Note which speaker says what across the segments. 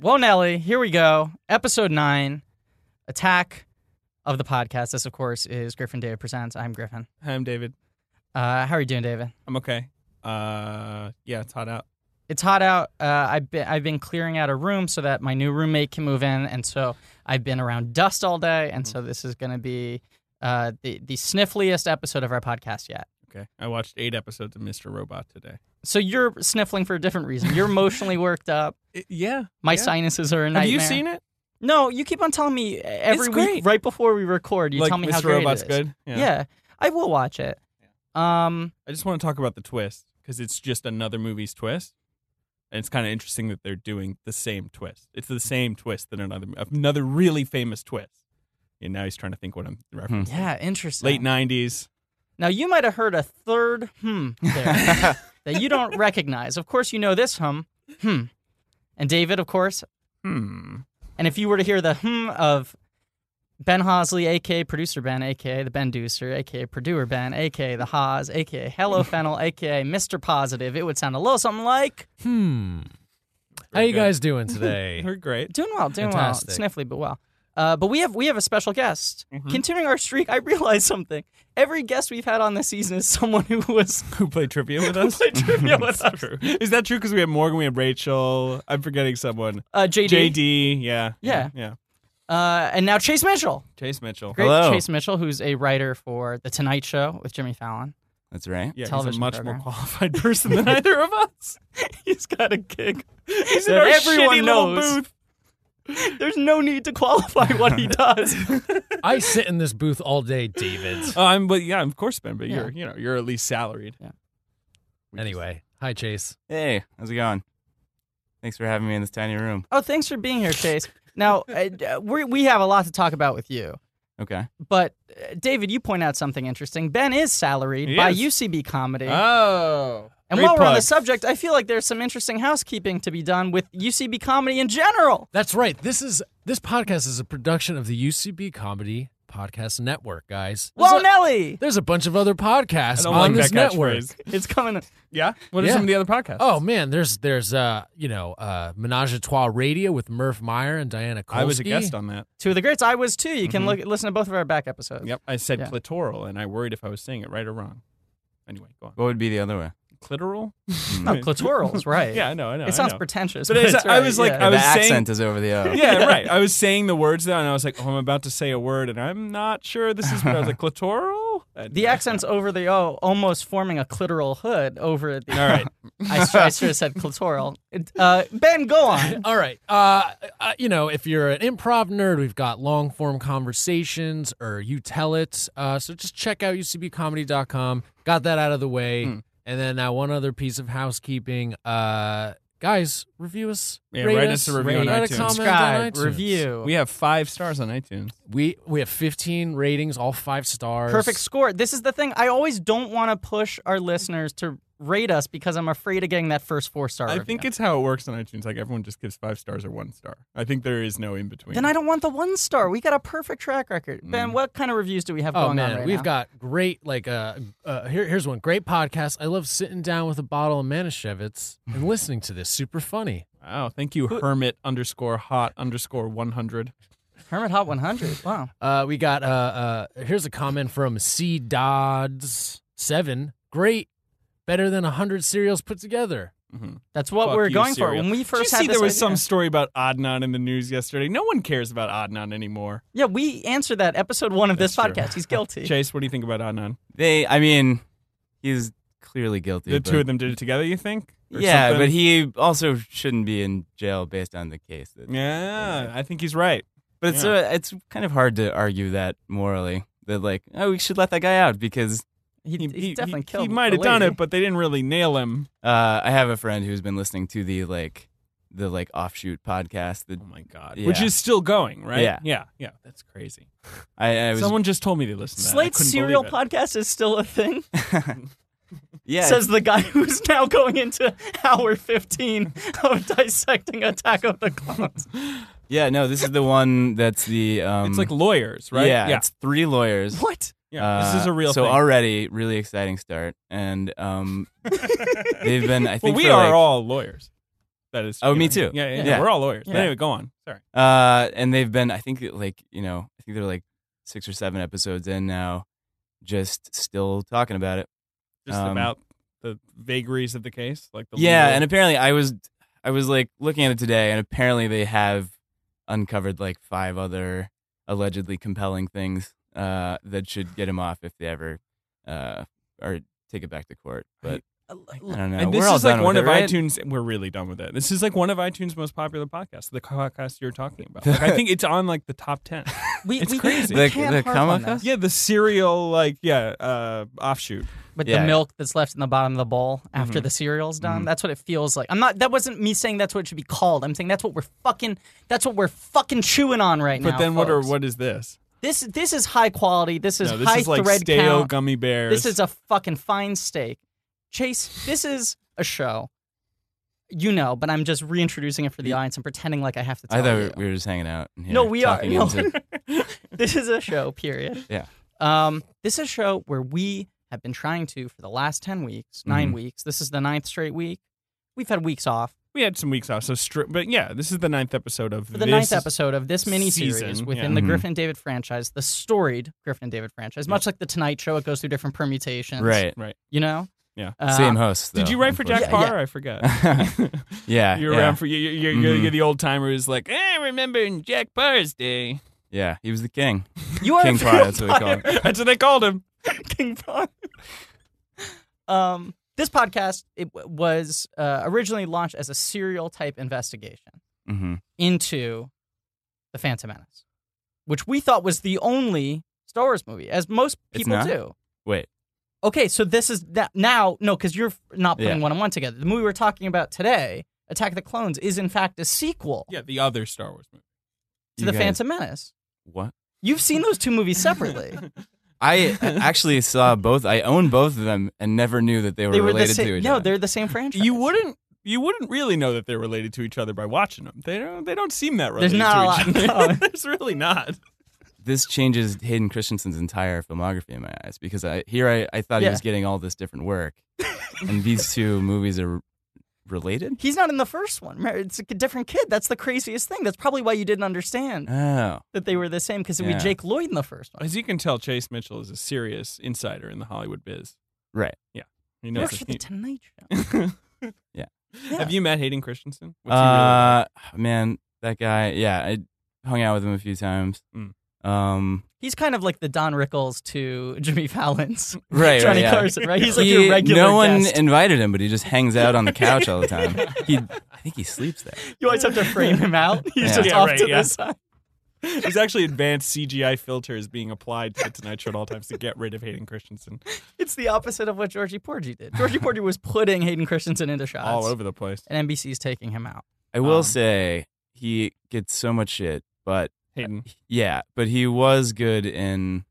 Speaker 1: Well, Nelly, here we go. Episode nine, attack of the podcast. This, of course, is Griffin David Presents. I'm Griffin.
Speaker 2: Hi, I'm David.
Speaker 1: Uh, how are you doing, David?
Speaker 2: I'm okay. Uh, yeah, it's hot out.
Speaker 1: It's hot out. Uh, I've been I've been clearing out a room so that my new roommate can move in, and so I've been around dust all day, and so this is going to be uh, the the sniffliest episode of our podcast yet.
Speaker 2: Okay. I watched eight episodes of Mr. Robot today.
Speaker 1: So you're sniffling for a different reason. You're emotionally worked up.
Speaker 2: yeah.
Speaker 1: My sinuses are a nightmare.
Speaker 2: Have you seen it?
Speaker 1: No, you keep on telling me every
Speaker 2: It's
Speaker 1: week,
Speaker 2: great.
Speaker 1: right before we record, you
Speaker 2: like
Speaker 1: tell me
Speaker 2: Mr.
Speaker 1: how great
Speaker 2: Robot's
Speaker 1: it is.
Speaker 2: good.
Speaker 1: Yeah. I will watch it. Um,
Speaker 2: I just want to talk about the twist because it's just another movie's twist, and it's kind of interesting that they're doing the same twist. It's the same twist that another another really famous twist. And now he's trying to think what I'm
Speaker 1: Hmm.
Speaker 2: referencing.
Speaker 1: yeah, interesting.
Speaker 2: Mm-hmm. Late '90s.
Speaker 1: Now you might have heard a third hmm there that you don't recognize. Of course, you know this hum, hmm, and David, of course.
Speaker 2: Hmm.
Speaker 1: And if you were to hear the hmm of Ben Hosley, aka producer Ben, aka the Ben Deucer, aka Purduer Ben, aka the Haas, aka Hello Fennel, aka Mr. Positive, it would sound a little something like
Speaker 3: Hmm. How
Speaker 2: Very
Speaker 3: you
Speaker 2: good.
Speaker 3: guys doing today?
Speaker 2: They're great.
Speaker 1: doing well, doing
Speaker 3: Fantastic.
Speaker 1: well, sniffly but well. Uh, but we have we have a special guest.
Speaker 2: Mhm.
Speaker 1: Continuing our streak, I realized something. Every guest we've had on this season is someone who was
Speaker 2: Who played trivia with us?
Speaker 1: played trivia with
Speaker 2: That's
Speaker 1: us.
Speaker 2: true. Is that true? Because we had Morgan, we had Rachel. I'm forgetting someone.
Speaker 1: uh, JD.
Speaker 2: JD. Yeah.
Speaker 1: Yeah.
Speaker 2: Yeah.
Speaker 1: Uh, and now Chase Mitchell.
Speaker 2: Chase Mitchell.
Speaker 1: Great
Speaker 4: Hello.
Speaker 1: Chase Mitchell, who's a writer for The Tonight Show with Jimmy Fallon.
Speaker 4: That's right.
Speaker 2: Yeah, he's
Speaker 1: television
Speaker 2: a much
Speaker 1: program.
Speaker 2: more qualified person than either of us.
Speaker 1: He's got a gig.
Speaker 2: He's
Speaker 1: That
Speaker 2: in our
Speaker 1: everyone
Speaker 2: shitty little
Speaker 1: knows.
Speaker 2: booth.
Speaker 1: There's no need to qualify what he does.
Speaker 3: I sit in this booth all day, David.
Speaker 2: Uh, I'm, but yeah, I'm of course, Ben. But
Speaker 1: Yeah.
Speaker 2: you're, you know, you're at least salaried.
Speaker 3: Anyway, hi Chase.
Speaker 4: Hey, how's it going? Thanks for having me in this tiny room.
Speaker 1: oh, thanks for being here, Chase. Now, uh, we we have a lot to talk about with you.
Speaker 4: Okay.
Speaker 1: But uh, David, you point out something interesting. Ben is salaried
Speaker 2: He
Speaker 1: by
Speaker 2: is.
Speaker 1: UCB Comedy.
Speaker 2: Oh,
Speaker 1: and
Speaker 2: Great
Speaker 1: while we're on the
Speaker 2: plug.
Speaker 1: subject, I feel like there's some interesting housekeeping to be done with UCB Comedy in general.
Speaker 3: That's right. This is this podcast is a production of the UCB Comedy Podcast Network, guys. There's
Speaker 1: Well,
Speaker 3: a-
Speaker 1: Nelly,
Speaker 3: There's a bunch of other podcasts
Speaker 2: I don't
Speaker 3: on
Speaker 2: like
Speaker 3: this
Speaker 2: that
Speaker 3: network.
Speaker 2: catchphrase.
Speaker 1: it's coming.
Speaker 2: Yeah, what are
Speaker 3: Yeah.
Speaker 2: some of the other podcasts?
Speaker 3: Oh man, there's there's uh you know uh Menage a Trois Radio with Murph Meyer and Diana Kolsky.
Speaker 2: I was a guest on that.
Speaker 1: Two of the greats. I was too. You
Speaker 2: Mm-hmm.
Speaker 1: can look listen to both of our back episodes.
Speaker 2: Yep, I said
Speaker 1: Yeah.
Speaker 2: clitoral, and I worried if I was saying it right or wrong. Anyway, go on.
Speaker 4: What would be the other way?
Speaker 2: Clitoral?
Speaker 1: No, Oh, clitoral's right.
Speaker 2: Yeah, I know, I know.
Speaker 1: It
Speaker 2: I
Speaker 1: sounds
Speaker 2: know.
Speaker 1: pretentious.
Speaker 2: But
Speaker 1: But
Speaker 2: it's-
Speaker 1: it's
Speaker 2: I was
Speaker 1: right,
Speaker 2: like-
Speaker 1: yeah.
Speaker 2: I
Speaker 4: the
Speaker 2: was saying-
Speaker 4: accent is over the O.
Speaker 2: yeah, right. I was saying the words though, and I was like, "Oh, I'm about to say a word, and I'm not sure this is." What I was like, "Clitoral." And-
Speaker 1: the accent's over the O, almost forming a clitoral hood over the.
Speaker 2: All right.
Speaker 1: I, should, I should have said clitoral. It- Uh, ben, go on.
Speaker 3: All right. Uh, uh, you know, if you're an improv nerd, we've got long form conversations or you tell it. Uh, so just check out ucbcomedy.com. Got that out of the way.
Speaker 2: Hmm.
Speaker 3: And then uh, one other piece of housekeeping. Uh, guys, review us.
Speaker 2: Yeah,
Speaker 3: rate
Speaker 2: write us a review on
Speaker 3: write
Speaker 2: iTunes.
Speaker 3: A comment on
Speaker 1: Subscribe,
Speaker 3: iTunes.
Speaker 1: review.
Speaker 2: We have five stars on iTunes.
Speaker 3: We we have 15 ratings, all five stars.
Speaker 1: Perfect score. This is the thing. I always don't want to push our listeners to rate us because I'm afraid of getting that first four star.
Speaker 2: I think it's how it works on iTunes. Like everyone just gives five stars or one star. I think there is no in between.
Speaker 1: Then I don't want the one star. We got a perfect track record.
Speaker 2: Mm.
Speaker 1: Ben, what kind of reviews do we have
Speaker 3: Oh
Speaker 1: going
Speaker 3: man,
Speaker 1: on right
Speaker 3: we've
Speaker 1: now?
Speaker 3: got great like uh, uh here here's one great podcast. I love sitting down with a bottle of Manischewitz and listening to this. Super funny.
Speaker 2: Wow, thank you, Hermit underscore Hot underscore one hundred.
Speaker 1: Hermit Hot 100. Wow.
Speaker 3: Uh, we got uh, uh, here's a comment from C Dodds Seven. Great, better than hundred cereals put together.
Speaker 2: Mm-hmm.
Speaker 1: That's what
Speaker 2: Fuck
Speaker 1: we're
Speaker 2: you,
Speaker 1: going for.
Speaker 2: cereal.
Speaker 1: When we
Speaker 2: Did you
Speaker 1: first
Speaker 2: see
Speaker 1: had this
Speaker 2: there was
Speaker 1: idea-
Speaker 2: some story about Adnan in the news yesterday? No one cares about Adnan anymore.
Speaker 1: Yeah, we answered that episode one of this
Speaker 2: That's true.
Speaker 1: podcast. He's guilty.
Speaker 2: Chase, what do you think about Adnan?
Speaker 4: They, I mean, he's clearly guilty.
Speaker 2: The
Speaker 4: but-
Speaker 2: two of them did it together. You think? Or
Speaker 4: Yeah,
Speaker 2: something?
Speaker 4: but he also shouldn't be in jail based on the case. That,
Speaker 2: Yeah, I think he's right.
Speaker 4: But it's
Speaker 2: Yeah.
Speaker 4: uh, it's kind of hard to argue that morally. That like, oh, we should let that guy out because
Speaker 1: he,
Speaker 2: He,
Speaker 1: he's
Speaker 2: he-
Speaker 1: definitely
Speaker 2: he-
Speaker 1: killed.
Speaker 2: He might
Speaker 1: the
Speaker 2: have done
Speaker 1: lady.
Speaker 2: it, but they didn't really nail him.
Speaker 4: uh, I have a friend who's been listening to the like, the like offshoot podcast. That
Speaker 2: Oh my god!
Speaker 4: Yeah.
Speaker 2: Which is still going, right?
Speaker 4: Yeah.
Speaker 2: yeah, yeah. That's crazy.
Speaker 4: I, I was,
Speaker 2: Someone just told me to listen. to that. I
Speaker 1: Slate's
Speaker 2: couldn't
Speaker 1: serial
Speaker 2: believe it.
Speaker 1: podcast is still a thing.
Speaker 4: yeah,
Speaker 1: Says the guy who's now going into hour fifteen of dissecting Attack of the Clones.
Speaker 4: yeah. No, this is the one that's the. Um,
Speaker 2: It's like lawyers, right?
Speaker 4: Yeah,
Speaker 2: yeah.
Speaker 4: it's three lawyers.
Speaker 1: what?
Speaker 2: yeah. this is
Speaker 4: Uh,
Speaker 2: a real
Speaker 4: So
Speaker 2: thing.
Speaker 4: already, really exciting start, and um, they've been. I
Speaker 2: well,
Speaker 4: think
Speaker 2: we
Speaker 4: for
Speaker 2: are
Speaker 4: like,
Speaker 2: all lawyers. That is.
Speaker 4: Oh,
Speaker 2: you
Speaker 4: me
Speaker 2: know,
Speaker 4: too.
Speaker 2: Yeah, yeah, yeah,
Speaker 4: Yeah.
Speaker 2: We're all lawyers. But
Speaker 4: Yeah.
Speaker 2: Anyway, go on. Sorry.
Speaker 4: Uh, and they've been, I think, like you know, I think they're like six or seven episodes in now, just still talking about it.
Speaker 2: Just
Speaker 4: Um,
Speaker 2: about the vagaries of the case, like the
Speaker 4: yeah,
Speaker 2: legal-
Speaker 4: and apparently I was, I was like looking at it today, and apparently they have uncovered like five other allegedly compelling things uh, that should get him off if they ever uh, or take it back to court. But I don't know.
Speaker 2: And this
Speaker 4: We're all
Speaker 2: is Uh, like
Speaker 4: done
Speaker 2: one
Speaker 4: with
Speaker 2: of
Speaker 4: it, right?
Speaker 2: iTunes. We're really done with it. This is like one of iTunes' most popular podcasts. The podcast you're talking about. Like, I think it's on like the top ten.
Speaker 1: We,
Speaker 2: It's
Speaker 1: we,
Speaker 2: crazy.
Speaker 1: We
Speaker 4: The-
Speaker 1: can't
Speaker 4: the
Speaker 1: harp on
Speaker 4: Kamikaze?
Speaker 1: this.
Speaker 2: Yeah, the cereal like yeah uh, offshoot.
Speaker 1: With
Speaker 4: Yeah.
Speaker 1: the milk that's left in the bottom of the bowl after
Speaker 2: Mhm.
Speaker 1: the cereal's done.
Speaker 4: Mhm.
Speaker 1: That's what it feels like. I'm not. That wasn't me saying that's what it should be called. I'm saying that's what we're fucking. That's what we're fucking chewing on right now.
Speaker 2: But then what are
Speaker 1: folks.
Speaker 2: what is this?
Speaker 1: This this is high quality. This is
Speaker 2: no, this
Speaker 1: high
Speaker 2: is like
Speaker 1: thread
Speaker 2: stale
Speaker 1: count.
Speaker 2: gummy bears.
Speaker 1: This is a fucking fine steak. Chase, this is a show. You know, but I'm just reintroducing it for the audience and pretending like I have to tell
Speaker 4: I thought
Speaker 1: you.
Speaker 4: we were just hanging out. And here,
Speaker 1: No, we are.
Speaker 4: talking
Speaker 1: No.
Speaker 4: into-
Speaker 1: this is a show, period.
Speaker 4: Yeah.
Speaker 1: Um, this is a show where we have been trying to for the last ten weeks, 9
Speaker 4: Mhm.
Speaker 1: weeks. This is the ninth straight week. We've had weeks off
Speaker 2: we had some weeks off, so stri- but yeah, this is the ninth episode of
Speaker 1: for the
Speaker 2: this
Speaker 1: ninth episode of this mini series
Speaker 2: season,
Speaker 1: within
Speaker 2: yeah.
Speaker 1: the
Speaker 4: Mhm.
Speaker 1: Griffin and David franchise, the storied Griffin and David franchise. Much like the Tonight Show, it goes through different permutations.
Speaker 4: right?
Speaker 1: You know.
Speaker 2: Yeah.
Speaker 1: Uh,
Speaker 4: Same host.
Speaker 2: Did
Speaker 4: though,
Speaker 2: you write for Jack
Speaker 1: Yeah, yeah.
Speaker 2: Barr? I forget.
Speaker 4: unfortunately. yeah,
Speaker 2: You're
Speaker 4: yeah,
Speaker 2: around for you. You're, you're,
Speaker 4: Mhm.
Speaker 2: you're the old timer who's like, "Eh, I remember in Jack Barr's day.
Speaker 4: yeah. He was the king.
Speaker 1: You are
Speaker 4: King
Speaker 1: a
Speaker 4: Par, that's what we call him.
Speaker 2: That's what they called him.
Speaker 1: King Kong. um, this podcast it w- was uh, originally launched as a serial type investigation
Speaker 4: hmm
Speaker 1: into the Phantom Menace, which we thought was the only Star Wars movie, as most
Speaker 4: It's
Speaker 1: people
Speaker 4: not?
Speaker 1: do.
Speaker 4: Wait.
Speaker 1: Okay, so this is that now. No, because you're not putting
Speaker 4: Yeah.
Speaker 1: one on one together. The movie we're talking about today, Attack of the Clones, is in fact a sequel
Speaker 2: Yeah, the other Star Wars movie.
Speaker 1: to
Speaker 4: You
Speaker 1: the
Speaker 4: guys-
Speaker 1: Phantom Menace.
Speaker 4: What?
Speaker 1: You've seen those two movies separately.
Speaker 4: I actually saw both. I own both of them and never knew that they were,
Speaker 1: they were the
Speaker 4: related
Speaker 1: same.
Speaker 4: to each
Speaker 1: no,
Speaker 4: other.
Speaker 1: they're the same franchise.
Speaker 2: You wouldn't. You wouldn't really know that they're related to each other by watching them. They don't. They don't seem that
Speaker 1: There's
Speaker 2: related
Speaker 1: not
Speaker 2: to
Speaker 1: a
Speaker 2: each
Speaker 1: lot,
Speaker 2: other.
Speaker 1: no.
Speaker 2: There's really not.
Speaker 4: This changes Hayden Christensen's entire filmography in my eyes because I here I, I thought
Speaker 1: Yeah.
Speaker 4: he was getting all this different work, and these two movies are related.
Speaker 1: He's not in the first one. Remember, It's a different kid. That's the craziest thing. That's probably why you didn't understand
Speaker 4: Oh,
Speaker 1: that they were the same because it
Speaker 4: Yeah.
Speaker 1: was Jake Lloyd in the first one.
Speaker 2: As you can tell, Chase Mitchell is a serious insider in the Hollywood biz.
Speaker 4: right.
Speaker 2: He
Speaker 1: He
Speaker 2: knows.
Speaker 1: works for the Tonight Show.
Speaker 4: Yeah.
Speaker 2: Have you met Hayden Christensen? What's he really like?
Speaker 4: Uh, man, that guy. Yeah, I hung out with him a few times.
Speaker 2: Mm.
Speaker 4: Um,
Speaker 1: He's kind of like the Don Rickles to Jimmy Fallon's
Speaker 4: right,
Speaker 1: Johnny
Speaker 4: right. Yeah.
Speaker 1: Carson, right? He's like
Speaker 4: He-
Speaker 1: your regular
Speaker 4: no one
Speaker 1: guest.
Speaker 4: invited him, but he just hangs out on the couch all the time. He, I think he sleeps there.
Speaker 1: you always have to frame him out. He's
Speaker 4: Yeah.
Speaker 1: just
Speaker 2: Yeah,
Speaker 1: off
Speaker 2: right,
Speaker 1: to
Speaker 2: yeah.
Speaker 1: the side.
Speaker 2: There's actually advanced CGI filters being applied to the Tonight Show at all times to get rid of Hayden Christensen
Speaker 1: It's the opposite of what Georgie Porgy did. Georgie Porgy was putting Hayden Christensen into shots,
Speaker 2: all over the place.
Speaker 1: and NBC's taking him out.
Speaker 4: I will
Speaker 2: Um,
Speaker 4: say he gets so much shit, but
Speaker 2: Hayden,
Speaker 4: yeah, but he was good in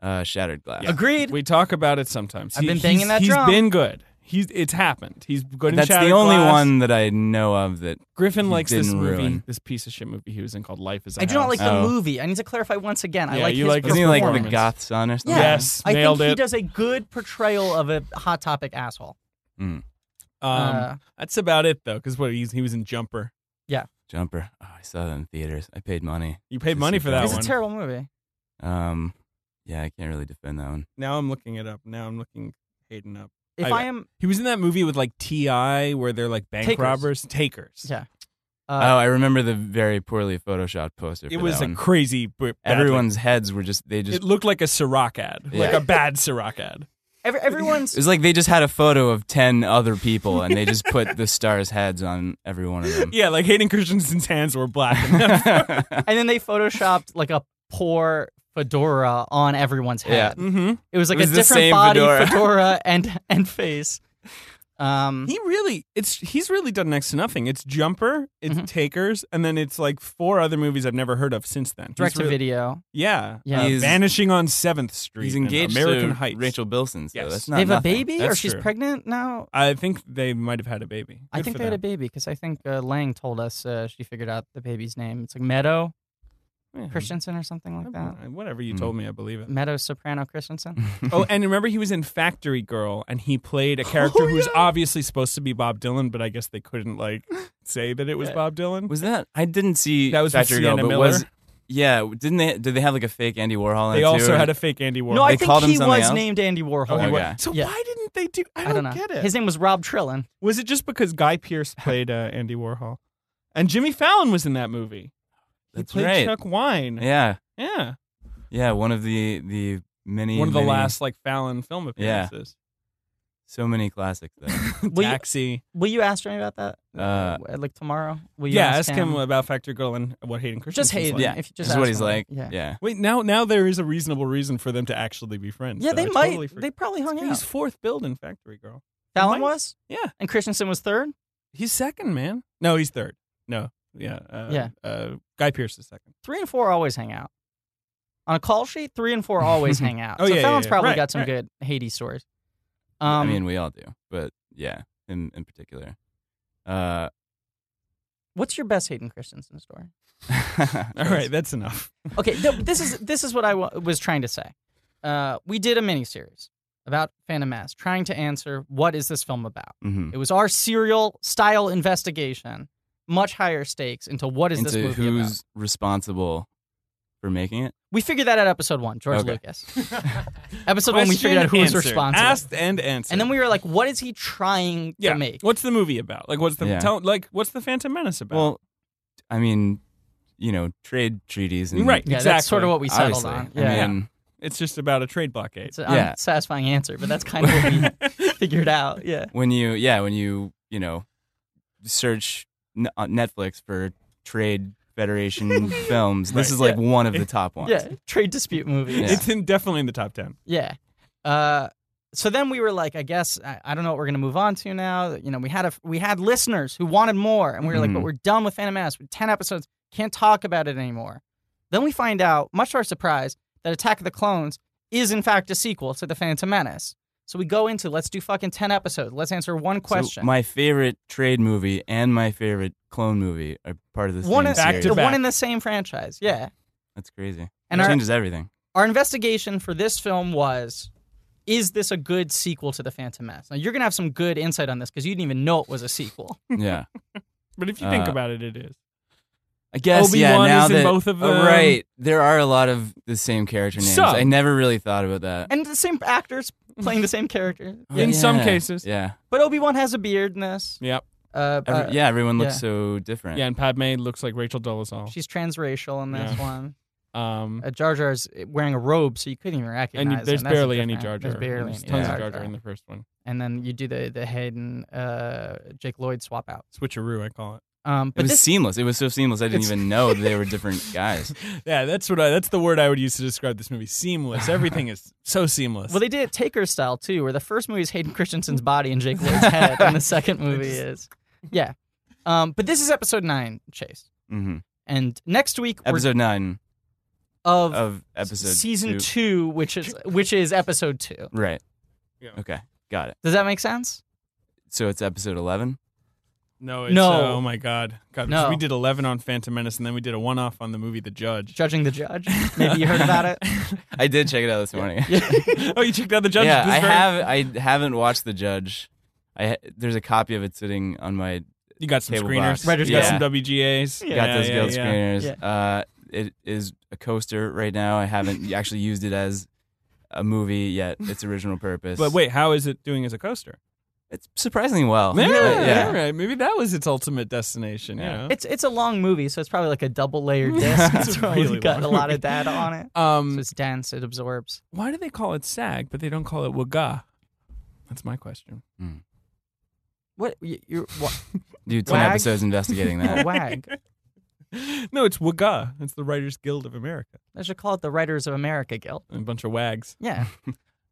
Speaker 4: uh, Shattered Glass.
Speaker 1: Agreed.
Speaker 2: we talk about it sometimes.
Speaker 1: I've been
Speaker 2: he's-
Speaker 1: banging that
Speaker 2: He's
Speaker 1: drum.
Speaker 2: been good. He's it's happened. He's good.
Speaker 4: That's
Speaker 2: in
Speaker 4: the
Speaker 2: Shattered
Speaker 4: only
Speaker 2: Glass.
Speaker 4: one that I know of that.
Speaker 2: Griffin
Speaker 4: he
Speaker 2: likes this
Speaker 4: didn't
Speaker 2: movie,
Speaker 4: ruin.
Speaker 2: this piece of shit movie he was in called Life Is. I
Speaker 1: I do not like the
Speaker 4: Oh.
Speaker 1: movie. I need to clarify once again. I
Speaker 2: Yeah,
Speaker 1: like
Speaker 2: you
Speaker 1: his
Speaker 2: like his
Speaker 4: Isn't he like the
Speaker 2: performance.
Speaker 4: goth son or something?
Speaker 1: Yeah.
Speaker 2: Yes,
Speaker 1: I
Speaker 2: nailed
Speaker 1: think
Speaker 2: it.
Speaker 1: he does a good portrayal of a hot topic asshole.
Speaker 2: Um,
Speaker 1: Uh,
Speaker 2: that's about it though, because what he's, he was in Jumper.
Speaker 4: Jumper. Oh, I saw that in theaters. I paid money.
Speaker 2: You paid
Speaker 4: To
Speaker 2: money
Speaker 4: see
Speaker 2: for
Speaker 4: that
Speaker 2: that
Speaker 1: it's
Speaker 2: one.
Speaker 1: a terrible movie.
Speaker 4: Um, yeah, I can't really defend that one.
Speaker 2: now I'm looking it up. Now I'm looking Hayden up.
Speaker 1: If
Speaker 2: I-
Speaker 1: I, am,
Speaker 2: He was in that movie with like Ti, where they're like bank
Speaker 1: Takers.
Speaker 2: robbers, takers.
Speaker 1: Yeah.
Speaker 4: oh,
Speaker 1: uh,
Speaker 4: I remember the very poorly photoshopped poster. For
Speaker 2: It was
Speaker 4: that
Speaker 2: a
Speaker 4: one.
Speaker 2: crazy. b- bad, like,
Speaker 4: Everyone's heads were just they just.
Speaker 2: it looked like a Ciroc ad, like
Speaker 4: Yeah.
Speaker 2: a bad Ciroc ad.
Speaker 1: every,
Speaker 4: It
Speaker 1: everyone's
Speaker 4: was like they just had a photo of 10 other people and they just put the stars' heads on every one of them.
Speaker 2: Yeah, like Hayden Christensen's hands were black.
Speaker 1: and then they photoshopped like a poor fedora on everyone's
Speaker 4: Yeah.
Speaker 1: head.
Speaker 2: mm-hmm.
Speaker 1: It was like
Speaker 4: It was
Speaker 1: a
Speaker 4: the
Speaker 1: different
Speaker 4: same
Speaker 1: body
Speaker 4: fedora.
Speaker 1: fedora, and and face. Um,
Speaker 2: He really, it's he's really done next to nothing. It's Jumper, it's
Speaker 1: Mhm.
Speaker 2: Takers, and then it's like four other movies I've never heard of since then. He's
Speaker 1: direct to
Speaker 2: really-
Speaker 1: video.
Speaker 2: yeah,
Speaker 1: Yeah.
Speaker 2: Uh,
Speaker 4: He's-
Speaker 2: Vanishing on Seventh Street.
Speaker 4: He's
Speaker 2: and
Speaker 4: engaged
Speaker 2: American
Speaker 4: to
Speaker 2: Heights.
Speaker 4: Rachel Bilson, so
Speaker 2: Yes.
Speaker 4: that's not
Speaker 1: They have a
Speaker 4: nothing.
Speaker 1: baby, or
Speaker 2: That's
Speaker 1: she's
Speaker 2: true.
Speaker 1: pregnant now.
Speaker 2: I think they might have had a baby.
Speaker 1: I
Speaker 2: Good
Speaker 1: think
Speaker 2: for
Speaker 1: they had a
Speaker 2: them.
Speaker 1: baby because I think uh, Lang told us uh, she figured out the baby's name. It's like Meadow.
Speaker 4: Yeah.
Speaker 1: Christensen or something like that.
Speaker 2: Uh, Whatever you
Speaker 4: Hmm.
Speaker 2: told me, I believe it.
Speaker 1: Meadows Soprano Christensen.
Speaker 2: oh, and remember he was in Factory Girl and he played a character
Speaker 1: Oh,
Speaker 2: who's
Speaker 1: yeah.
Speaker 2: obviously supposed to be Bob Dylan, but I guess they couldn't like say that it was
Speaker 4: Yeah.
Speaker 2: Bob Dylan.
Speaker 4: was that? I didn't see
Speaker 2: That was with
Speaker 4: Thatcher Girl,
Speaker 2: Sienna
Speaker 4: but
Speaker 2: Miller.
Speaker 4: was yeah? Didn't they? Did they have like a fake Andy Warhol? in
Speaker 2: they
Speaker 4: it
Speaker 2: also
Speaker 4: too?
Speaker 2: had a fake Andy Warhol.
Speaker 1: no, I
Speaker 4: They
Speaker 1: think
Speaker 4: called him
Speaker 1: he
Speaker 4: something
Speaker 1: was
Speaker 4: else?
Speaker 1: named Andy Warhol.
Speaker 2: Oh, he
Speaker 4: Okay.
Speaker 2: was- So
Speaker 1: Yeah.
Speaker 2: why didn't they do? I
Speaker 1: I
Speaker 2: don't,
Speaker 1: don't know.
Speaker 2: get it.
Speaker 1: His name was Rob Trillin.
Speaker 2: was it just because Guy Pierce played uh, Andy Warhol, and Jimmy Fallon was in that movie?
Speaker 4: That's
Speaker 2: he played
Speaker 4: right.
Speaker 2: Chuck Wine.
Speaker 4: Yeah,
Speaker 2: Yeah.
Speaker 4: yeah. One of the the many.
Speaker 2: one of the
Speaker 4: many-
Speaker 2: last like Fallon film
Speaker 4: Yeah.
Speaker 2: appearances.
Speaker 4: So many classics. Though.
Speaker 1: Will you,
Speaker 2: Taxi.
Speaker 1: will you ask Jeremy about that?
Speaker 4: Uh,
Speaker 1: Uh, like tomorrow? Will you
Speaker 2: Yeah,
Speaker 1: ask,
Speaker 2: ask him about Factory Girl and what Hayden Christensen.
Speaker 1: Just Hayden.
Speaker 4: Yeah,
Speaker 1: If you
Speaker 4: this
Speaker 1: just
Speaker 4: is what
Speaker 1: ask
Speaker 4: he's
Speaker 1: him.
Speaker 4: like.
Speaker 1: Yeah.
Speaker 4: yeah.
Speaker 2: Wait, now now there is a reasonable reason for them to actually be friends.
Speaker 1: Yeah,
Speaker 2: that
Speaker 1: they
Speaker 2: I
Speaker 1: might.
Speaker 2: Totally forgot.
Speaker 1: they probably hung
Speaker 2: He's
Speaker 1: out.
Speaker 2: fourth build in Factory Girl.
Speaker 1: Fallon
Speaker 2: might-
Speaker 1: was,
Speaker 2: Yeah,
Speaker 1: and Christensen was third.
Speaker 2: he's second, man. No, he's third. No, yeah, uh,
Speaker 1: Yeah.
Speaker 2: Uh, Guy Pierce is second.
Speaker 1: Three and four always hang out. On a call sheet, three and four always hang out.
Speaker 2: Oh,
Speaker 1: so
Speaker 2: yeah, yeah,
Speaker 1: Fallon's
Speaker 2: yeah.
Speaker 1: probably
Speaker 2: Right,
Speaker 1: got some
Speaker 2: right.
Speaker 1: good Hades stories. Um,
Speaker 4: I mean, we all do, but yeah, him in particular. Uh,
Speaker 1: what's your best Hayden Christensen story?
Speaker 2: All right, that's enough.
Speaker 1: Okay, th- this is this is what I wa- was trying to say. Uh, we did a miniseries about Phantom Mass, trying to answer what is this film about.
Speaker 4: hmm
Speaker 1: It was our serial style investigation, much higher stakes into what is this
Speaker 4: Into
Speaker 1: movie
Speaker 4: who's
Speaker 1: about.
Speaker 4: responsible for making it?
Speaker 1: We figured that out episode one, George
Speaker 4: Okay.
Speaker 1: Lucas. episode one, we figured out who was
Speaker 2: Question answered.
Speaker 1: responsible,
Speaker 2: Asked and answered.
Speaker 1: and then we were like, "What is he trying
Speaker 2: yeah.
Speaker 1: to make?"
Speaker 2: What's the movie about? Like, what's the
Speaker 4: Yeah.
Speaker 2: tell, like? What's the Phantom Menace about?
Speaker 4: Well, I mean, you know, trade treaties and
Speaker 2: Right.
Speaker 1: Yeah,
Speaker 2: Exactly.
Speaker 1: that's sort of what we settled
Speaker 4: obviously.
Speaker 1: on.
Speaker 4: I
Speaker 1: Yeah,
Speaker 4: mean,
Speaker 2: it's just about a trade blockade.
Speaker 1: it's an
Speaker 4: yeah.
Speaker 1: unsatisfying answer, but that's kind of what we figured out. Yeah,
Speaker 4: when you yeah when you you know search n- on Netflix for trade federation films, this
Speaker 2: Right.
Speaker 4: is like
Speaker 2: Yeah.
Speaker 4: one of the top ones.
Speaker 1: yeah, trade dispute movies.
Speaker 4: Yeah.
Speaker 2: It's in definitely in the top ten.
Speaker 1: Yeah. Uh, so then we were like, I guess I, I don't know what we're gonna move on to now. You know, we had a we had listeners who wanted more, and we were like,
Speaker 4: Mhm.
Speaker 1: but we're done with Phantom Menace. We're ten episodes, can't talk about it anymore. Then we find out, much to our surprise, that Attack of the Clones is in fact a sequel to the Phantom Menace. So we go into let's do fucking ten episodes. Let's answer one
Speaker 4: So
Speaker 1: question.
Speaker 4: my favorite trade movie and my favorite clone movie are part of the
Speaker 1: one
Speaker 4: same
Speaker 1: in,
Speaker 2: Back
Speaker 4: series.
Speaker 2: to
Speaker 1: the
Speaker 2: back.
Speaker 1: one in the same franchise. Yeah.
Speaker 4: That's crazy.
Speaker 1: And
Speaker 4: it
Speaker 1: our-
Speaker 4: changes everything.
Speaker 1: our investigation for this film was is this a good sequel to the phantom menace now you're going to have some good insight on this because you didn't even know it was a sequel
Speaker 4: Yeah.
Speaker 2: But if you think
Speaker 4: Uh,
Speaker 2: about it, it is.
Speaker 4: I guess yeah.
Speaker 2: Obi-Wan
Speaker 4: Now
Speaker 2: is in
Speaker 4: that
Speaker 2: both of
Speaker 4: Oh,
Speaker 2: them.
Speaker 4: right, there are a lot of the same character names.
Speaker 2: Some.
Speaker 4: I never really thought about that.
Speaker 1: and the same actors playing the same character
Speaker 4: Oh,
Speaker 2: In some
Speaker 4: yeah.
Speaker 2: cases.
Speaker 4: yeah,
Speaker 1: but obi-wan has a beard in this
Speaker 2: Yep.
Speaker 1: uh,
Speaker 4: Every-
Speaker 1: uh,
Speaker 4: yeah. Everyone looks
Speaker 1: yeah.
Speaker 4: so different.
Speaker 2: Yeah, and Padme looks like Rachel Dolezal.
Speaker 1: she's transracial in this
Speaker 2: Yeah.
Speaker 1: one
Speaker 2: Um,
Speaker 1: uh, jar jar's wearing a robe so you couldn't even recognize
Speaker 2: and you-
Speaker 1: him.
Speaker 2: there's
Speaker 1: That's a
Speaker 2: barely any Jar
Speaker 1: different-
Speaker 2: Jar.
Speaker 1: there's barely
Speaker 2: There's
Speaker 1: any
Speaker 2: tons of
Speaker 1: Jar
Speaker 2: Jar
Speaker 1: Jar.
Speaker 2: Jar in the first one.
Speaker 1: and then you do the the hayden uh, jake lloyd swap out
Speaker 2: Switcheroo, I call it.
Speaker 1: um,
Speaker 4: It
Speaker 1: but
Speaker 4: was
Speaker 1: this
Speaker 4: seamless. It was so seamless. I didn't
Speaker 2: It's-
Speaker 4: even know they were different guys.
Speaker 2: Yeah, that's what I, that's the word I would use to describe this movie. Seamless. Everything is so seamless.
Speaker 1: well, they did it Taker style too, where the first movie is Hayden Christensen's body and Jake Lloyd's head, and the second movie is, yeah. Um, but this is episode nine, Chase,
Speaker 4: hmm
Speaker 1: and next week we're
Speaker 4: Episode nine
Speaker 1: of,
Speaker 4: of episode
Speaker 1: season two. which is which is episode two.
Speaker 4: Right.
Speaker 2: Yeah.
Speaker 4: Okay. Got it.
Speaker 1: Does that make sense?
Speaker 4: So it's episode eleven.
Speaker 2: no, it's,
Speaker 1: No.
Speaker 2: uh, oh my God. God
Speaker 1: No.
Speaker 2: We did 11 on Phantom Menace, and then we did a one off on the movie The Judge.
Speaker 1: Judging the judge, maybe you heard about it.
Speaker 4: I did check it out this morning. Yeah,
Speaker 2: oh, you checked out The Judge? this
Speaker 4: I
Speaker 2: very-
Speaker 4: have. I haven't watched the judge. I ha- there's a copy of it sitting on my.
Speaker 2: You got some
Speaker 4: Table
Speaker 2: screeners.
Speaker 4: box.
Speaker 2: You
Speaker 1: Writers
Speaker 2: got
Speaker 1: Guild.
Speaker 2: some WGAs.
Speaker 1: Yeah,
Speaker 4: got those
Speaker 2: yeah,
Speaker 4: guild
Speaker 2: yeah.
Speaker 4: screeners. Uh, it is a coaster right now. I haven't actually used it as a movie yet. Its original purpose.
Speaker 2: But wait, how is it doing as a coaster?
Speaker 4: it's surprisingly well.
Speaker 2: Yeah,
Speaker 4: Uh,
Speaker 2: yeah. right. Maybe that was its ultimate destination.
Speaker 4: Yeah.
Speaker 2: You know?
Speaker 1: It's it's a long movie, so it's probably like a double layer disc.
Speaker 2: It's
Speaker 1: it's
Speaker 2: a
Speaker 1: probably
Speaker 2: really
Speaker 1: got a
Speaker 2: long
Speaker 1: lot
Speaker 2: movie.
Speaker 1: of data on it. So
Speaker 2: um,
Speaker 1: it's dense, it absorbs.
Speaker 2: why do they call it SAG, but they don't call it Waga? That's my question.
Speaker 1: What you, you're what,
Speaker 4: Dude, ten
Speaker 1: Wag.
Speaker 4: episodes investigating that.
Speaker 1: wag?
Speaker 2: No, it's Waga. It's the Writers Guild of America.
Speaker 1: I should call it the Writers of America Guild.
Speaker 2: A bunch of wags.
Speaker 1: Yeah.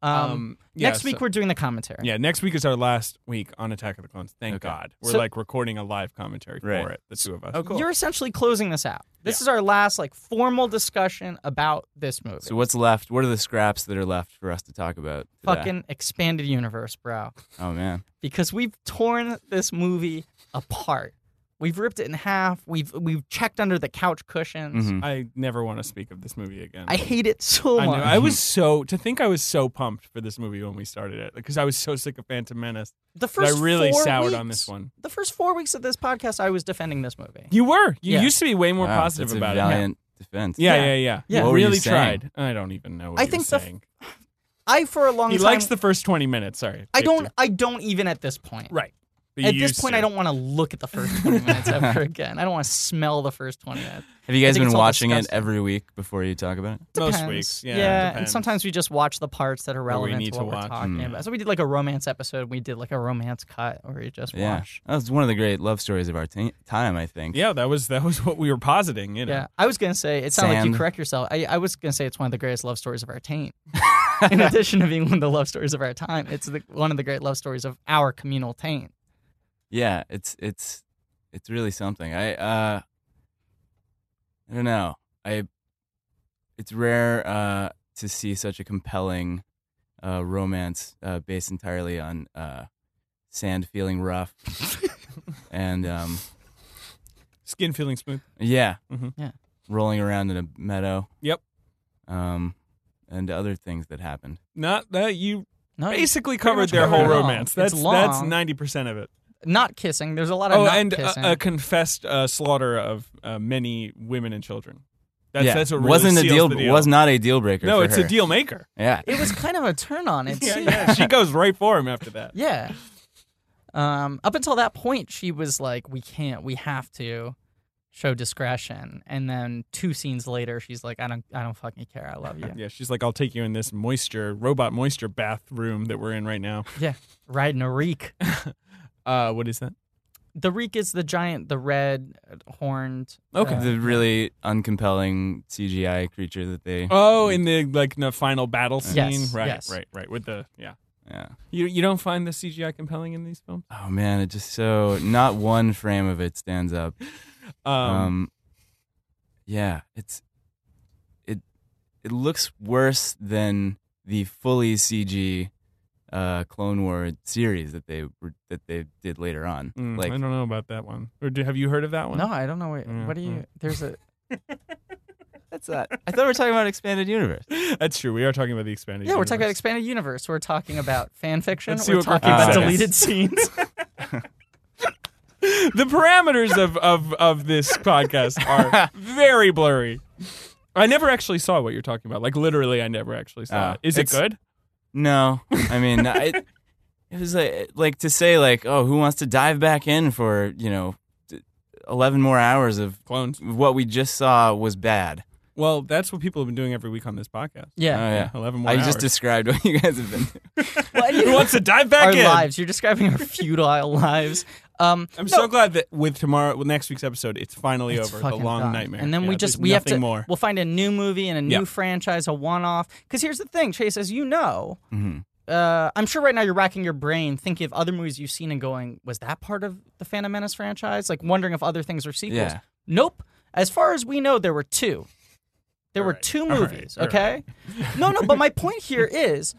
Speaker 1: Um,
Speaker 2: Um, yeah,
Speaker 1: next week
Speaker 2: so-
Speaker 1: we're doing the commentary.
Speaker 2: yeah, next week is our last week on Attack of the Clones. Thank
Speaker 4: Okay.
Speaker 2: God. We're
Speaker 1: So-
Speaker 2: like recording a live commentary
Speaker 4: Right.
Speaker 2: for it, the two of us.
Speaker 4: Oh, cool.
Speaker 1: You're essentially closing this out. This is our last like formal discussion about this movie.
Speaker 4: So what's left? What are the scraps that are left for us to talk about? today?
Speaker 1: Fucking expanded universe, bro.
Speaker 4: Oh man.
Speaker 1: Because we've torn this movie apart. We've ripped it in half. We've we've checked under the couch cushions.
Speaker 4: Mhm.
Speaker 2: I never want to speak of this movie again.
Speaker 1: I hate it so
Speaker 2: Mm-hmm. I, know.
Speaker 1: much.
Speaker 2: I was
Speaker 4: Mm-hmm.
Speaker 2: so to think I was so pumped for this movie when we started it because I was so sick of Phantom Menace.
Speaker 1: the
Speaker 2: that I
Speaker 1: first
Speaker 2: really
Speaker 1: four
Speaker 2: soured on this
Speaker 1: weeks-
Speaker 2: one.
Speaker 1: The first four weeks of this podcast, I was defending this movie.
Speaker 2: You were. You
Speaker 1: Yeah.
Speaker 2: used to be way more
Speaker 4: Wow,
Speaker 2: positive
Speaker 4: that's
Speaker 2: about
Speaker 4: a
Speaker 2: it.
Speaker 4: valiant defense.
Speaker 2: Yeah, yeah, yeah. yeah.
Speaker 1: Yeah.
Speaker 4: What were you
Speaker 2: really
Speaker 4: saying?
Speaker 2: tried. I don't even know what
Speaker 1: I
Speaker 2: he
Speaker 1: think
Speaker 2: was
Speaker 1: the f-
Speaker 2: saying.
Speaker 1: I for a long
Speaker 2: he
Speaker 1: time.
Speaker 2: likes the first 20 minutes. Sorry.
Speaker 1: I
Speaker 2: Take
Speaker 1: don't.
Speaker 2: two.
Speaker 1: I don't even at this point.
Speaker 2: Right. But
Speaker 1: At
Speaker 2: you
Speaker 1: this
Speaker 2: used
Speaker 1: point,
Speaker 2: to.
Speaker 1: I don't want to look at the first 20 minutes ever again. I don't want to smell the first 20 minutes.
Speaker 4: Have you guys
Speaker 1: think
Speaker 4: been
Speaker 1: it's all
Speaker 4: watching it
Speaker 1: disgusting.
Speaker 4: every week before you talk about it?
Speaker 2: Most
Speaker 1: Depends.
Speaker 2: weeks, yeah,
Speaker 1: and
Speaker 2: depends.
Speaker 1: sometimes we just watch the parts that are
Speaker 2: That we
Speaker 1: relevant
Speaker 2: need
Speaker 1: to
Speaker 2: to
Speaker 1: what we're
Speaker 2: watch.
Speaker 1: talking
Speaker 4: Mm.
Speaker 1: about. So we did like a romance episode. We did like a romance cut where you just
Speaker 4: Yeah,
Speaker 1: watch.
Speaker 4: that was one of the great love stories of our t- time. I think.
Speaker 2: Yeah, that was that was what we were positing. You know.
Speaker 1: Yeah, I was gonna say it sounded like you
Speaker 4: Sand.
Speaker 1: correct yourself. I, I was gonna say it's one of the greatest love stories of our time. In addition to being one of the love stories of our time, it's the, one of the great love stories of our communal taint.
Speaker 4: yeah, it's it's it's really something. I uh, I don't know. I it's rare uh, to see such a compelling uh, romance uh, based entirely on uh, sand feeling rough and um,
Speaker 2: Skin feeling smooth.
Speaker 4: yeah,
Speaker 2: Mhm.
Speaker 1: Yeah.
Speaker 4: rolling around in a meadow.
Speaker 2: Yep.
Speaker 4: Um, and other things that happened.
Speaker 2: Not that you
Speaker 1: No,
Speaker 2: basically
Speaker 1: much
Speaker 2: covered their
Speaker 1: covered
Speaker 2: whole
Speaker 1: it all.
Speaker 2: romance.
Speaker 1: It's
Speaker 2: That's that's
Speaker 1: long.
Speaker 2: 90% of it.
Speaker 1: not kissing. There's a lot of
Speaker 2: Oh,
Speaker 1: not
Speaker 2: and a,
Speaker 1: kissing.
Speaker 2: a confessed uh, slaughter of uh, many women and children. That's
Speaker 4: yeah,
Speaker 2: that's what really
Speaker 4: wasn't a
Speaker 2: seals
Speaker 4: deal,
Speaker 2: The deal.
Speaker 4: Was not a deal breaker.
Speaker 2: no,
Speaker 4: for
Speaker 2: it's
Speaker 4: her.
Speaker 2: a deal maker.
Speaker 4: Yeah.
Speaker 1: it was kind of a turn on. It
Speaker 2: Yeah,
Speaker 1: too.
Speaker 2: yeah. she goes right for him after that.
Speaker 1: Yeah. Um, up until that point, she was like, "We can't. We have to show discretion." And then two scenes later, she's like, "I don't. I don't fucking care. I love you."
Speaker 2: Yeah, she's like, I'll take you in this moisture robot moisture bathroom that we're in right now.
Speaker 1: Riding a reek.
Speaker 2: Uh, what is that?
Speaker 1: The reek is the giant, the red uh, horned.
Speaker 4: Okay.
Speaker 1: uh,
Speaker 4: the really uncompelling CGI creature that they.
Speaker 2: Oh, in the like the final battle scene.
Speaker 1: Yes,
Speaker 2: right,
Speaker 1: yes.
Speaker 2: right, right. With the yeah.
Speaker 4: Yeah.
Speaker 2: You you don't find the CGI compelling in these films?
Speaker 4: Oh man, it just so not one frame of it stands up.
Speaker 2: Um,
Speaker 4: Um, yeah, it's it it looks worse than the fully CG uh, Clone War series that they were, that they did later on.
Speaker 2: mm, I
Speaker 4: like
Speaker 2: don't know about that one. Or do, have you heard of that one?
Speaker 1: no, I don't know. What,
Speaker 2: Yeah,
Speaker 1: what do
Speaker 2: yeah.
Speaker 1: you? There's a.
Speaker 4: that's not. I thought we were talking about expanded universe.
Speaker 2: That's true. We are talking about the expanded.
Speaker 1: Yeah, we're talking about
Speaker 2: universe.
Speaker 1: expanded universe. We're talking about fan fiction.
Speaker 2: Let's see
Speaker 1: We're
Speaker 2: what we're
Speaker 1: talking about
Speaker 4: considering.
Speaker 1: deleted scenes.
Speaker 2: the parameters of, of, of this podcast are very blurry. I never actually saw what you're talking about. Like literally, I never actually saw
Speaker 4: Oh,
Speaker 2: it. Is it
Speaker 4: it's-
Speaker 2: good?
Speaker 4: No, I mean, I, it was like like to say like, oh, who wants to dive back in for you know, d- eleven more hours of
Speaker 2: Clones.
Speaker 4: what we just saw was bad.
Speaker 2: Well, that's what people have been doing every week on this podcast.
Speaker 4: Oh
Speaker 1: Yeah.
Speaker 4: yeah,
Speaker 2: eleven more.
Speaker 4: I
Speaker 2: hours.
Speaker 4: just described what you guys have been.
Speaker 1: Well, and
Speaker 2: Who
Speaker 1: you-
Speaker 2: wants to dive back
Speaker 1: our
Speaker 2: in?
Speaker 1: lives. You're describing our futile lives. Um,
Speaker 2: I'm
Speaker 1: no,
Speaker 2: so glad that with tomorrow, with next week's episode, it's finally
Speaker 1: It's
Speaker 2: over. The
Speaker 1: fucking
Speaker 2: long
Speaker 1: gone.
Speaker 2: nightmare.
Speaker 1: And then
Speaker 2: Yeah,
Speaker 1: we just
Speaker 2: there's
Speaker 1: we have
Speaker 2: nothing
Speaker 1: to
Speaker 2: more.
Speaker 1: we'll find a new movie and a new
Speaker 2: Yeah.
Speaker 1: franchise, a one-off. Because here's the thing, Chase, as you know,
Speaker 4: hmm
Speaker 2: Mm-hmm.
Speaker 1: uh, I'm sure right now you're racking your brain thinking of other movies you've seen and going, was that part of the Phantom Menace franchise? Like wondering if other things are sequels.
Speaker 4: Yeah.
Speaker 1: Nope. As far as we know, there were two. There were
Speaker 2: Alright,
Speaker 1: two
Speaker 2: alright,
Speaker 1: movies,
Speaker 2: alright.
Speaker 1: okay? No, no, but my point here is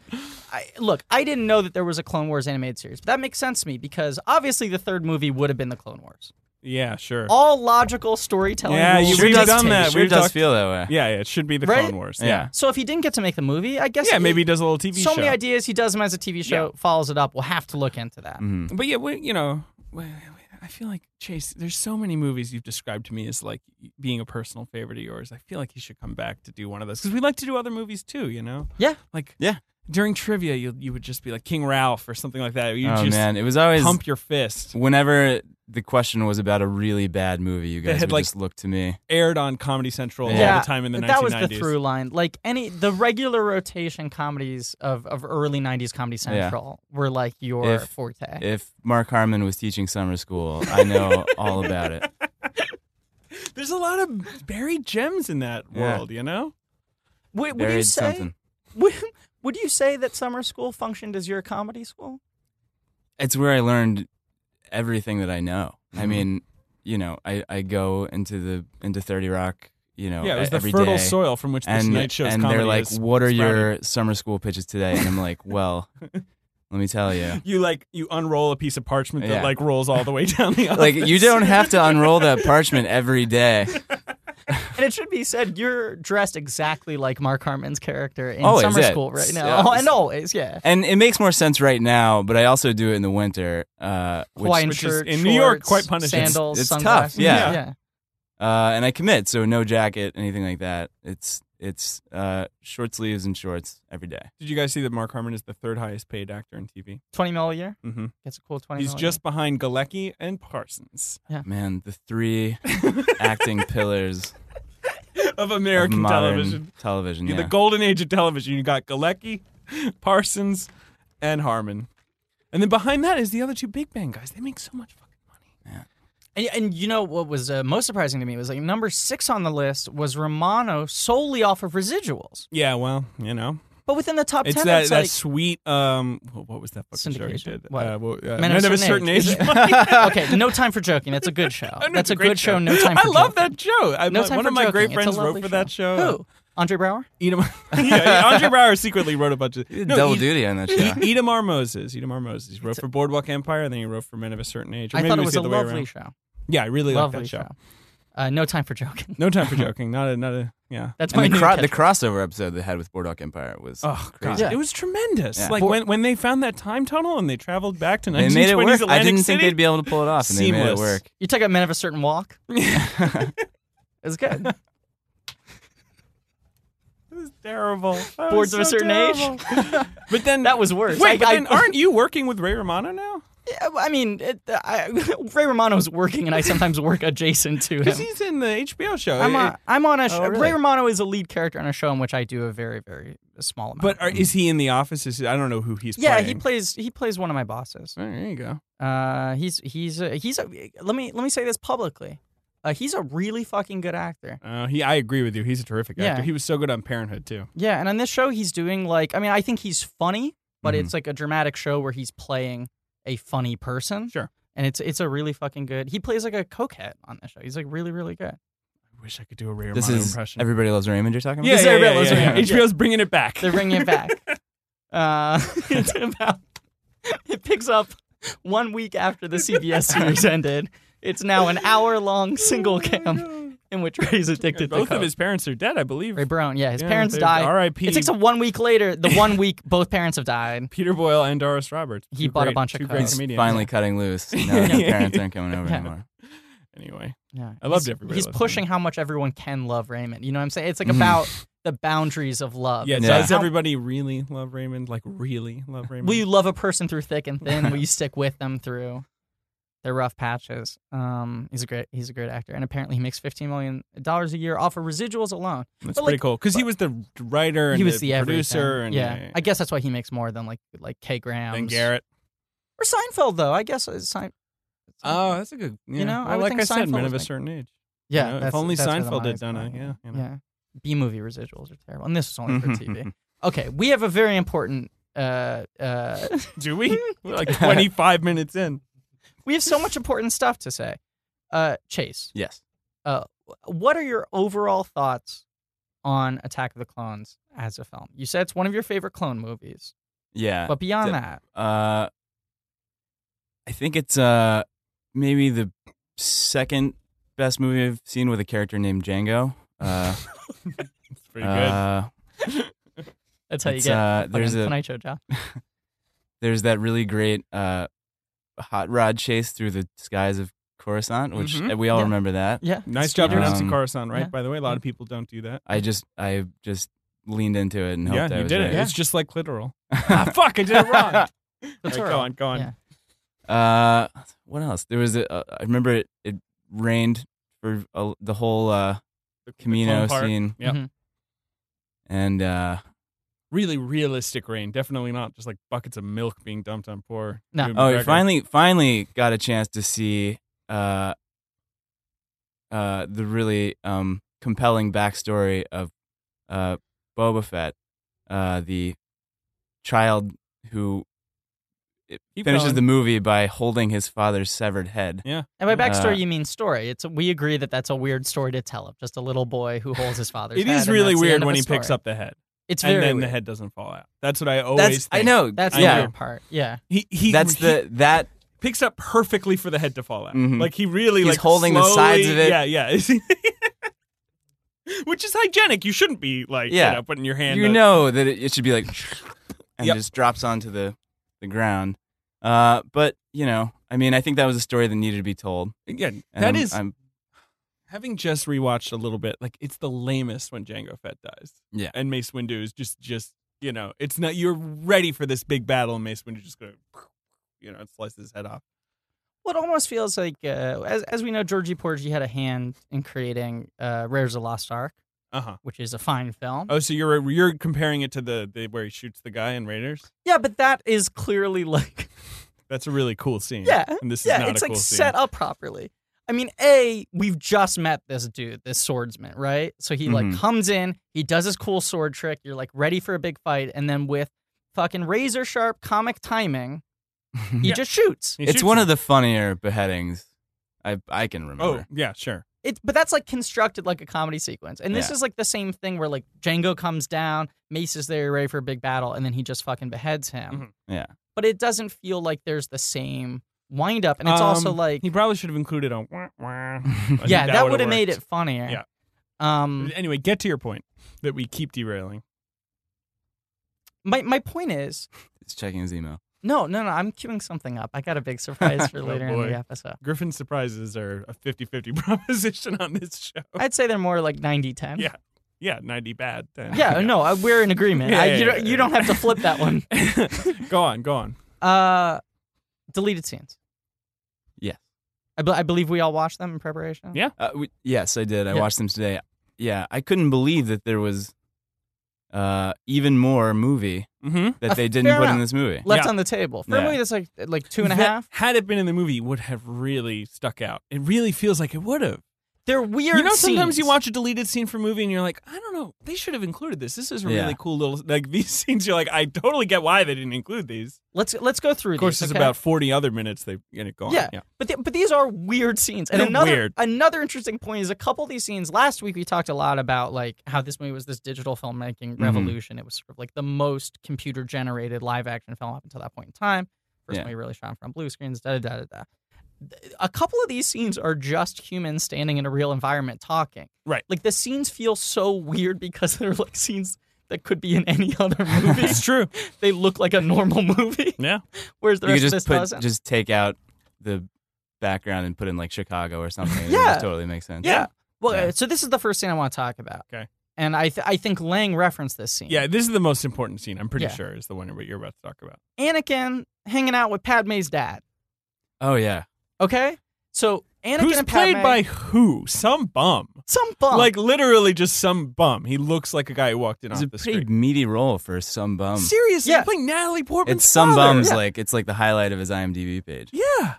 Speaker 1: I, look, I didn't know that there was a Clone Wars animated series, but that makes sense to me because obviously the third movie would have been the Clone Wars.
Speaker 2: Yeah, sure.
Speaker 1: All logical storytelling.
Speaker 2: Yeah,
Speaker 1: rules
Speaker 2: you-
Speaker 1: should
Speaker 2: we've
Speaker 1: dictate-
Speaker 2: done that.
Speaker 4: Sure
Speaker 2: We've
Speaker 4: does
Speaker 2: talked-
Speaker 4: feel that way.
Speaker 2: yeah, yeah, it should be the
Speaker 1: Right?
Speaker 2: Clone Wars. Yeah.
Speaker 4: Yeah.
Speaker 2: yeah,
Speaker 1: So if he didn't get to make the movie, I guess.
Speaker 2: maybe he does a little TV
Speaker 1: so
Speaker 2: show.
Speaker 1: many ideas he does them as a TV show, follows it up. We'll have to look into that.
Speaker 4: hmm
Speaker 2: But yeah, we, you know, we- we- I feel like Chase. There's so many movies you've described to me as like being a personal favorite of yours. I feel like you should come back to do one of those because we like to do other movies too. You know?
Speaker 1: Yeah.
Speaker 2: Like
Speaker 4: Yeah.
Speaker 2: During trivia, you you would just be like King Ralph or something like that. You
Speaker 4: Oh
Speaker 2: just
Speaker 4: man, it was always
Speaker 2: pump your fist.
Speaker 4: whenever the question was about a really bad movie. You guys
Speaker 2: had,
Speaker 4: would
Speaker 2: like-
Speaker 4: just look to me.
Speaker 2: Aired on Comedy Central all
Speaker 1: Yeah,
Speaker 2: the time in the 1990s.
Speaker 1: that was the through line. Like any the regular rotation comedies of, of early '90s Comedy Central were like your
Speaker 4: If-
Speaker 1: forte.
Speaker 4: If Mark Harmon was teaching summer school, I know all about it.
Speaker 2: There's a lot of buried gems in that
Speaker 4: Yeah.
Speaker 2: world, you know?
Speaker 1: would, would you
Speaker 4: Buried
Speaker 1: say?
Speaker 4: something.
Speaker 1: Would, would you say that summer school functioned as your comedy school?
Speaker 4: it's where I learned everything that I know.
Speaker 2: Mm-hmm.
Speaker 4: I mean, you know, I, I go into the into Thirty Rock, you know, e-
Speaker 2: yeah, it was the
Speaker 4: every
Speaker 2: fertile
Speaker 4: day,
Speaker 2: soil from which this
Speaker 4: and
Speaker 2: night show's
Speaker 4: and
Speaker 2: comedy
Speaker 4: they're like,
Speaker 2: is
Speaker 4: "What are
Speaker 2: sprouting."
Speaker 4: your summer school pitches today?" And I'm like, "Well, Let me tell you.
Speaker 2: You like you unroll a piece of parchment that
Speaker 4: Yeah.
Speaker 2: like rolls all the way down the.
Speaker 4: Like you
Speaker 2: office.
Speaker 4: don't have to unroll that parchment every day.
Speaker 1: And it should be said, you're dressed exactly like Mark Harmon's character in
Speaker 4: Always,
Speaker 1: summer
Speaker 4: yeah.
Speaker 1: school right now.
Speaker 4: Yeah.
Speaker 1: Oh, and always, yeah.
Speaker 4: And it makes more sense right now, but I also do it in the winter. Uh, which,
Speaker 1: Hawaiian
Speaker 2: which is
Speaker 1: shirt,
Speaker 2: in New York
Speaker 1: shorts,
Speaker 2: quite punishing. It's-
Speaker 1: Sandals,
Speaker 4: it's tough,
Speaker 1: sunglasses.
Speaker 4: yeah.
Speaker 1: yeah.
Speaker 4: uh, and I commit, so no jacket, anything like that. It's it's uh, short sleeves and shorts every day.
Speaker 2: Did you guys see that Mark Harmon is the third highest paid actor in TV?
Speaker 1: Twenty mil a year.
Speaker 2: Mm-hmm.
Speaker 1: Gets a cool twenty.
Speaker 2: He's
Speaker 1: mil a
Speaker 2: just behind Galecki and Parsons
Speaker 4: Man, the three acting pillars
Speaker 2: of
Speaker 4: of
Speaker 2: American
Speaker 4: modern
Speaker 2: television.
Speaker 4: television,
Speaker 2: Yeah,
Speaker 4: yeah.
Speaker 2: The golden age of television. You got Galecki, Parsons, and Harmon. And then behind that is the other two Big Bang guys. They make so much fucking money.
Speaker 1: And, and you know what was uh, most surprising to me was like number six on the list was Romano solely off of residuals,
Speaker 2: Yeah, well, you know.
Speaker 1: but within the top
Speaker 2: It's
Speaker 1: ten,
Speaker 2: that,
Speaker 1: it's
Speaker 2: that
Speaker 1: like
Speaker 2: sweet um wh- what was that fucking show he
Speaker 1: Syndication?
Speaker 2: did?
Speaker 1: What?
Speaker 2: Uh, well, uh,
Speaker 1: Men
Speaker 2: Men,
Speaker 1: of
Speaker 2: of a
Speaker 1: Certain
Speaker 2: certain
Speaker 1: Age.
Speaker 2: age.
Speaker 1: okay, no time for joking. That's a good show.
Speaker 2: I know
Speaker 1: That's
Speaker 2: it's
Speaker 1: a,
Speaker 2: great
Speaker 1: good show. No time.
Speaker 2: I
Speaker 1: for
Speaker 2: love
Speaker 1: joking.
Speaker 2: that show. I,
Speaker 1: No
Speaker 2: my-
Speaker 1: time
Speaker 2: one
Speaker 1: for
Speaker 2: of my
Speaker 1: joking.
Speaker 2: great
Speaker 1: It's a
Speaker 2: friends wrote
Speaker 1: lovely
Speaker 2: for that show.
Speaker 1: Who? Andre Brower.
Speaker 2: Edom, yeah, Andre Brower secretly wrote a bunch of
Speaker 4: He did
Speaker 2: no,
Speaker 4: double
Speaker 2: Ed-
Speaker 4: duty on that show.
Speaker 2: E- Edom R. Moses. Edom R. Moses. He wrote for Boardwalk Empire, and then he wrote for Men of a Certain Age. Or
Speaker 1: I
Speaker 2: maybe
Speaker 1: thought it
Speaker 2: was
Speaker 1: was a
Speaker 2: the other way
Speaker 1: lovely
Speaker 2: around.
Speaker 1: show.
Speaker 2: Yeah, I really like
Speaker 1: Lovely
Speaker 2: that show.
Speaker 1: show. Uh, no time for joking.
Speaker 2: No time for joking. Not a, not a, yeah.
Speaker 1: Uh-huh. That's my
Speaker 4: and the,
Speaker 1: new
Speaker 4: cro-
Speaker 1: catch-
Speaker 4: the crossover episode they had with Boardwalk Empire was
Speaker 2: Oh, God.
Speaker 4: crazy.
Speaker 1: Yeah.
Speaker 2: It was tremendous.
Speaker 4: Yeah.
Speaker 2: Like
Speaker 1: Bo-
Speaker 2: when, when they found that time tunnel and they traveled back to
Speaker 4: They made it
Speaker 2: 1920s
Speaker 4: work.
Speaker 2: Atlantic
Speaker 4: I didn't
Speaker 2: City.
Speaker 4: think they'd be able to pull it off, and they made it
Speaker 2: Seamless.
Speaker 4: work.
Speaker 1: You took out men of a certain walk. It's good.
Speaker 2: It was terrible. That
Speaker 1: Boards
Speaker 2: was
Speaker 1: of a
Speaker 2: so
Speaker 1: certain age.
Speaker 2: terrible. but then
Speaker 1: That was worse.
Speaker 2: Wait, but
Speaker 1: I,
Speaker 2: then
Speaker 1: I,
Speaker 2: aren't you working with Ray Romano now?
Speaker 1: Yeah, I mean, it, uh, I, Ray Romano's working, and I sometimes work adjacent to
Speaker 2: Because
Speaker 1: him.
Speaker 2: he's in the HBO show.
Speaker 1: I'm
Speaker 2: It-
Speaker 1: on, I'm on a sh-
Speaker 2: Oh, really?
Speaker 1: Ray Romano is a lead character on a show in which I do a very, very small amount.
Speaker 2: But are, is he in the office? Is, I don't know who he's
Speaker 1: yeah,
Speaker 2: playing.
Speaker 1: he plays he plays one of my bosses.
Speaker 2: Oh, there you go.
Speaker 1: Uh, he's he's a, he's a, let me let me say this publicly. Uh, he's a really fucking good actor.
Speaker 2: Uh, he, I agree with you. He's a terrific
Speaker 1: Yeah.
Speaker 2: actor. He was so good on Parenthood too.
Speaker 1: Yeah, and on this show he's doing like I mean I think he's funny, but
Speaker 4: Mhm.
Speaker 1: it's like a dramatic show where he's playing a funny person.
Speaker 2: Sure.
Speaker 1: And it's it's a really fucking good. He plays like a cokehead on the show. He's like really really good.
Speaker 2: I wish I could do a Ray
Speaker 4: This
Speaker 2: Romano
Speaker 4: is
Speaker 2: impression.
Speaker 4: Everybody Loves Raymond. You're talking about?
Speaker 2: yeah,
Speaker 1: this is
Speaker 2: yeah,
Speaker 1: Everybody
Speaker 2: yeah,
Speaker 1: Loves
Speaker 2: yeah,
Speaker 1: Raymond.
Speaker 2: yeah. HBO's bringing it back.
Speaker 1: They're bringing it back. uh, it's about it picks up one week after the CBS series ended. It's now an hour long single cam in which Ray's addicted to
Speaker 2: Both
Speaker 1: coke.
Speaker 2: of his parents are dead, I believe.
Speaker 1: Ray Brown, yeah, his
Speaker 2: Yeah,
Speaker 1: parents
Speaker 2: they-
Speaker 1: died.
Speaker 2: R.I.P.
Speaker 1: It takes a one week later. The one week both parents have died.
Speaker 2: Peter Boyle and Doris Roberts.
Speaker 1: He
Speaker 2: Two
Speaker 1: bought a
Speaker 2: great-
Speaker 1: bunch of
Speaker 2: two
Speaker 1: coke.
Speaker 2: great
Speaker 4: He's
Speaker 2: comedians.
Speaker 4: finally cutting loose. Now that his
Speaker 2: Yeah.
Speaker 4: parents aren't coming over
Speaker 1: Yeah.
Speaker 4: anymore.
Speaker 2: Anyway,
Speaker 1: Yeah,
Speaker 2: I loved
Speaker 1: he's,
Speaker 2: Everybody Mm.
Speaker 1: He's
Speaker 2: Loves
Speaker 1: pushing how much everyone can love Raymond. You know what I'm saying? It's like
Speaker 4: Mhm.
Speaker 1: about the boundaries of love.
Speaker 2: yeah.
Speaker 1: It's
Speaker 4: Yeah.
Speaker 1: like,
Speaker 2: Does
Speaker 1: how-
Speaker 2: everybody really love Raymond? Like really love Raymond?
Speaker 1: Will you love a person through thick and thin? Will you stick with them through their rough patches? Um, he's a great he's a great actor, and apparently he makes fifteen million dollars a year off of residuals alone.
Speaker 2: That's
Speaker 1: but,
Speaker 2: pretty
Speaker 1: like,
Speaker 2: cool. Because he was the writer and
Speaker 1: he was the,
Speaker 2: the,
Speaker 1: everything.
Speaker 2: producer. And,
Speaker 1: yeah. I guess that's why he makes more than like like K Graham
Speaker 2: And Garrett.
Speaker 1: or Seinfeld though. I guess it's Sein-
Speaker 2: Oh, that's a good. Yeah.
Speaker 1: You know, I
Speaker 2: well,
Speaker 1: would
Speaker 2: like
Speaker 1: think
Speaker 2: I said,
Speaker 1: Seinfeld
Speaker 2: men
Speaker 1: was
Speaker 2: of a
Speaker 1: like-
Speaker 2: certain age.
Speaker 1: yeah.
Speaker 2: You know,
Speaker 1: that's-
Speaker 2: if only
Speaker 1: that's where the
Speaker 2: Seinfeld
Speaker 1: money's
Speaker 2: had done it.
Speaker 1: going,
Speaker 2: Yeah, you know.
Speaker 1: yeah. B movie residuals are terrible, and this is only for TV. Okay, we have a very important. Uh, uh,
Speaker 2: Do we? We're like 25 minutes in.
Speaker 1: we have so much important stuff to say. Uh, Chase,
Speaker 4: Yes.
Speaker 1: what are your overall thoughts on Attack of the Clones as a film? You said it's one of your favorite clone movies,
Speaker 4: Yeah.
Speaker 1: but beyond
Speaker 4: d-
Speaker 1: that,
Speaker 4: Uh, I think it's uh maybe the second best movie I've seen with a character named Django. Uh,
Speaker 2: It's pretty
Speaker 4: uh,
Speaker 1: that's how you
Speaker 4: it's,
Speaker 1: get
Speaker 4: uh,
Speaker 1: there's
Speaker 4: there's a
Speaker 1: Tonight Show job.
Speaker 4: there's that really great uh, hot rod chase through the skies of Coruscant, which
Speaker 2: Mhm.
Speaker 4: uh, we all
Speaker 1: Mm-hmm. Yeah.
Speaker 4: remember that.
Speaker 1: Yeah,
Speaker 2: Nice job
Speaker 4: Um,
Speaker 2: pronouncing Coruscant, right?
Speaker 1: yeah.
Speaker 2: By the way, a lot of people don't do that.
Speaker 4: I just I just leaned into it and
Speaker 2: yeah,
Speaker 4: hoped I
Speaker 2: you
Speaker 4: was
Speaker 2: did it.
Speaker 4: right.
Speaker 2: It's just like clitoral. ah, fuck, I did it wrong. All right,
Speaker 1: all
Speaker 2: go
Speaker 1: right.
Speaker 2: on, go on.
Speaker 1: Yeah.
Speaker 4: Uh, what else? There was a. Uh, I remember it. It rained for uh, the whole uh,
Speaker 2: The- the
Speaker 4: Camino
Speaker 2: clone part.
Speaker 4: scene,
Speaker 2: Yeah.
Speaker 1: Mhm.
Speaker 4: and uh,
Speaker 2: Really realistic rain. Definitely not just like buckets of milk being dumped on poor.
Speaker 1: No.
Speaker 2: Ewan
Speaker 4: oh, I
Speaker 2: McGregor.
Speaker 4: finally, finally got a chance to see uh, uh, the really um compelling backstory of uh Boba Fett, uh, the child who
Speaker 2: Keep
Speaker 4: finishes
Speaker 2: going.
Speaker 4: the movie by holding his father's severed head.
Speaker 1: And by backstory,
Speaker 4: Uh,
Speaker 1: you mean story. It's we agree that that's a weird story to tell of just a little boy who holds his father's.
Speaker 2: It
Speaker 1: head,
Speaker 2: is
Speaker 1: and
Speaker 2: really
Speaker 1: that's the
Speaker 2: weird
Speaker 1: end of
Speaker 2: when
Speaker 1: a
Speaker 2: he picks
Speaker 1: story.
Speaker 2: up the head.
Speaker 1: It's
Speaker 2: and
Speaker 1: very
Speaker 2: then
Speaker 1: weird.
Speaker 2: the head doesn't fall out. That's what I always.
Speaker 4: That's I
Speaker 2: think.
Speaker 4: know.
Speaker 1: That's
Speaker 2: I
Speaker 1: the
Speaker 4: yeah.
Speaker 2: know.
Speaker 1: weird part. Yeah.
Speaker 2: He, he
Speaker 4: That's
Speaker 2: he
Speaker 4: the that
Speaker 2: picks up perfectly for the head to fall out.
Speaker 4: Mhm.
Speaker 2: Like he really
Speaker 4: He's
Speaker 2: like
Speaker 4: holding the
Speaker 2: slowly-
Speaker 4: sides of it.
Speaker 2: Yeah, yeah. Which is hygienic. You shouldn't be like
Speaker 4: Yeah.
Speaker 2: you know, putting your hand.
Speaker 4: you
Speaker 2: on-
Speaker 4: know that it, it should be like and
Speaker 2: Yep.
Speaker 4: just drops onto the the ground. Uh, but you know, I mean, I think that was a story that needed to be told.
Speaker 2: Again,
Speaker 4: And
Speaker 2: that
Speaker 4: I'm-
Speaker 2: is-
Speaker 4: I'm-
Speaker 2: having just rewatched a little bit. Like it's the lamest when Django Fett dies.
Speaker 4: Yeah.
Speaker 2: and Mace Windu is just just you know it's not you're ready for this big battle and Mace Windu just gonna you know and slice his head off.
Speaker 1: What almost feels like, uh, as as we know, Georgie Porgy had a hand in creating uh, *Rares of the Lost Ark*,
Speaker 2: Uh huh.
Speaker 1: which is a fine film.
Speaker 2: Oh, so you're you're comparing it to the, the where he shoots the guy in Raiders.
Speaker 1: Yeah, but that is clearly like
Speaker 2: That's a really cool scene.
Speaker 1: Yeah.
Speaker 2: and this is
Speaker 1: yeah,
Speaker 2: not
Speaker 1: it's
Speaker 2: a
Speaker 1: like
Speaker 2: cool
Speaker 1: set up properly. I mean, a we've just met this dude, this swordsman, right? So he like
Speaker 2: Mm-hmm.
Speaker 4: Mhm.
Speaker 1: comes in, he does his cool sword trick. You're like ready for a big fight, and then with fucking razor sharp comic timing, he
Speaker 2: Yeah.
Speaker 1: just shoots.
Speaker 2: scene.
Speaker 4: it's one of the funnier beheadings I I can
Speaker 2: Oh
Speaker 4: remember.
Speaker 2: yeah, sure.
Speaker 1: It, but that's like constructed like a comedy sequence, and this
Speaker 4: Yeah.
Speaker 1: is like the same thing where like Django comes down, Mace is there ready for a big battle, and then he just fucking beheads him.
Speaker 2: Mhm.
Speaker 4: Yeah.
Speaker 1: but it doesn't feel like there's the same wind up, and it's also
Speaker 2: Um,
Speaker 1: like
Speaker 2: he probably should have included a. Wah, wah. I
Speaker 1: yeah,
Speaker 2: think
Speaker 1: that, would
Speaker 2: would've
Speaker 1: have made it
Speaker 2: worked.
Speaker 1: funnier. Yeah. Um.
Speaker 2: Anyway, get to your point that we keep derailing.
Speaker 1: My my point is
Speaker 4: It's checking his email.
Speaker 1: no no no. I'm queuing something up. I got a big surprise for
Speaker 2: Oh,
Speaker 1: later in
Speaker 2: boy.
Speaker 1: the episode.
Speaker 2: Griffin's surprises are a 50-50 proposition on this show.
Speaker 1: I'd say they're more like 90-10.
Speaker 2: Yeah. Yeah, 90 bad. 10.
Speaker 1: Yeah, no, uh, we're in agreement.
Speaker 2: Yeah,
Speaker 1: I,
Speaker 2: yeah,
Speaker 1: you,
Speaker 2: yeah,
Speaker 1: don't,
Speaker 2: yeah,
Speaker 1: you don't have to flip that one.
Speaker 2: go on, go on.
Speaker 1: Uh, deleted scenes.
Speaker 4: Yes.
Speaker 1: I, be- I believe we all watched them in preparation.
Speaker 2: Yeah.
Speaker 4: Uh, we, yes, I did. I
Speaker 1: Yeah.
Speaker 4: watched them today. Yeah, I couldn't believe that there was uh, even more movie
Speaker 2: Mm-hmm.
Speaker 4: that
Speaker 1: A
Speaker 4: they didn't
Speaker 1: fair
Speaker 4: put in
Speaker 1: amount.
Speaker 4: this movie.
Speaker 1: Left
Speaker 2: Yeah.
Speaker 1: on the table for a
Speaker 4: Yeah.
Speaker 1: movie that's like like two and a half.
Speaker 2: Had it been in the movie, would have really stuck out. It really feels like it would have.
Speaker 1: They're weird.
Speaker 2: You know, sometimes you
Speaker 1: scenes.
Speaker 2: watch a deleted scene from a movie and you're like, I don't know, they should have included this. This is a
Speaker 4: Yeah.
Speaker 2: really cool little like these scenes. You're like, I totally get why they didn't include these.
Speaker 1: Let's let's go through.
Speaker 2: Of course,
Speaker 1: these,
Speaker 2: there's
Speaker 1: okay?
Speaker 2: about 40 other minutes they've in it gone.
Speaker 1: Yeah. But th- but these are weird scenes. And
Speaker 2: They're
Speaker 1: another
Speaker 2: weird.
Speaker 1: another interesting point is a couple of these scenes. Last week we talked a lot about like how this movie was this digital filmmaking
Speaker 2: Mm-hmm.
Speaker 4: Mhm.
Speaker 1: revolution. It was sort of like the most computer generated live action film up until that point in time. First
Speaker 4: Yeah.
Speaker 1: movie really shot from blue screens. Da da da da. da. Th- A couple of these scenes are just humans standing in a real environment talking.
Speaker 2: Right.
Speaker 1: Like the scenes feel so weird because they're like scenes that could be in any other movie.
Speaker 2: It's true.
Speaker 1: they look like a normal movie,
Speaker 2: Yeah.
Speaker 1: whereas the
Speaker 4: you
Speaker 1: rest
Speaker 4: could
Speaker 1: of
Speaker 4: just
Speaker 1: this
Speaker 4: put
Speaker 1: doesn't.
Speaker 4: just take out the background and put in like Chicago or something. and it
Speaker 1: Yeah.
Speaker 4: would totally makes sense.
Speaker 1: Yeah. Well,
Speaker 4: Yeah.
Speaker 1: uh, so this is the first scene I want to talk about.
Speaker 2: Okay.
Speaker 1: And I th- I think Lang referenced this scene.
Speaker 2: Yeah, this is the most important scene, I'm pretty
Speaker 1: Yeah.
Speaker 2: sure, is the one what you're about to talk about.
Speaker 1: Anakin hanging out with Padme's dad.
Speaker 4: Oh yeah.
Speaker 1: Okay. So Anakin
Speaker 2: Who's
Speaker 1: and Padme.
Speaker 2: played by who? Some bum.
Speaker 1: some bum.
Speaker 2: Like literally just some bum. He looks like a guy who walked in
Speaker 1: Oh,
Speaker 4: It's
Speaker 2: off
Speaker 4: a
Speaker 2: the
Speaker 4: pretty
Speaker 2: street.
Speaker 4: meaty role for some bum.
Speaker 2: Seriously,
Speaker 1: Yeah.
Speaker 2: you're playing Natalie Portman.
Speaker 4: It's some bums like it's like the highlight of his IMDb page.
Speaker 2: Yeah.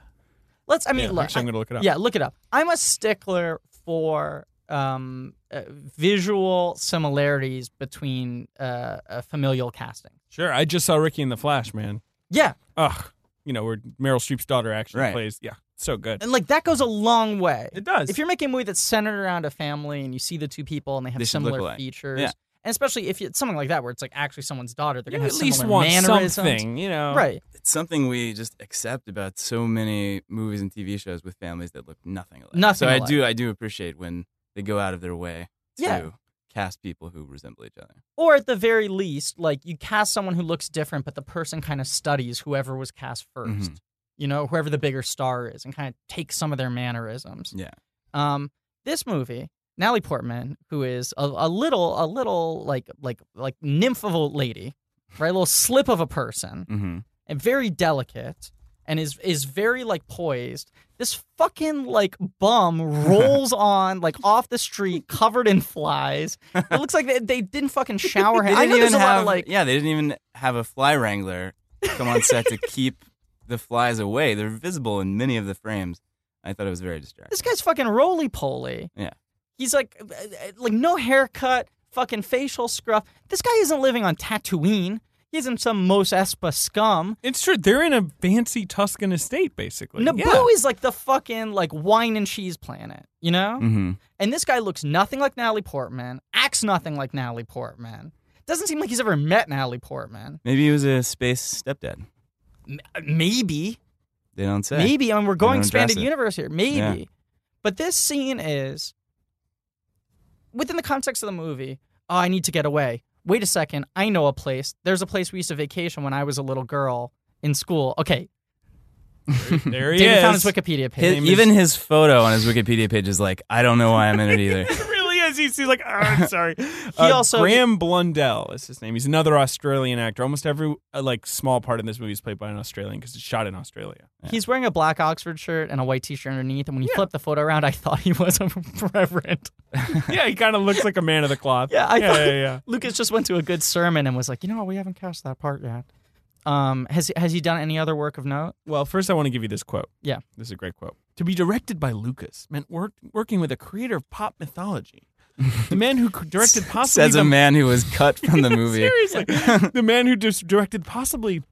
Speaker 1: let's. I mean,
Speaker 2: Yeah,
Speaker 1: look.
Speaker 2: actually, I'm gonna look it up.
Speaker 1: yeah, look it up. I'm a stickler for um, uh, visual similarities between uh, uh, familial casting.
Speaker 2: Sure. I just saw Ricky in the Flash, man.
Speaker 1: Yeah,
Speaker 2: Ugh. You know, where Meryl Streep's daughter actually
Speaker 4: Right.
Speaker 2: plays. Yeah. So good.
Speaker 1: and like that goes a long way.
Speaker 2: It does.
Speaker 1: if you're making a movie that's centered around a family and you see the two people and they have
Speaker 4: They should look
Speaker 1: similar
Speaker 4: alike.
Speaker 1: features,
Speaker 4: Yeah.
Speaker 1: and especially if it's something like that where it's like actually someone's daughter, they're
Speaker 2: You
Speaker 1: gonna
Speaker 2: at
Speaker 1: have
Speaker 2: least
Speaker 1: similar
Speaker 2: want
Speaker 1: mannerisms.
Speaker 2: something, you know.
Speaker 1: Right.
Speaker 4: It's something we just accept about so many movies and TV shows with families that look nothing alike.
Speaker 1: Nothing
Speaker 4: So I
Speaker 1: alike.
Speaker 4: do I do appreciate when they go out of their way to
Speaker 1: Yeah.
Speaker 4: cast people who resemble each other.
Speaker 1: Or at the very least, like you cast someone who looks different, but the person kind of studies whoever was cast 1st
Speaker 2: Mm-hmm.
Speaker 4: Mhm.
Speaker 1: You know, whoever the bigger star is, and kind of takes some of their mannerisms.
Speaker 4: Yeah.
Speaker 1: Um, this movie, Natalie Portman, who is a, a little, a little like like like nymph of a lady, right? A little slip of a person.
Speaker 4: Mm-hmm.
Speaker 1: and very delicate and is is very like poised this fucking like bum rolls on like off the street covered in flies it looks like they, they didn't fucking shower him i know there's a
Speaker 4: have
Speaker 1: lot of like
Speaker 4: yeah they didn't even have a fly wrangler come on set to keep the flies away. They're visible in many of the frames. I thought it was very distracting.
Speaker 1: this guy's fucking roly poly
Speaker 4: Yeah.
Speaker 1: he's like uh, uh, like no haircut fucking facial scruff this guy isn't living on tatooine he isn't some Mos Espa scum.
Speaker 2: It's true. They're in a fancy Tuscan estate, basically.
Speaker 1: Naboo
Speaker 2: Yeah.
Speaker 1: is like the fucking like wine and cheese planet, you know?
Speaker 4: Mm-hmm.
Speaker 1: And this guy looks nothing like Natalie Portman, acts nothing like Natalie Portman. Doesn't seem like he's ever met Natalie Portman.
Speaker 4: Maybe he was a space stepdad.
Speaker 1: M- Maybe,
Speaker 4: They don't say.
Speaker 1: maybe. I mean, we're going
Speaker 4: don't address
Speaker 1: expanded
Speaker 4: it.
Speaker 1: universe here. Maybe,
Speaker 4: Yeah.
Speaker 1: but this scene is within the context of the movie. Oh, I need to get away. Wait a second. I know a place. There's a place we used to vacation when I was a little girl in school. Okay,
Speaker 2: There he
Speaker 1: David
Speaker 2: is.
Speaker 1: found his Wikipedia page.
Speaker 4: His- even his photo on his Wikipedia page is like, I don't know why I'm in it either.
Speaker 2: It really is. He's, he's like, oh, I'm sorry. he
Speaker 1: also-
Speaker 2: Uh, Graham Blundell is his name. He's another Australian actor. Almost every uh, like small part in this movie is played by an Australian because it's shot in Australia.
Speaker 1: He's wearing a black Oxford shirt and a white T-shirt underneath. And when you flip the photo around, I thought he was a reverend.
Speaker 2: yeah, he kind of looks like a man of the cloth.
Speaker 1: Yeah, I
Speaker 2: yeah,
Speaker 1: thought-
Speaker 2: yeah, yeah.
Speaker 1: Lucas just went to a good sermon and was like, you know what, we haven't cast that part yet. Um, has has he done any other work of note?
Speaker 2: Well, first I want to give you this quote.
Speaker 1: Yeah.
Speaker 2: This is a great quote. To be directed by Lucas meant work, working with a creator of pop mythology. the man who co- directed possibly
Speaker 4: Says a
Speaker 2: the
Speaker 4: man who was cut from the movie.
Speaker 2: Seriously. the man who dis- directed possibly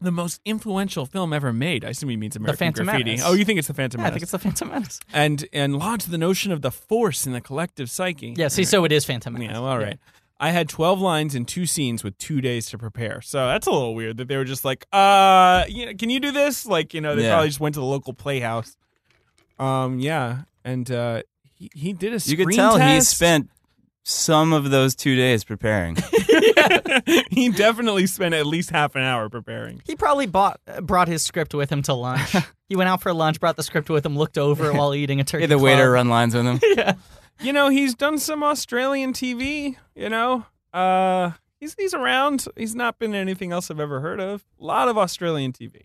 Speaker 2: the most influential film ever made. I assume he means American
Speaker 1: Phantom
Speaker 2: Graffiti.
Speaker 1: Menace.
Speaker 2: Oh, you think it's the Phantom
Speaker 1: Yeah, I
Speaker 2: Menace?
Speaker 1: think it's the Phantom Menace.
Speaker 2: and and lodged the notion of the force in the collective psyche.
Speaker 1: Yeah, see, so it is Phantom Menace.
Speaker 2: Yeah, well, all right. I had 12 lines and two scenes with two days to prepare. So that's a little weird that they were just like, uh, you know, can you do this? Like, you know, they
Speaker 4: Yeah.
Speaker 2: probably just went to the local playhouse. Um, yeah. And uh, he, he did a
Speaker 4: You
Speaker 2: screen
Speaker 4: could tell he
Speaker 2: test.
Speaker 4: spent some of those two days preparing.
Speaker 2: he definitely spent at least half an hour preparing.
Speaker 1: He probably bought uh, brought his script with him to lunch. he went out for lunch, brought the script with him, looked over it while eating a turkey.
Speaker 4: Made the
Speaker 1: club.
Speaker 4: waiter run lines with him.
Speaker 2: You know, he's done some Australian TV, you know. Uh, he's, he's around. He's not been anything else I've ever heard of. A lot of Australian TV.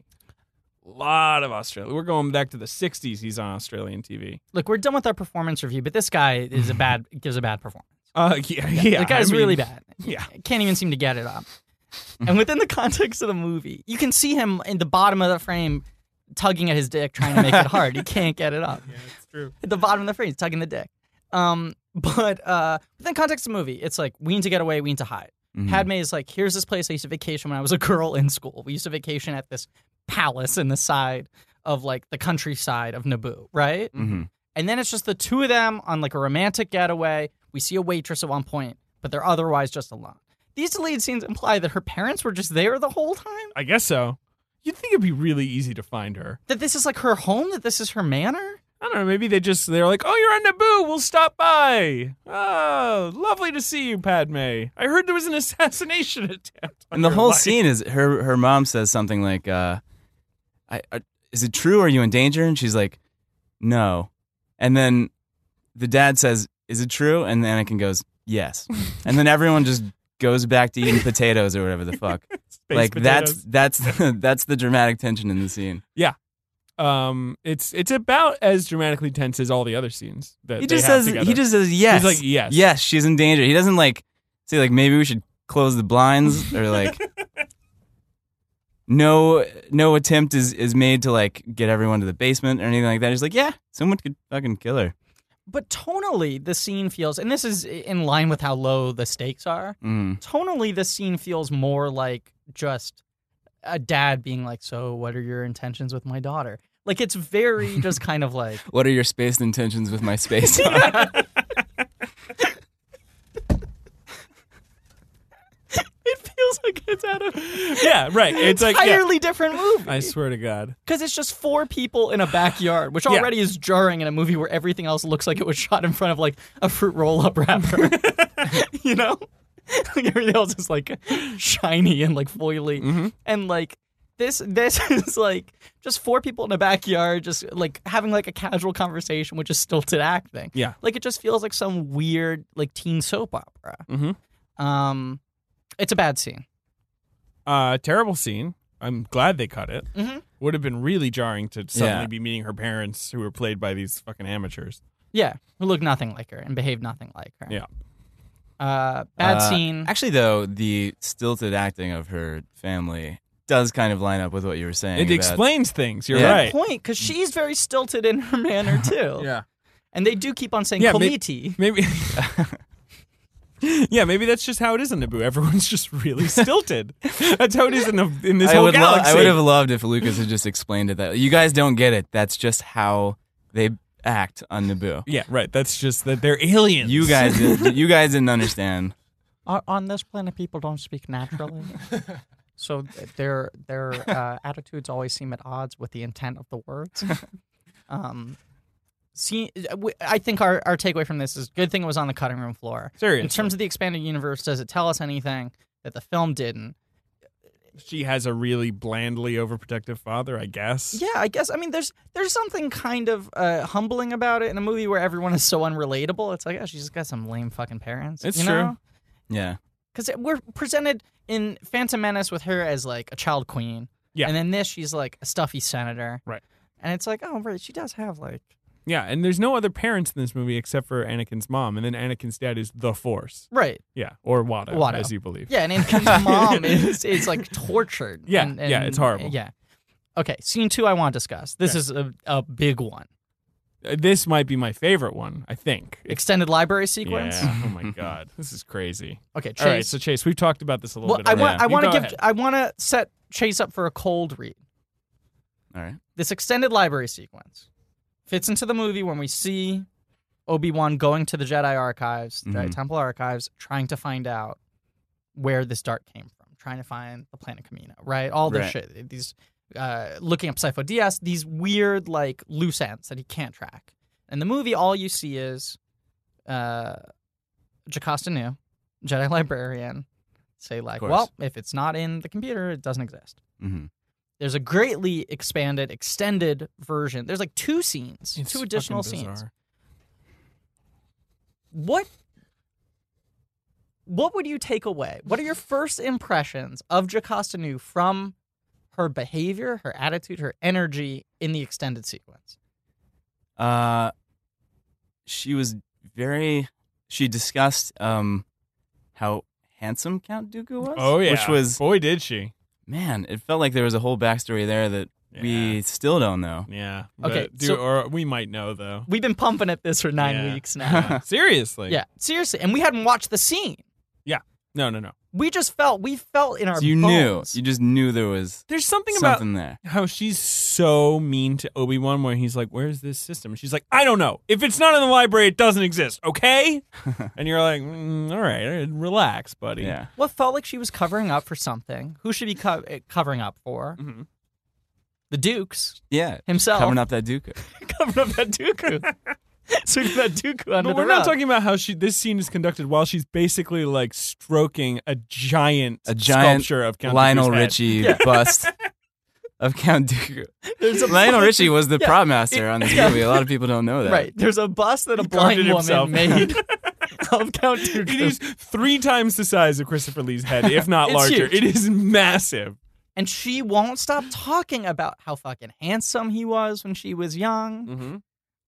Speaker 2: A lot of Australia. We're going back to the 60s. He's on Australian TV.
Speaker 1: Look, we're done with our performance review, but this guy is a bad gives a bad performance.
Speaker 2: Uh, yeah, yeah.
Speaker 1: the guy's
Speaker 2: I mean,
Speaker 1: really bad.
Speaker 2: Yeah.
Speaker 1: can't even seem to get it up. and within the context of the movie, you can see him in the bottom of the frame tugging at his dick, trying to make it hard. He can't get it up.
Speaker 2: Yeah, it's true.
Speaker 1: At the bottom of the frame, he's tugging the dick. Um, but uh, within the context of the movie, it's like, we need to get away, we need to hide.
Speaker 4: Mhm.
Speaker 1: Padme is like, here's this place I used to vacation when I was a girl in school. We used to vacation at this palace in the side of like the countryside of Naboo, right?
Speaker 4: Mhm.
Speaker 1: And then it's just the two of them on like a romantic getaway. We see a waitress at one point, but they're otherwise just alone. These deleted scenes imply that her parents were just there the whole time.
Speaker 2: I guess so. You'd think it'd be really easy to find her.
Speaker 1: That this is like her home. That this is her manor.
Speaker 2: I don't know. Maybe they just they're like, "Oh, you're on Naboo. We'll stop by. Oh, lovely to see you, Padme. I heard there was an assassination attempt." on
Speaker 4: And the
Speaker 2: your
Speaker 4: whole
Speaker 2: life."
Speaker 4: scene is her her mom says something like, uh, I, I, "Is it true? Are you in danger?" And she's like, "No." And then the dad says, "Is it true?" And Anakin goes, "Yes." and then everyone just goes back to eating potatoes or whatever the fuck.
Speaker 2: Space
Speaker 4: like
Speaker 2: potatoes.
Speaker 4: that's that's that's the dramatic tension in the scene.
Speaker 2: um, it's it's about as dramatically tense as all the other scenes that
Speaker 4: He
Speaker 2: they
Speaker 4: just
Speaker 2: have
Speaker 4: says
Speaker 2: together.
Speaker 4: he just says yes.
Speaker 2: He's like, "Yes."
Speaker 4: Yes, she's in danger. He doesn't like say like maybe we should close the blinds or like no no attempt is is made to like get everyone to the basement or anything like that. He's like, yeah, someone could fucking kill her.
Speaker 1: But tonally, the scene feels, and this is in line with how low the stakes are.
Speaker 4: Mm.
Speaker 1: Tonally, the scene feels more like just a dad being like, "So, what are your intentions with my daughter?" Like it's very just kind of like
Speaker 4: What are your spaced intentions with my space?
Speaker 1: it feels like it's out of
Speaker 2: yeah, right. It's like yeah.
Speaker 1: entirely different movie.
Speaker 2: I swear to God.
Speaker 1: Because it's just four people in a backyard, which
Speaker 2: Yeah.
Speaker 1: already is jarring in a movie where everything else looks like it was shot in front of like a fruit roll up wrapper. you know? Like everything else is like shiny and like foily.
Speaker 2: Mm-hmm.
Speaker 1: And like this this is like just four people in a backyard just like having like a casual conversation with just stilted acting.
Speaker 2: Yeah.
Speaker 1: Like it just feels like some weird like teen soap opera.
Speaker 2: Mhm.
Speaker 1: Um it's a bad scene.
Speaker 2: Uh, terrible scene. I'm glad they cut it.
Speaker 4: Mm-hmm.
Speaker 1: Mhm.
Speaker 2: Would have been really jarring to suddenly
Speaker 4: Yeah.
Speaker 2: be meeting her parents, who were played by these fucking amateurs.
Speaker 1: Yeah. Who look nothing like her and behave nothing like her.
Speaker 2: Yeah.
Speaker 1: Uh, bad
Speaker 4: Uh,
Speaker 1: scene.
Speaker 4: Actually, though, the stilted acting of her family does kind of line up with what you were saying.
Speaker 2: It
Speaker 4: about-
Speaker 2: explains things. You're
Speaker 4: Yeah.
Speaker 2: right.
Speaker 1: Point, because she's very stilted in her manner too. and they do keep on saying
Speaker 2: Yeah, may-
Speaker 1: "Komiti."
Speaker 2: Maybe. yeah, maybe that's just how it is in Naboo. Everyone's just really stilted. that's how it is in, the, in this
Speaker 4: I
Speaker 2: whole
Speaker 4: would, lo-
Speaker 2: galaxy.
Speaker 4: I would have loved if Lucas had just explained it that you guys don't get it. That's just how they act on Naboo.
Speaker 2: yeah, right. That's just that they're aliens.
Speaker 4: You guys, didn't, you guys didn't understand.
Speaker 1: on, on this planet, people don't speak naturally. So th- their their uh, attitudes always seem at odds with the intent of the words. um, see, w- I think our, our takeaway from this is good thing it was on the cutting room floor. In
Speaker 2: Seriously,
Speaker 1: terms of the expanded universe, does it tell us anything that the film didn't?
Speaker 2: she has a really blandly overprotective father, I guess.
Speaker 1: Yeah, I guess. I mean, there's there's something kind of uh, humbling about it in a movie where everyone is so unrelatable. It's like, oh, she's just got some lame fucking parents.
Speaker 2: It's
Speaker 1: you
Speaker 2: true.
Speaker 1: know?
Speaker 4: Yeah.
Speaker 1: because we're presented in Phantom Menace with her as like a child queen.
Speaker 2: Yeah.
Speaker 1: And then this, she's like a stuffy senator.
Speaker 2: Right.
Speaker 1: And it's like, oh, right, she does have like.
Speaker 2: Yeah, and there's no other parents in this movie except for Anakin's mom, and then Anakin's dad is the Force.
Speaker 1: Right.
Speaker 2: Yeah, or Wada,
Speaker 1: Watto.
Speaker 2: as you believe.
Speaker 1: Yeah. And Anakin's mom is, is like tortured.
Speaker 2: Yeah,
Speaker 1: And, and-
Speaker 2: yeah, it's horrible.
Speaker 1: Yeah. Okay. Scene two, I want to discuss. This
Speaker 2: Okay.
Speaker 1: is a, a big one.
Speaker 2: Uh, This might be my favorite one, I think.
Speaker 1: Extended library sequence.
Speaker 2: Yeah. Oh my god, this is crazy.
Speaker 1: Okay. Chase.
Speaker 2: All right, so Chase, we've talked about this a little
Speaker 1: well,
Speaker 2: bit.
Speaker 1: I
Speaker 2: already.
Speaker 1: want, I
Speaker 2: You
Speaker 1: want to
Speaker 2: go
Speaker 1: give,
Speaker 2: ahead.
Speaker 1: I want to set Chase up for a cold read.
Speaker 4: All right.
Speaker 1: this extended library sequence fits into the movie when we see Obi-Wan going to the Jedi archives, the Jedi
Speaker 4: Mhm.
Speaker 1: Temple archives, trying to find out where this dart came from, trying to find the planet Kamino, right? All this
Speaker 4: Right.
Speaker 1: shit. These uh, looking up Sifo Dyas, these weird like loose ends that he can't track. In the movie, all you see is uh, Jocasta New, Jedi librarian, say like,
Speaker 4: course.
Speaker 1: well, if it's not in the computer, it doesn't exist
Speaker 4: Mm-hmm.
Speaker 1: there's a greatly expanded, extended version. There's like two scenes,
Speaker 2: It's
Speaker 1: two additional
Speaker 2: fucking
Speaker 1: scenes.
Speaker 2: bizarre.
Speaker 1: What what would you take away? What are your first impressions of Jocasta Nu from her behavior, her attitude, her energy in the extended sequence?
Speaker 4: Uh, she was very. She discussed um how handsome Count Dooku was.
Speaker 2: Oh yeah,
Speaker 4: Which was
Speaker 2: boy did she.
Speaker 4: man. It felt like there was a whole backstory there that we still don't know.
Speaker 2: Yeah.
Speaker 1: Okay,
Speaker 2: But do,
Speaker 1: so-
Speaker 2: or we might know though.
Speaker 1: We've been pumping at this for nine
Speaker 2: Yeah.
Speaker 1: weeks now.
Speaker 2: Seriously.
Speaker 1: yeah, seriously. And we hadn't watched the scene.
Speaker 2: No, no, no.
Speaker 1: We just felt, we felt in our
Speaker 4: So you knew.
Speaker 1: bones.
Speaker 4: You just knew there was
Speaker 2: There's something about
Speaker 4: something there.
Speaker 2: how she's so mean to Obi Wan, where he's like, "Where's this system?" And she's like, "I don't know. If it's not in the library, it doesn't exist." Okay. and you're like, mm, "All right, all right, relax, buddy."
Speaker 4: Yeah.
Speaker 1: What felt like she was covering up for something. Who should be co- eh, covering up for?
Speaker 2: Mhm.
Speaker 1: The Dukes
Speaker 4: Yeah.
Speaker 1: himself.
Speaker 4: Coming up that Dooku.
Speaker 1: covering up that Dooku. Sweeping that Dooku under
Speaker 2: But
Speaker 1: the
Speaker 2: we're not
Speaker 1: rug.
Speaker 2: talking about how she this scene is conducted while she's basically like stroking a giant,
Speaker 4: A giant
Speaker 2: sculpture of Count
Speaker 4: Lionel
Speaker 2: Dooku's head.
Speaker 4: Richie
Speaker 1: Yeah.
Speaker 4: bust of Count Dooku.
Speaker 1: There's a
Speaker 4: Lionel
Speaker 1: bus-
Speaker 4: Richie was the
Speaker 1: Yeah.
Speaker 4: prop master on this
Speaker 1: Yeah.
Speaker 4: movie. A lot of people don't know that.
Speaker 1: Right. There's a bus that a
Speaker 2: carved
Speaker 1: blind
Speaker 2: it
Speaker 1: woman
Speaker 2: himself.
Speaker 1: made of Count
Speaker 2: It
Speaker 1: Dooku.
Speaker 2: is three times the size of Christopher Lee's head, if not
Speaker 1: It's
Speaker 2: larger.
Speaker 1: huge.
Speaker 2: It is massive.
Speaker 1: and she won't stop talking about how fucking handsome he was when she was young,
Speaker 2: Mm-hmm.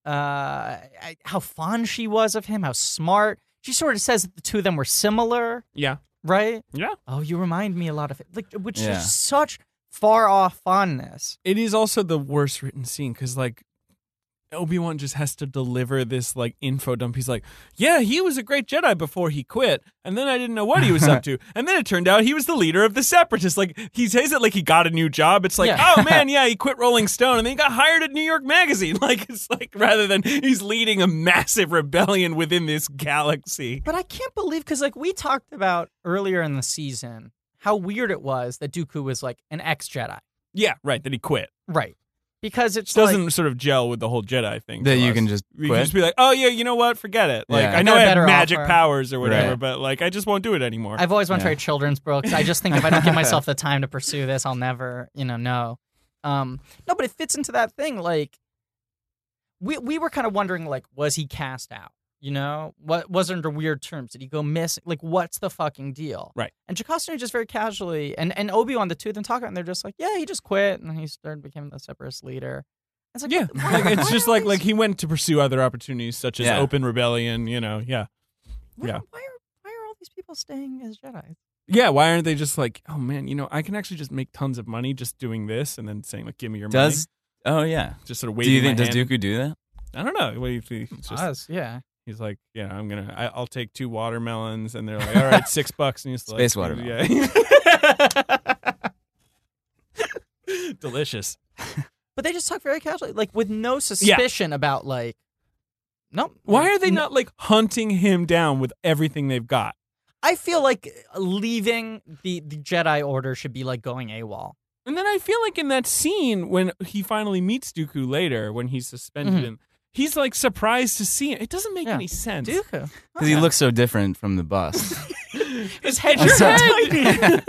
Speaker 1: uh, I- how fond she was of him, how smart. She sort of says that the two of them were similar,
Speaker 2: Yeah.
Speaker 1: right?
Speaker 2: Yeah.
Speaker 1: Oh, you remind me a lot of it. Like, which
Speaker 4: Yeah.
Speaker 1: is such far off fondness.
Speaker 2: it is also the worst written scene because like obi-wan just has to deliver this like info dump he's like yeah he was a great jedi before he quit and then i didn't know what he was up to and then it turned out he was the leader of the separatists like he says it like he got a new job it's like
Speaker 1: Yeah.
Speaker 2: oh man yeah he quit rolling stone and then he got hired at new york magazine like it's like rather than he's leading a massive rebellion within this galaxy
Speaker 1: But I can't believe because like we talked about earlier in the season how weird it was that Dooku was like an ex Jedi,
Speaker 2: yeah right that he quit
Speaker 1: right? Because it's
Speaker 2: It doesn't
Speaker 1: like,
Speaker 2: sort of gel with the whole jedi thing
Speaker 4: That
Speaker 2: for
Speaker 4: you
Speaker 2: us.
Speaker 4: can just
Speaker 2: You
Speaker 4: quit.
Speaker 2: can just be like, oh yeah, you know what? Forget it. Like
Speaker 4: Yeah.
Speaker 2: I
Speaker 4: I
Speaker 2: know
Speaker 1: got a
Speaker 2: I have
Speaker 1: better
Speaker 2: magic
Speaker 1: offer.
Speaker 2: powers or whatever,
Speaker 4: Right.
Speaker 2: but like I just won't do it anymore.
Speaker 1: I've always wanted to
Speaker 4: Yeah.
Speaker 1: write children's books. I just think if I don't give myself the time to pursue this, I'll never, you know, know. Um, no, but it fits into that thing. Like we we were kind of wondering, like, was he cast out? You know, what was it under weird terms? Did he go missing? Like, what's the fucking deal?
Speaker 2: Right.
Speaker 1: And Jocasta just very casually, and and Obi Wan, the two of them talk about, it, and they're just like, yeah, he just quit, and he started became the separatist leader. It's like,
Speaker 2: yeah,
Speaker 1: what the- why-
Speaker 2: like it's
Speaker 1: why
Speaker 2: just
Speaker 1: are
Speaker 2: like
Speaker 1: these-
Speaker 2: like he went to pursue other opportunities such as
Speaker 4: Yeah.
Speaker 2: open rebellion. You know, yeah,
Speaker 1: why-
Speaker 2: yeah.
Speaker 1: Why are why are all these people staying as Jedi?
Speaker 2: yeah. Why aren't they just like, oh man, you know, I can actually just make tons of money just doing this, and then saying like, give me your
Speaker 4: Does oh yeah.
Speaker 2: money, just sort of
Speaker 4: Do
Speaker 2: waving.
Speaker 4: you think
Speaker 2: my
Speaker 4: does
Speaker 2: hand.
Speaker 4: Dooku do that?
Speaker 2: I don't know. What do you think? He's, just,
Speaker 1: Us, yeah.
Speaker 2: he's like, yeah, I'm gonna, I, I'll take two watermelons, and they're like, all right, six bucks, and he's like,
Speaker 4: Space watermelon.
Speaker 2: Yeah, delicious.
Speaker 1: But they just talk very casually, like with no suspicion about like, no.
Speaker 2: Why are they
Speaker 1: no-
Speaker 2: not like hunting him down with everything they've got?
Speaker 1: I feel like leaving the, the Jedi Order should be like going AWOL.
Speaker 2: And then I feel like in that scene when he finally meets Dooku later, when he's suspended
Speaker 1: Mhm.
Speaker 2: him, he's like surprised to see him. It doesn't make
Speaker 1: Yeah.
Speaker 2: any sense.
Speaker 1: Dooku.
Speaker 4: Because he looks so different from the bus.
Speaker 1: His head
Speaker 4: I'm
Speaker 1: is so
Speaker 4: sorry.
Speaker 1: tiny.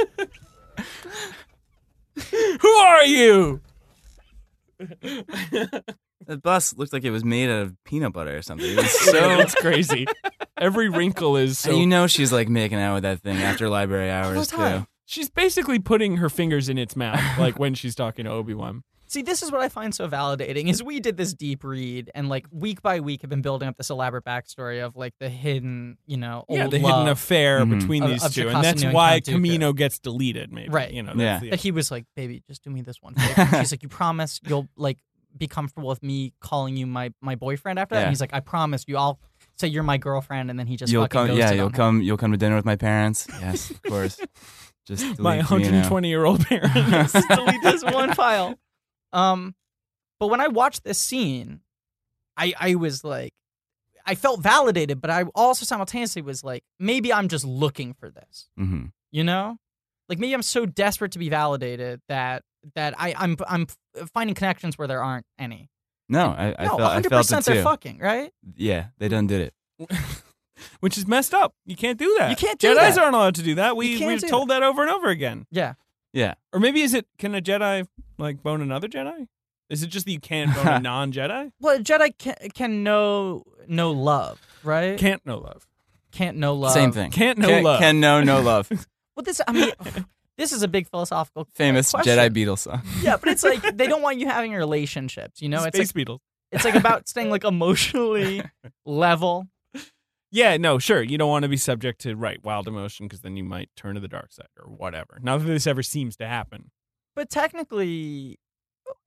Speaker 2: Who are you?
Speaker 4: the bus looked like it was made out of peanut butter or something. It was so.
Speaker 2: it's crazy. Every wrinkle is so.
Speaker 4: and you know she's like making out with that thing after library hours
Speaker 1: time.
Speaker 4: too.
Speaker 2: she's basically putting her fingers in its mouth, like when she's talking to Obi Wan.
Speaker 1: See, this is what I find so validating is we did this deep read and like week by week have been building up this elaborate backstory of like the hidden, you know, old
Speaker 2: Yeah, the
Speaker 1: Oh, love. Mm-hmm.
Speaker 2: hidden affair
Speaker 4: Mhm.
Speaker 2: between
Speaker 1: Of-
Speaker 2: these
Speaker 1: of
Speaker 2: two,
Speaker 1: Jocasta
Speaker 2: and that's
Speaker 1: Newton
Speaker 2: why
Speaker 1: Count Dooku.
Speaker 2: Camino gets deleted. Maybe
Speaker 1: Right.
Speaker 2: You know.
Speaker 4: Yeah.
Speaker 2: That's
Speaker 1: That
Speaker 2: The,
Speaker 1: he was like, baby, just do me this one favor. She's like, you promise you'll like be comfortable with me calling you my my boyfriend after that.
Speaker 4: Yeah.
Speaker 1: And he's like, I promise you, I'll say you're my girlfriend, and then he just
Speaker 4: you'll
Speaker 1: fucking
Speaker 4: come,
Speaker 1: goes
Speaker 4: yeah. You'll come. You'll come to dinner with my parents. Yes, of course. Just delete
Speaker 2: my
Speaker 4: Camino.
Speaker 2: 120 year old parents.
Speaker 1: delete this one file. Um, but when I watched this scene, I I was like, I felt validated, but I also simultaneously was like, maybe I'm just looking for this.
Speaker 4: Mhm.
Speaker 1: you know like maybe i'm so desperate to be validated that that I, i'm i'm finding connections where there aren't any
Speaker 4: No, I, I
Speaker 1: no
Speaker 4: felt. I felt it
Speaker 1: they're
Speaker 4: too.
Speaker 1: fucking right
Speaker 4: yeah, they done did it.
Speaker 2: Which is messed up. You can't do that.
Speaker 1: You can't do
Speaker 2: Jedi's
Speaker 1: that.
Speaker 2: aren't allowed to do that. We
Speaker 1: You can't do
Speaker 2: we're told that. over and over again.
Speaker 1: yeah
Speaker 4: Yeah,
Speaker 2: Or maybe is it can a Jedi like bone another Jedi? Is it just that you can't bone a non Jedi?
Speaker 1: well a jedi can, can know no love right
Speaker 2: Can't no love.
Speaker 1: Can't know love
Speaker 4: same thing.
Speaker 2: Can't no
Speaker 4: can,
Speaker 2: love.
Speaker 4: Can no no love.
Speaker 1: well this i mean this is a big philosophical
Speaker 4: Famous
Speaker 1: question.
Speaker 4: Jedi Beetle song.
Speaker 1: yeah but it's like they don't want you having relationships you know it's
Speaker 2: Space
Speaker 1: like
Speaker 2: Beatles.
Speaker 1: it's like about staying like emotionally level
Speaker 2: Yeah, no, sure. You don't want to be subject to right wild emotion because then you might turn to the dark side or whatever. Not that this ever seems to happen.
Speaker 1: but technically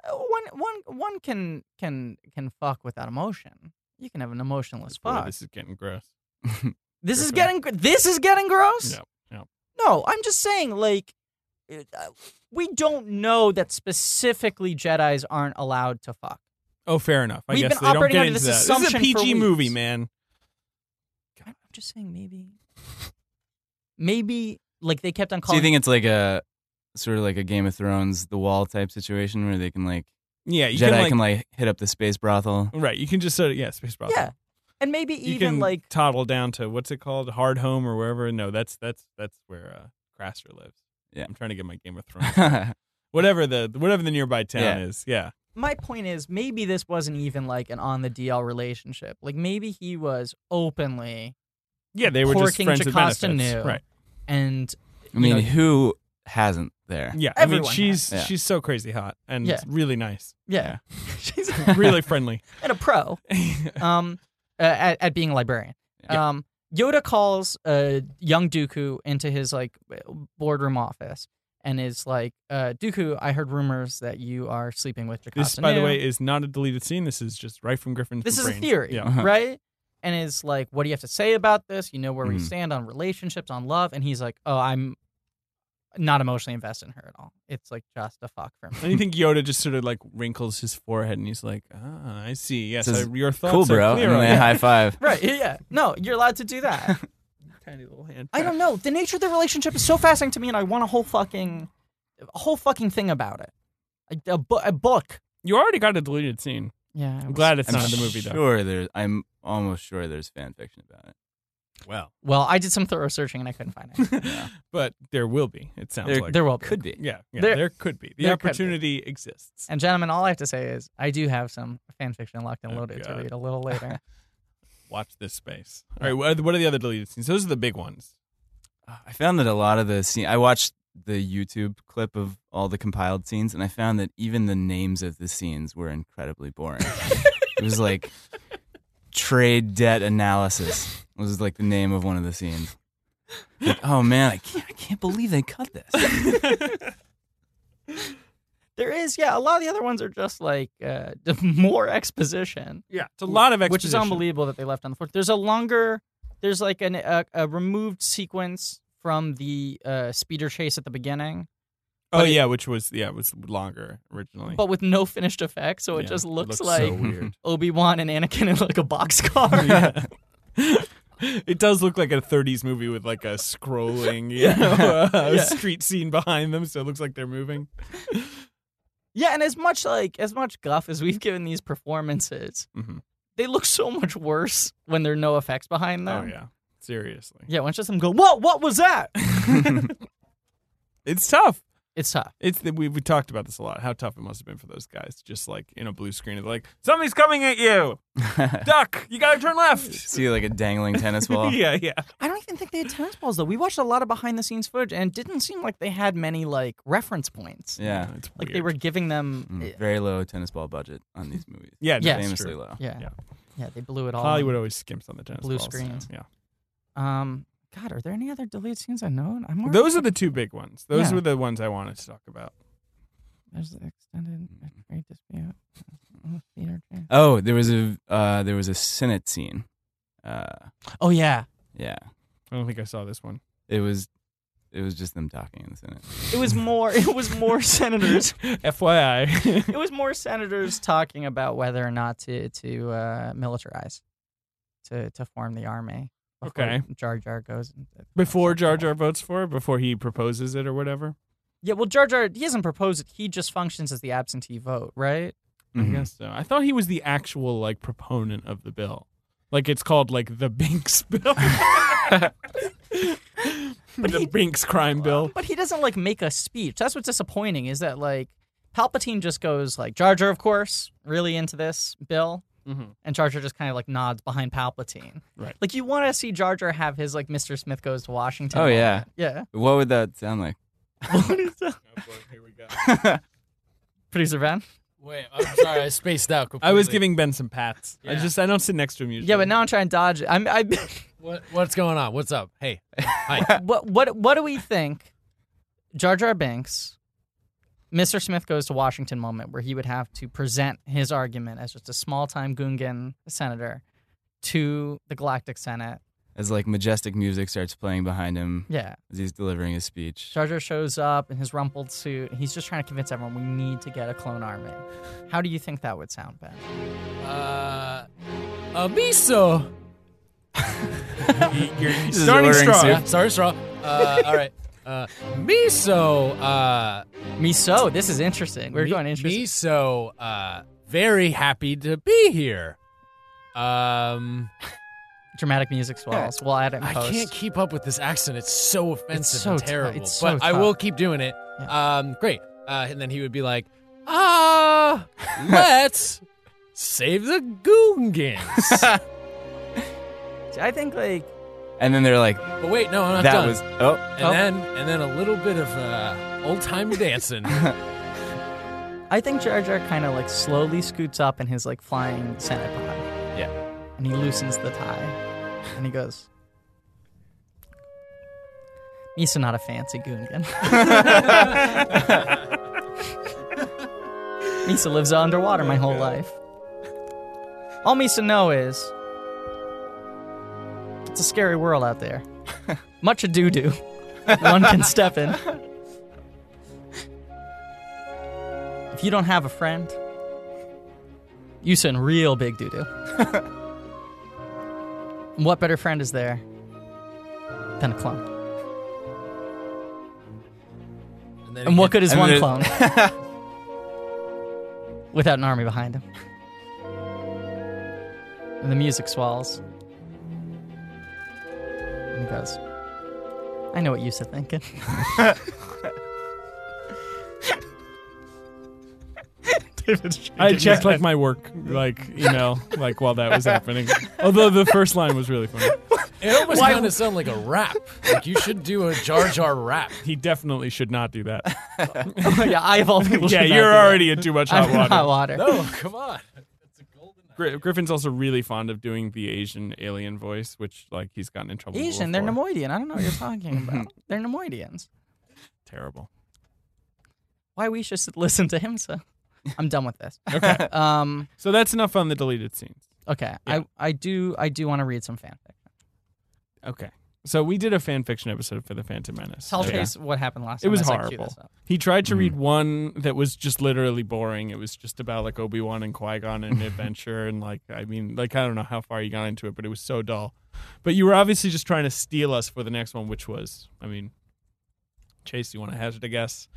Speaker 1: uh, one one one can can can fuck without emotion you can have an emotionless
Speaker 2: Boy,
Speaker 1: fuck
Speaker 2: this is getting gross.
Speaker 1: This
Speaker 2: Sure,
Speaker 1: is
Speaker 2: sure.
Speaker 1: getting gr- this is getting gross.
Speaker 2: No, no.
Speaker 1: No, I'm just saying like it- uh, we don't know that specifically Jedi's aren't allowed to fuck.
Speaker 2: Oh, fair enough. I
Speaker 1: We've
Speaker 2: guess
Speaker 1: been
Speaker 2: they don't
Speaker 1: operating
Speaker 2: get
Speaker 1: under
Speaker 2: into
Speaker 1: this
Speaker 2: that. This is a
Speaker 1: assumption for
Speaker 2: PG movie,
Speaker 1: weeks.
Speaker 2: man.
Speaker 1: I'm just saying maybe maybe like they kept on
Speaker 4: Do
Speaker 1: calling
Speaker 4: you think it's like a sort of like a Game of Thrones, the wall type situation where they can like
Speaker 2: Yeah, you
Speaker 4: Jedi
Speaker 2: can like
Speaker 4: can like hit up the space brothel?
Speaker 2: right. You can just sort of yeah, space problem.
Speaker 1: Yeah. and maybe
Speaker 2: you
Speaker 1: even
Speaker 2: can
Speaker 1: like
Speaker 2: toddle down to what's it called, hard home or wherever. No, that's that's that's where uh, Craster lives.
Speaker 4: Yeah.
Speaker 2: I'm trying to get my Game of Thrones. whatever the whatever the nearby town
Speaker 4: Yeah.
Speaker 2: is. Yeah,
Speaker 1: my point is maybe this wasn't even like an on the DL relationship. Like maybe he was openly
Speaker 2: yeah. They were just
Speaker 1: Porking
Speaker 2: friends with
Speaker 1: Jocasta
Speaker 2: benefits.
Speaker 1: knew.
Speaker 2: Right.
Speaker 1: and
Speaker 4: I mean,
Speaker 1: know-
Speaker 4: who hasn't there?
Speaker 2: Yeah. I mean,
Speaker 1: Everyone
Speaker 2: she's
Speaker 4: has. Yeah.
Speaker 2: she's so crazy hot and
Speaker 1: Yeah.
Speaker 2: really nice,
Speaker 1: yeah, she's
Speaker 2: really friendly.
Speaker 1: and a pro. um, uh, at, at being a librarian. Um, Yoda calls uh, young Dooku into his like boardroom office and is like, uh, "Dooku, I heard rumors that you are sleeping with Jakasta."
Speaker 2: this, by the
Speaker 1: Nu,"
Speaker 2: way, is not a deleted scene. This is just right from Griffin's.
Speaker 1: this is a
Speaker 2: brain.
Speaker 1: theory,
Speaker 2: Yeah.
Speaker 4: Uh-huh.
Speaker 1: right? And is like, "What do you have to say about this? You know where we
Speaker 2: Mm-hmm.
Speaker 4: Mhm.
Speaker 1: stand on relationships, on love." And he's like, "Oh, I'm." Not emotionally invested in her at all. It's like just a fuck for me.
Speaker 2: And you think Yoda just sort of like wrinkles his forehead and he's like, "Ah, I see. Yes,
Speaker 4: Says,
Speaker 2: I, your thoughts
Speaker 4: Cool, bro.
Speaker 2: are clear."
Speaker 4: And
Speaker 2: on
Speaker 4: then
Speaker 2: that."
Speaker 4: high five.
Speaker 1: Right? Yeah. No, you're allowed to do that.
Speaker 2: Tiny little hand.
Speaker 1: I don't know. The nature of the relationship is so fascinating to me, and I want a whole fucking, a whole fucking thing about it. A, a, bu- a book.
Speaker 2: You already got a deleted scene.
Speaker 1: Yeah.
Speaker 2: I'm glad it's
Speaker 4: I'm
Speaker 2: not in the movie though.
Speaker 4: Sure, there's. I'm almost sure there's fan fiction about it. Well,
Speaker 1: Well, I did some thorough searching and I couldn't find it.
Speaker 2: but there will be. It sounds
Speaker 4: There-
Speaker 2: like
Speaker 1: there will be.
Speaker 4: could be.
Speaker 2: Yeah, yeah there,
Speaker 1: There-
Speaker 2: could be. The
Speaker 1: there could be.
Speaker 2: opportunity exists.
Speaker 1: And gentlemen, all I have to say is I do have some fan fiction locked and
Speaker 2: Oh,
Speaker 1: loaded
Speaker 2: God.
Speaker 1: to read a little later.
Speaker 2: Watch this space. All right, what are the, what are the other deleted scenes? Those are the big ones.
Speaker 4: I found that a lot of the scene. I watched the YouTube clip of all the compiled scenes, and I found that even the names of the scenes were incredibly boring. it was like trade debt analysis was like the name of one of the scenes. Like, oh man, I can't, I can't believe they cut this.
Speaker 1: there is, yeah, a lot of the other ones are just like uh, more exposition,
Speaker 2: Yeah, it's a lot of exposition.
Speaker 1: which is unbelievable that they left on the fourth. There's a longer, there's like an, a, a removed sequence from the uh, speeder chase at the beginning,
Speaker 2: Oh
Speaker 1: but it-
Speaker 2: yeah, which was yeah, it was longer originally.
Speaker 1: but with no finished effect, so Oh, it
Speaker 2: Yeah,
Speaker 1: just looks,
Speaker 2: so
Speaker 1: like
Speaker 2: weird.
Speaker 1: Obi Wan and Anakin in like a boxcar.
Speaker 2: Yeah. It does look like a 30s movie with like a scrolling, you know, uh,
Speaker 1: Yeah.
Speaker 2: street scene behind them, so it looks like they're moving.
Speaker 1: Yeah, and as much like as much guff as we've given these performances,
Speaker 2: Mhm.
Speaker 1: they look so much worse when there are no effects behind them.
Speaker 2: Oh yeah, seriously,
Speaker 1: Yeah, once just them go, Whoa, what was that?
Speaker 2: it's tough.
Speaker 1: it's tough.
Speaker 2: It's the, we we talked about this a lot. How tough it must have been for those guys, just like in a blue screen, they're like something's coming at you, duck. You gotta turn left.
Speaker 4: See like a dangling tennis ball.
Speaker 2: yeah, yeah.
Speaker 1: I don't even think they had tennis balls though. We watched a lot of behind the scenes footage and it didn't seem like they had many like reference points.
Speaker 4: Yeah.
Speaker 2: It's
Speaker 1: Like
Speaker 2: weird.
Speaker 1: they were giving them
Speaker 4: Mm, Very low tennis ball budget on these movies.
Speaker 2: yeah, no,
Speaker 1: Yeah.
Speaker 2: it's
Speaker 4: Famously
Speaker 2: true.
Speaker 4: low.
Speaker 1: yeah.
Speaker 2: Yeah.
Speaker 1: yeah. they blew it all.
Speaker 2: Hollywood always skimps on the tennis
Speaker 1: Blue
Speaker 2: balls.
Speaker 1: screens.
Speaker 2: Yeah,
Speaker 1: Um God, are there any other deleted scenes I know? I'm more
Speaker 2: those are the two big ones. Those
Speaker 1: Yeah.
Speaker 2: were the ones I wanted to talk about.
Speaker 1: there's the extended great dispute. Theater change.
Speaker 4: Oh, there was a uh, there was a Senate scene. Uh,
Speaker 1: Oh yeah.
Speaker 4: yeah,
Speaker 2: I don't think I saw this one.
Speaker 4: it was it was just them talking in the Senate.
Speaker 1: It was more it was more senators
Speaker 2: FYI.
Speaker 1: it was more senators talking about whether or not to to uh, militarize, to to form the army. before
Speaker 2: Okay.
Speaker 1: Jar Jar goes. and-
Speaker 2: before Jar Jar votes for it, before he proposes it or whatever.
Speaker 1: Yeah, well, Jar Jar he hasn't proposed it. He just functions as the absentee vote, right?
Speaker 4: Mhm.
Speaker 1: Mm-hmm.
Speaker 2: I guess so. I thought he was the actual like proponent of the bill. Like it's called like the Binks bill. the
Speaker 1: he-
Speaker 2: Binks crime bill.
Speaker 1: But he doesn't like make a speech. That's what's disappointing is that like Palpatine just goes like Jar Jar, of course, really into this bill.
Speaker 2: Mhm.
Speaker 1: And Jar Jar just kind of like nods behind Palpatine.
Speaker 2: Right.
Speaker 1: Like you want to see Jar Jar have his like Mr. Smith goes to Washington.
Speaker 4: Oh
Speaker 1: moment.
Speaker 4: yeah,
Speaker 1: Yeah.
Speaker 4: what would that sound like?
Speaker 1: What is that?
Speaker 2: Oh, here we go.
Speaker 1: Producer Ben.
Speaker 3: Wait, I'm sorry, I spaced out. Completely.
Speaker 2: I was giving Ben some pats. I
Speaker 3: Yeah.
Speaker 2: just I don't sit next to him usually.
Speaker 1: Yeah, but now I'm trying to dodge it. I'm, I,
Speaker 3: What, what's going on? What's up? Hey, hi.
Speaker 1: what, what, what do we think? Jar Jar Banks, Mr. Smith goes to Washington moment where he would have to present his argument as just a small time Gungan senator to the Galactic Senate.
Speaker 4: As like majestic music starts playing behind him
Speaker 1: Yeah.
Speaker 4: as he's delivering his speech.
Speaker 1: Jar Jar shows up in his rumpled suit. He's just trying to convince everyone we need to get a clone army. How do you think that would sound, Ben?
Speaker 3: Uh, abiso.
Speaker 2: you're you're
Speaker 4: is
Speaker 2: starting
Speaker 4: ordering
Speaker 2: strong.
Speaker 3: Yeah, sorry, straw. Uh, all right. Uh, miso. Uh,
Speaker 1: Miso, this is interesting. We're
Speaker 3: me-
Speaker 1: going interesting.
Speaker 3: Miso. Uh, very happy to be here. Um,
Speaker 1: Dramatic music swells. We'll add it in
Speaker 3: I
Speaker 1: post.
Speaker 3: can't keep up with this accent. It's so offensive
Speaker 1: so
Speaker 3: and
Speaker 1: tou-
Speaker 3: terrible.
Speaker 1: it's so
Speaker 3: but I
Speaker 1: tough.
Speaker 3: will keep doing it. Um, great. Uh, and then he would be like, "Ah, let's save the Goongans."
Speaker 1: I think, like,
Speaker 4: And then they're like,
Speaker 3: but wait, no, I'm not
Speaker 4: that
Speaker 3: done.
Speaker 4: was oh,
Speaker 3: and
Speaker 1: Oh.
Speaker 3: then, and then a little bit of uh, old time dancing.
Speaker 1: I think Jar Jar kind of like slowly scoots up in his like flying Senate pod.
Speaker 4: Yeah.
Speaker 1: And he loosens the tie. And he goes, Misa not a fancy Goongan. Misa lives underwater my whole life. All Misa know is it's a scary world out there. Much ado doo one can step in. If you don't have a friend, you sit in real big doo doo. what better friend is there than a clone?
Speaker 3: And then
Speaker 1: And what good is
Speaker 4: And
Speaker 1: one
Speaker 4: there-
Speaker 1: clone without an army behind him? And the music swells. And he goes, I know what you said thinking.
Speaker 2: I checked like my work like email like while that was happening. Although the first line was really funny.
Speaker 3: It almost kind of sounded like a rap. Like you should do a Jar Jar rap.
Speaker 2: He definitely should not do that.
Speaker 1: yeah, I of all people.
Speaker 2: yeah,
Speaker 1: should not
Speaker 2: you're
Speaker 1: do that.
Speaker 2: already in too much
Speaker 1: I'm
Speaker 2: hot
Speaker 1: in
Speaker 2: water.
Speaker 1: hot water.
Speaker 3: No, Oh, come on. That's a golden.
Speaker 2: Gri- Griffin's also really fond of doing the Asian alien voice, which like he's gotten in trouble.
Speaker 1: Asian, they're
Speaker 2: before.
Speaker 1: Nemoidian. I don't know what you're talking about. they're Nemoidians.
Speaker 2: terrible.
Speaker 1: Why we should s- listen to him? So I'm done with this. Okay. Um.
Speaker 2: So that's enough on the deleted scenes.
Speaker 1: Okay.
Speaker 2: Yeah.
Speaker 1: I I do I do want to read some fanfic.
Speaker 2: Okay. So we did a fan fiction episode for the Phantom Menace.
Speaker 1: Tell
Speaker 2: Okay.
Speaker 1: Chase what happened last.
Speaker 2: It
Speaker 1: time
Speaker 2: was
Speaker 1: as I queue
Speaker 2: horrible.
Speaker 1: this up.
Speaker 2: He tried to read one that was just literally boring. It was just about like Obi Wan and Qui Gon and adventure and like I mean like I don't know how far you got into it, but it was so dull. But you were obviously just trying to steal us for the next one, which was, I mean, Chase, you want to hazard a guess?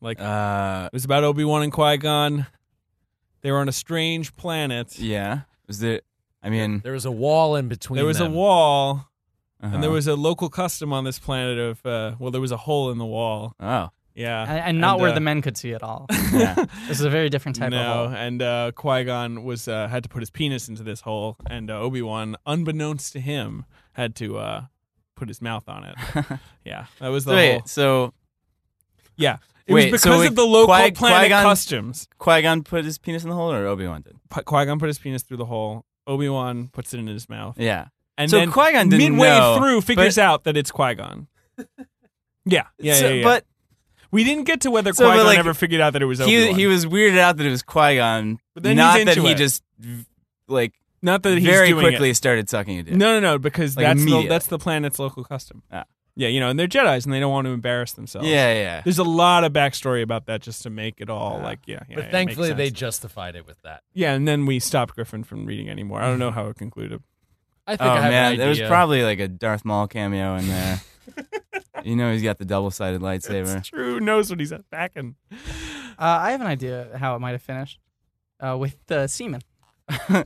Speaker 2: Like,
Speaker 4: Uh,
Speaker 2: it was about Obi Wan and Qui Gon. They were on a strange planet.
Speaker 4: yeah. Was it? I mean,
Speaker 3: There was a wall in between.
Speaker 2: There was a
Speaker 3: them.
Speaker 2: wall,
Speaker 4: uh-huh.
Speaker 2: and there was a local custom on this planet of, uh, well, there was a hole in the wall.
Speaker 4: Oh,
Speaker 2: Yeah.
Speaker 1: and, and not
Speaker 2: and,
Speaker 1: where
Speaker 2: uh,
Speaker 1: the men could see at all.
Speaker 4: yeah.
Speaker 1: This is a very different type of
Speaker 2: no,
Speaker 1: hole.
Speaker 2: and uh, Qui Gon was uh, had to put his penis into this hole, and uh, Obi Wan, unbeknownst to him, had to uh, put his mouth on it. Yeah, that was the whole.
Speaker 4: Wait, so
Speaker 2: Yeah, it
Speaker 4: Wait,
Speaker 2: was
Speaker 4: so
Speaker 2: because
Speaker 4: it-
Speaker 2: of the local
Speaker 4: Qui-
Speaker 2: planet
Speaker 4: Qui-Gon-
Speaker 2: customs.
Speaker 4: Qui Gon put his penis in the hole, or Obi Wan did?
Speaker 2: Qui Gon put his penis through the hole. Obi Wan puts it in his mouth,
Speaker 4: Yeah.
Speaker 2: and
Speaker 4: so
Speaker 2: then
Speaker 4: Qui Gon didn't
Speaker 2: midway
Speaker 4: know,
Speaker 2: through figures
Speaker 4: but-
Speaker 2: out that it's Qui Gon. Yeah, yeah,
Speaker 4: so-
Speaker 2: yeah, yeah.
Speaker 4: But
Speaker 2: we didn't get to whether
Speaker 4: So, but,
Speaker 2: Qui Gon
Speaker 4: like,
Speaker 2: ever figured out that it was Obi
Speaker 4: he
Speaker 2: Wan.
Speaker 4: he was weirded out that it was Qui Gon,
Speaker 2: But then
Speaker 4: not
Speaker 2: he's
Speaker 4: that
Speaker 2: into
Speaker 4: he
Speaker 2: it.
Speaker 4: just v- like
Speaker 2: not that he's
Speaker 4: very
Speaker 2: doing
Speaker 4: quickly
Speaker 2: It.
Speaker 4: started sucking a dick.
Speaker 2: No, no, no, because
Speaker 4: Like,
Speaker 2: that's the,
Speaker 4: immediately.
Speaker 2: that's the planet's local custom.
Speaker 4: Ah.
Speaker 2: Yeah, you know, and they're Jedi's and they don't want to embarrass themselves.
Speaker 4: Yeah, yeah.
Speaker 2: There's a lot of backstory about that just to make it all
Speaker 4: Ah.
Speaker 2: like yeah. yeah
Speaker 3: But
Speaker 2: yeah, it
Speaker 3: thankfully,
Speaker 2: makes
Speaker 3: they
Speaker 2: sense.
Speaker 3: justified it with that.
Speaker 2: yeah, and then we stopped Griffin from reading anymore. I don't know how it concluded.
Speaker 3: I think
Speaker 4: Oh
Speaker 3: I have
Speaker 4: man,
Speaker 3: an
Speaker 4: there was
Speaker 3: idea.
Speaker 4: probably like a Darth Maul cameo in there. you know, he's got the double-sided lightsaber.
Speaker 2: It's true. Knows what he's attacking.
Speaker 1: Uh, I have an idea how it might have finished uh, with the semen.
Speaker 2: All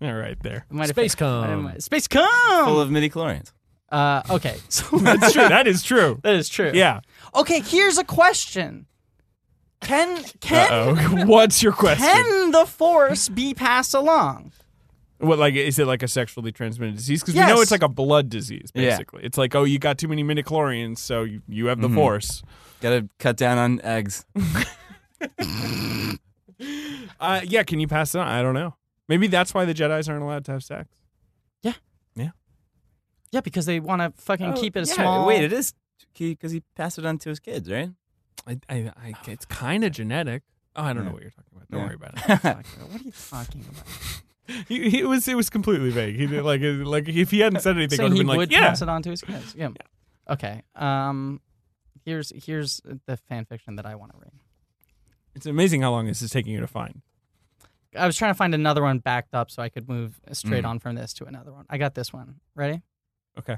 Speaker 2: right, there.
Speaker 1: It might have
Speaker 3: space
Speaker 1: finished- might have-
Speaker 3: cum.
Speaker 1: Space cum.
Speaker 4: Full of midi chlorians.
Speaker 1: Uh, okay, so
Speaker 2: That's true. That is true.
Speaker 1: that is true.
Speaker 2: Yeah.
Speaker 1: Okay, here's a question. Can
Speaker 2: Uh
Speaker 1: can
Speaker 2: oh. What's your question?
Speaker 1: can the force be passed along?
Speaker 2: What like is it like a sexually transmitted disease? Because we know
Speaker 1: Yes.
Speaker 2: it's like a blood disease.
Speaker 4: Yeah.
Speaker 2: Basically, it's like oh, you got too many midichlorians, so you, you have the
Speaker 4: Mhm.
Speaker 2: force.
Speaker 4: Got to cut down on eggs.
Speaker 2: Uh, yeah. Can you pass it on? I don't know. Maybe that's why the Jedi's aren't allowed to have sex.
Speaker 1: Yeah, because they want to fucking keep it a
Speaker 4: yeah,
Speaker 1: small.
Speaker 4: Wait, it is because he passed it on to his kids, right? Oh.
Speaker 2: I, I, I it's kind of genetic. Oh, I don't know
Speaker 4: Yeah.
Speaker 2: what you're talking about. Don't
Speaker 4: Yeah.
Speaker 2: worry about it.
Speaker 1: What are you talking about?
Speaker 2: He, he was it was completely vague. He did like it- like if he hadn't said anything,
Speaker 1: So
Speaker 2: I would have
Speaker 1: he
Speaker 2: been like,
Speaker 1: would
Speaker 2: yeah,
Speaker 1: pass it on to his kids. Yeah. Okay. Um, here's here's the fan fiction that I want to read.
Speaker 2: It's amazing how long this is taking you to find.
Speaker 1: I was trying to find another one backed up so I could move straight
Speaker 4: Mhm.
Speaker 1: on from this to another one. I got this one. Ready?
Speaker 2: Okay.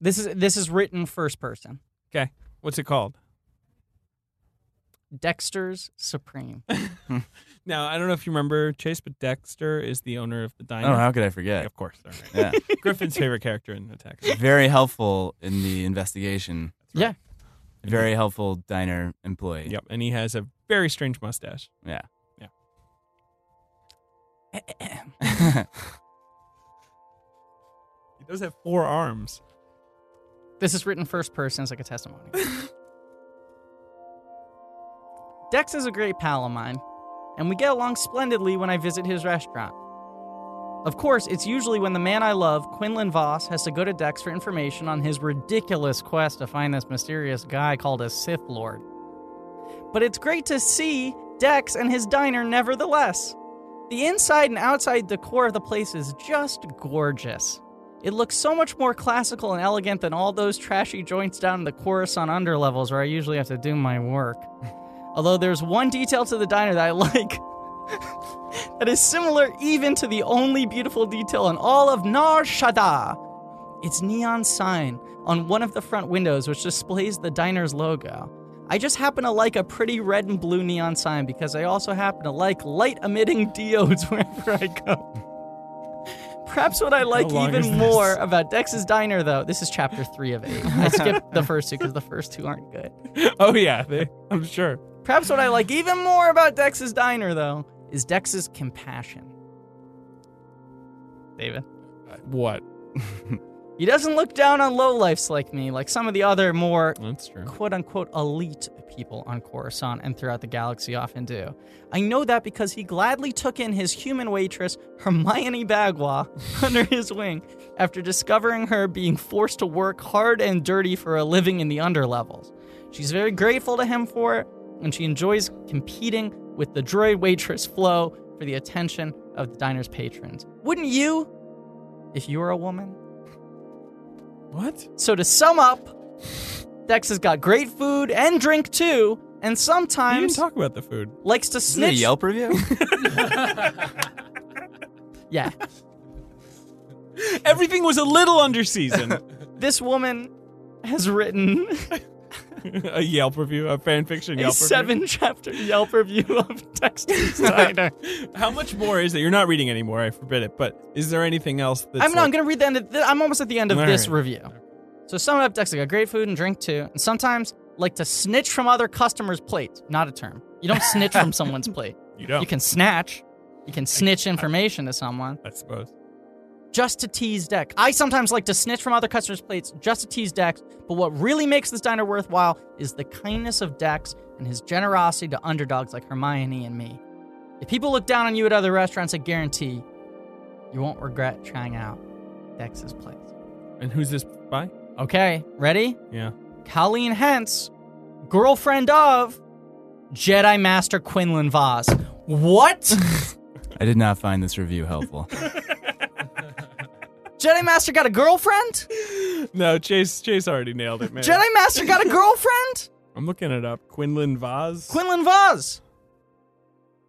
Speaker 1: This is this is written first person.
Speaker 2: What's it called?
Speaker 1: Dexter's Supreme.
Speaker 2: Now I don't know if you remember Chase, but Dexter is the owner of the diner.
Speaker 4: Oh, how could I
Speaker 2: Yeah,
Speaker 4: forget?
Speaker 2: of course. all right.
Speaker 4: Yeah.
Speaker 2: Griffin's favorite character in Attack. on Titan.
Speaker 4: Very helpful in the investigation.
Speaker 1: Yeah.
Speaker 4: Very helpful diner employee.
Speaker 2: Yep, and he has a very strange mustache.
Speaker 4: Yeah.
Speaker 2: Yeah.
Speaker 4: Yeah.
Speaker 2: He does have four arms.
Speaker 1: This is written first person. It's like a testimony. Dex is a great pal of mine, and we get along splendidly when I visit his restaurant. Of course, it's usually when the man I love, Quinlan Voss, has to go to Dex for information on his ridiculous quest to find this mysterious guy called a Sith Lord. But it's great to see Dex and his diner nevertheless. The inside and outside decor of the place is just gorgeous. It looks so much more classical and elegant than all those trashy joints down in the Coruscant underlevels where I usually have to do my work. Although there's one detail to the diner that I like that is similar even to the only beautiful detail in all of Nar Shaddaa. Its neon sign on one of the front windows, which displays the diner's logo. I just happen to like a pretty red and blue neon sign because I also happen to like light emitting diodes wherever I go. Perhaps what I like
Speaker 2: long is
Speaker 1: even
Speaker 2: this?
Speaker 1: more about Dex's Diner, though, this is chapter three of eight. I skipped the first two because the first two aren't good.
Speaker 2: Oh yeah, they, I'm sure.
Speaker 1: Perhaps what I like even more about Dex's Diner, though, is Dex's compassion. David.
Speaker 2: What?
Speaker 1: He doesn't look down on lowlifes like me, like some of the other more
Speaker 2: That's true.
Speaker 1: quote unquote elite people on Coruscant and throughout the galaxy often do. I know that because he gladly took in his human waitress, Hermione Bagua, under his wing after discovering her being forced to work hard and dirty for a living in the underlevels. She's very grateful to him for it, and she enjoys competing with the droid waitress Flo for the attention of the diner's patrons. Wouldn't you? If you were a woman?
Speaker 2: What?
Speaker 1: So to sum up, Dex has got great food and drink too, and
Speaker 2: You didn't
Speaker 1: sometimes
Speaker 2: talk about the food.
Speaker 1: likes to
Speaker 4: Is it a
Speaker 1: snitch.
Speaker 4: Yelp review?
Speaker 1: Yeah.
Speaker 2: Everything was a little under season.
Speaker 1: This woman has written
Speaker 2: a Yelp review, a fan fiction
Speaker 1: a
Speaker 2: Yelp review.
Speaker 1: seven chapter Yelp review of Dexter's Designer.
Speaker 2: How much more is there? You're not reading anymore. I forbid it. But is there anything else? That's
Speaker 1: I'm not. I'm
Speaker 2: like-
Speaker 1: gonna read the end. Of th- I'm almost at the end of
Speaker 2: All
Speaker 1: this
Speaker 2: right.
Speaker 1: review. So sum it up, Dex. I got great food and drink too, and sometimes like to snitch from other customers' plates. Not a term. You don't snitch from someone's plate.
Speaker 2: You don't.
Speaker 1: You can snatch. You can snitch information to someone
Speaker 2: I suppose.
Speaker 1: just to tease Dex. I sometimes like to snitch from other customers' plates just to tease Dex. But what really makes this diner worthwhile is the kindness of Dex and his generosity to underdogs like Hermione and me. If people look down on you at other restaurants, I guarantee you won't regret trying out Dex's place.
Speaker 2: And who's this by?
Speaker 1: Okay, ready?
Speaker 2: Yeah.
Speaker 1: Colleen Hence, girlfriend of Jedi Master Quinlan Vaz. What?
Speaker 4: I did not find this review helpful.
Speaker 1: Jedi Master got a girlfriend?
Speaker 2: No, Chase. Chase already nailed it, man.
Speaker 1: Jedi Master got a girlfriend?
Speaker 2: I'm looking it up. Quinlan Vaz.
Speaker 1: Quinlan Vaz.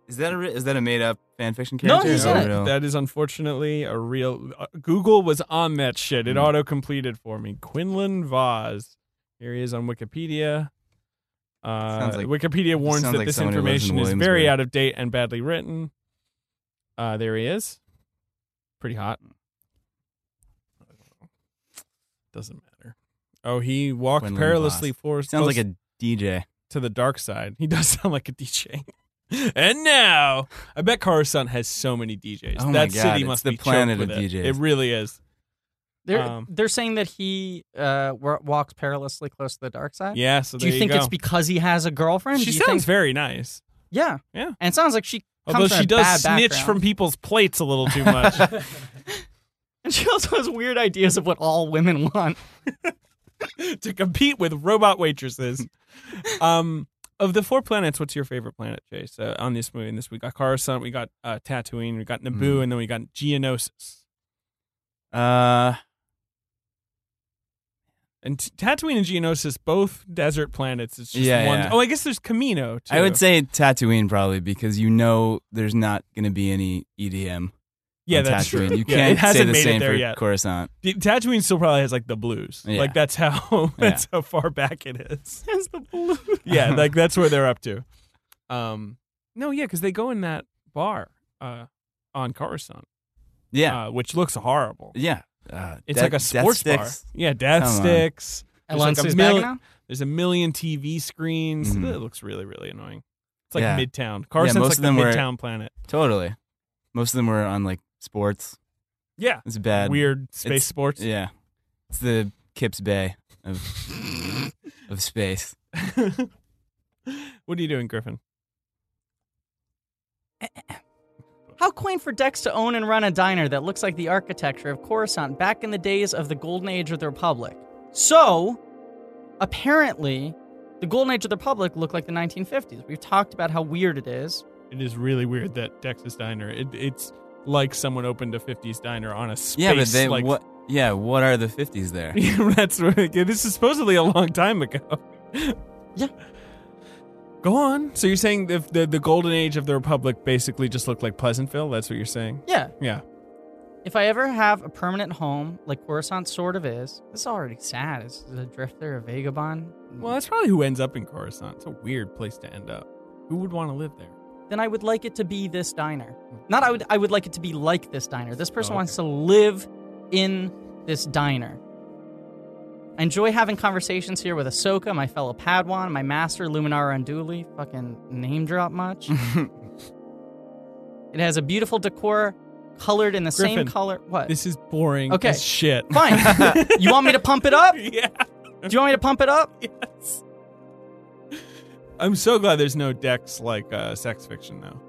Speaker 4: is that a re- is that a made up fan fiction
Speaker 1: No,
Speaker 4: character?
Speaker 1: he's in
Speaker 4: Oh,
Speaker 1: it.
Speaker 4: no.
Speaker 2: That is unfortunately a real. uh, Google was on that shit. It auto completed for me. Quinlan Vaz. Here he is on Wikipedia. Uh,
Speaker 4: Sounds like-
Speaker 2: Wikipedia warns
Speaker 4: sounds
Speaker 2: that
Speaker 4: like
Speaker 2: this
Speaker 4: someone who lives in
Speaker 2: information is very
Speaker 4: Williamsburg.
Speaker 2: out of date and badly written. Uh, there he is. Pretty hot. Doesn't matter. Oh, he walked
Speaker 4: Quinlan
Speaker 2: perilously
Speaker 4: Vaz.
Speaker 2: forward
Speaker 4: Sounds like a DJ.
Speaker 2: to the dark side. He does sound like a DJ. and now, I bet Coruscant has so many DJs.
Speaker 4: Oh my
Speaker 2: that
Speaker 4: God,
Speaker 2: city
Speaker 4: it's
Speaker 2: must
Speaker 4: the
Speaker 2: be choked
Speaker 4: planet of
Speaker 2: with it.
Speaker 4: DJs.
Speaker 2: It really is.
Speaker 1: They're,
Speaker 2: Um,
Speaker 1: they're saying that he uh, wa- walks perilously close to the dark side.
Speaker 2: Yeah. So
Speaker 1: Do you
Speaker 2: there
Speaker 1: think
Speaker 2: go.
Speaker 1: it's because he has a girlfriend?
Speaker 2: she
Speaker 1: Do you
Speaker 2: sounds
Speaker 1: think-
Speaker 2: very nice?
Speaker 1: yeah,
Speaker 2: Yeah.
Speaker 1: And it sounds like she comes
Speaker 2: Although
Speaker 1: from
Speaker 2: she
Speaker 1: a
Speaker 2: does
Speaker 1: bad
Speaker 2: snitch
Speaker 1: background.
Speaker 2: from people's plates a little too much.
Speaker 1: And she also has weird ideas of what all women want.
Speaker 2: to compete with robot waitresses. um, of the four planets, what's your favorite planet, Chase? Uh, on this movie, and this we got Coruscant, we got uh, Tatooine, we got
Speaker 4: Hmm.
Speaker 2: Naboo, and then we got Geonosis.
Speaker 4: Uh,
Speaker 2: And t- Tatooine and Geonosis, both desert planets. It's just
Speaker 4: Yeah,
Speaker 2: one.
Speaker 4: yeah.
Speaker 2: Oh, I guess there's Camino too.
Speaker 4: I would say Tatooine probably because you know there's not going to be any EDM.
Speaker 2: yeah,
Speaker 4: on
Speaker 2: that's
Speaker 4: Tatooine.
Speaker 2: true.
Speaker 4: You
Speaker 2: Yeah,
Speaker 4: can't
Speaker 2: it hasn't
Speaker 4: say the
Speaker 2: made
Speaker 4: same
Speaker 2: it there
Speaker 4: for
Speaker 2: yet.
Speaker 4: Coruscant.
Speaker 2: The- Tatooine still probably has like the blues.
Speaker 4: Yeah.
Speaker 2: Like that's how
Speaker 4: Yeah.
Speaker 2: that's how far back it is.
Speaker 1: Has the blue.
Speaker 2: yeah, like that's where they're up to. Um, no, yeah, because they go in that bar uh, on Coruscant,
Speaker 4: Yeah,
Speaker 2: uh, which looks horrible.
Speaker 4: yeah. Uh,
Speaker 2: It's
Speaker 4: Death-
Speaker 2: like a
Speaker 4: Death
Speaker 2: sports bar.
Speaker 4: Sticks.
Speaker 2: Yeah, Death
Speaker 4: Come on.
Speaker 2: Sticks. There's like
Speaker 1: Alonso's
Speaker 2: a
Speaker 1: back
Speaker 2: mil-
Speaker 1: now.
Speaker 2: There's a million TV screens.
Speaker 4: Mhm.
Speaker 2: It looks really really annoying. It's like
Speaker 4: Yeah.
Speaker 2: Midtown. Coruscant's
Speaker 4: most
Speaker 2: like
Speaker 4: of them
Speaker 2: the
Speaker 4: were-
Speaker 2: Midtown planet.
Speaker 4: Totally. Most of them were on like sports.
Speaker 2: Yeah,
Speaker 4: It's bad.
Speaker 2: weird space
Speaker 4: it's-
Speaker 2: sports.
Speaker 4: Yeah, it's the Kips Bay of of space.
Speaker 2: what are you doing, Griffin?
Speaker 1: How quaint for Dex to own and run a diner that looks like the architecture of Coruscant back in the days of the Golden Age of the Republic. So, apparently, the Golden Age of the Republic looked like the 1950s. We've talked about how weird it is.
Speaker 2: It is really weird that Texas Diner. It, it's like someone opened a '50s diner on a space.
Speaker 4: yeah, but they
Speaker 2: like,
Speaker 4: what? Yeah, what are the fifties there?
Speaker 2: that's right. This is supposedly a long time ago.
Speaker 1: Yeah.
Speaker 2: Go on. So you're saying the, the the golden age of the republic basically just looked like Pleasantville? That's what you're saying?
Speaker 1: Yeah,
Speaker 2: Yeah.
Speaker 1: if I ever have a permanent home, like Coruscant sort of is, this is already sad. This is a drifter, a vagabond.
Speaker 2: Well, that's probably who ends up in Coruscant. It's a weird place to end up. Who would want to live there?
Speaker 1: then I would like it to be this diner. Not I would I would like it to be like this diner. This person
Speaker 2: Oh,
Speaker 1: wants to live in this diner. I enjoy having conversations here with Ahsoka, my fellow Padawan, my master Luminara Unduli. Fucking name drop much. it has a beautiful decor, colored in the same
Speaker 2: Griffin,
Speaker 1: color. What?
Speaker 2: This is boring
Speaker 1: Okay.
Speaker 2: as shit.
Speaker 1: Fine. you want me to pump it up? Do
Speaker 2: yeah.
Speaker 1: you want me to pump it up?
Speaker 2: Yes. I'm so glad there's no decks like uh, sex fiction now.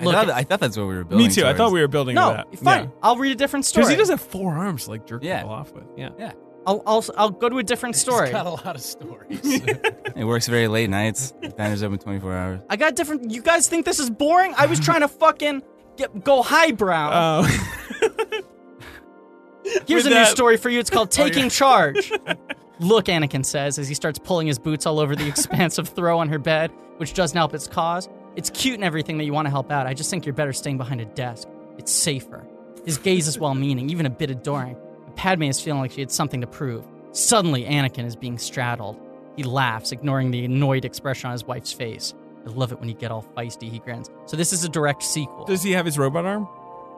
Speaker 4: I,
Speaker 1: Look,
Speaker 4: thought,
Speaker 1: it's-
Speaker 4: I thought that's what we were building.
Speaker 2: Me too. I thought we were building
Speaker 1: No,
Speaker 2: that.
Speaker 1: fine. I'll read a different story.
Speaker 2: Because he does have four arms like jerk
Speaker 4: Yeah.
Speaker 2: people off with. Yeah.
Speaker 1: I'll, I'll I'll go to a different story.
Speaker 3: He's got a lot of stories.
Speaker 4: It works very late nights. Diners open twenty four hours.
Speaker 1: I got different. You guys think this is boring? I was trying to fucking get, go highbrow.
Speaker 2: Oh.
Speaker 1: Here's a
Speaker 2: with
Speaker 1: new
Speaker 2: that- Oh,
Speaker 1: story for you. It's called Taking Charge. Look, Anakin says as he starts pulling his boots all over the expansive throw on her bed, which doesn't help its cause. It's cute and everything that you want to help out. I just think you're better staying behind a desk. It's safer. His gaze is well meaning, even a bit adoring. But Padme is feeling like she had something to prove. Suddenly, Anakin is being straddled. He laughs, ignoring the annoyed expression on his wife's face. I love it when you get all feisty, he grins. So, this is a direct sequel.
Speaker 2: Does he have his robot arm?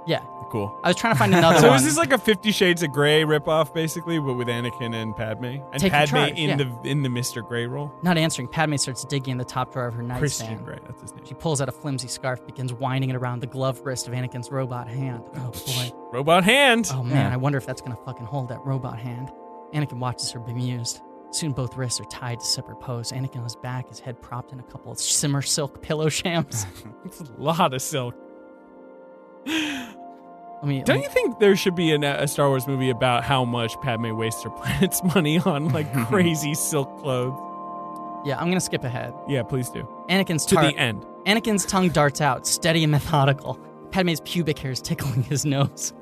Speaker 1: yeah.
Speaker 2: Cool.
Speaker 1: I was trying to find another
Speaker 2: So
Speaker 1: one.
Speaker 2: is this like a Fifty Shades of Grey ripoff, basically, but with Anakin and Padme, and
Speaker 1: Taking
Speaker 2: Padme
Speaker 1: charge,
Speaker 2: in
Speaker 1: yeah.
Speaker 2: the in the Mister Grey role?
Speaker 1: Not answering, Padme starts digging in the top drawer of her
Speaker 2: Christian
Speaker 1: nightstand.
Speaker 2: Grey, that's his name.
Speaker 1: She pulls out a flimsy scarf, begins winding it around the gloved wrist of Anakin's robot hand. Oh boy.
Speaker 2: Robot hand.
Speaker 1: Oh man,
Speaker 4: Yeah.
Speaker 1: I wonder if that's gonna fucking hold that robot hand. Anakin watches her bemused. Soon both wrists are tied to separate posts. Anakin on his back, his head propped in a couple of simmer silk pillow shams.
Speaker 2: It's a lot of silk.
Speaker 1: I mean,
Speaker 2: Don't you think there should be an, a Star Wars movie about how much Padme wastes her planet's money on like crazy silk clothes?
Speaker 1: yeah, I'm gonna skip ahead.
Speaker 2: Yeah, please do.
Speaker 1: Anakin's
Speaker 2: To
Speaker 1: tar-
Speaker 2: the end.
Speaker 1: Anakin's tongue darts out, steady and methodical. Padme's pubic hairs tickling his nose.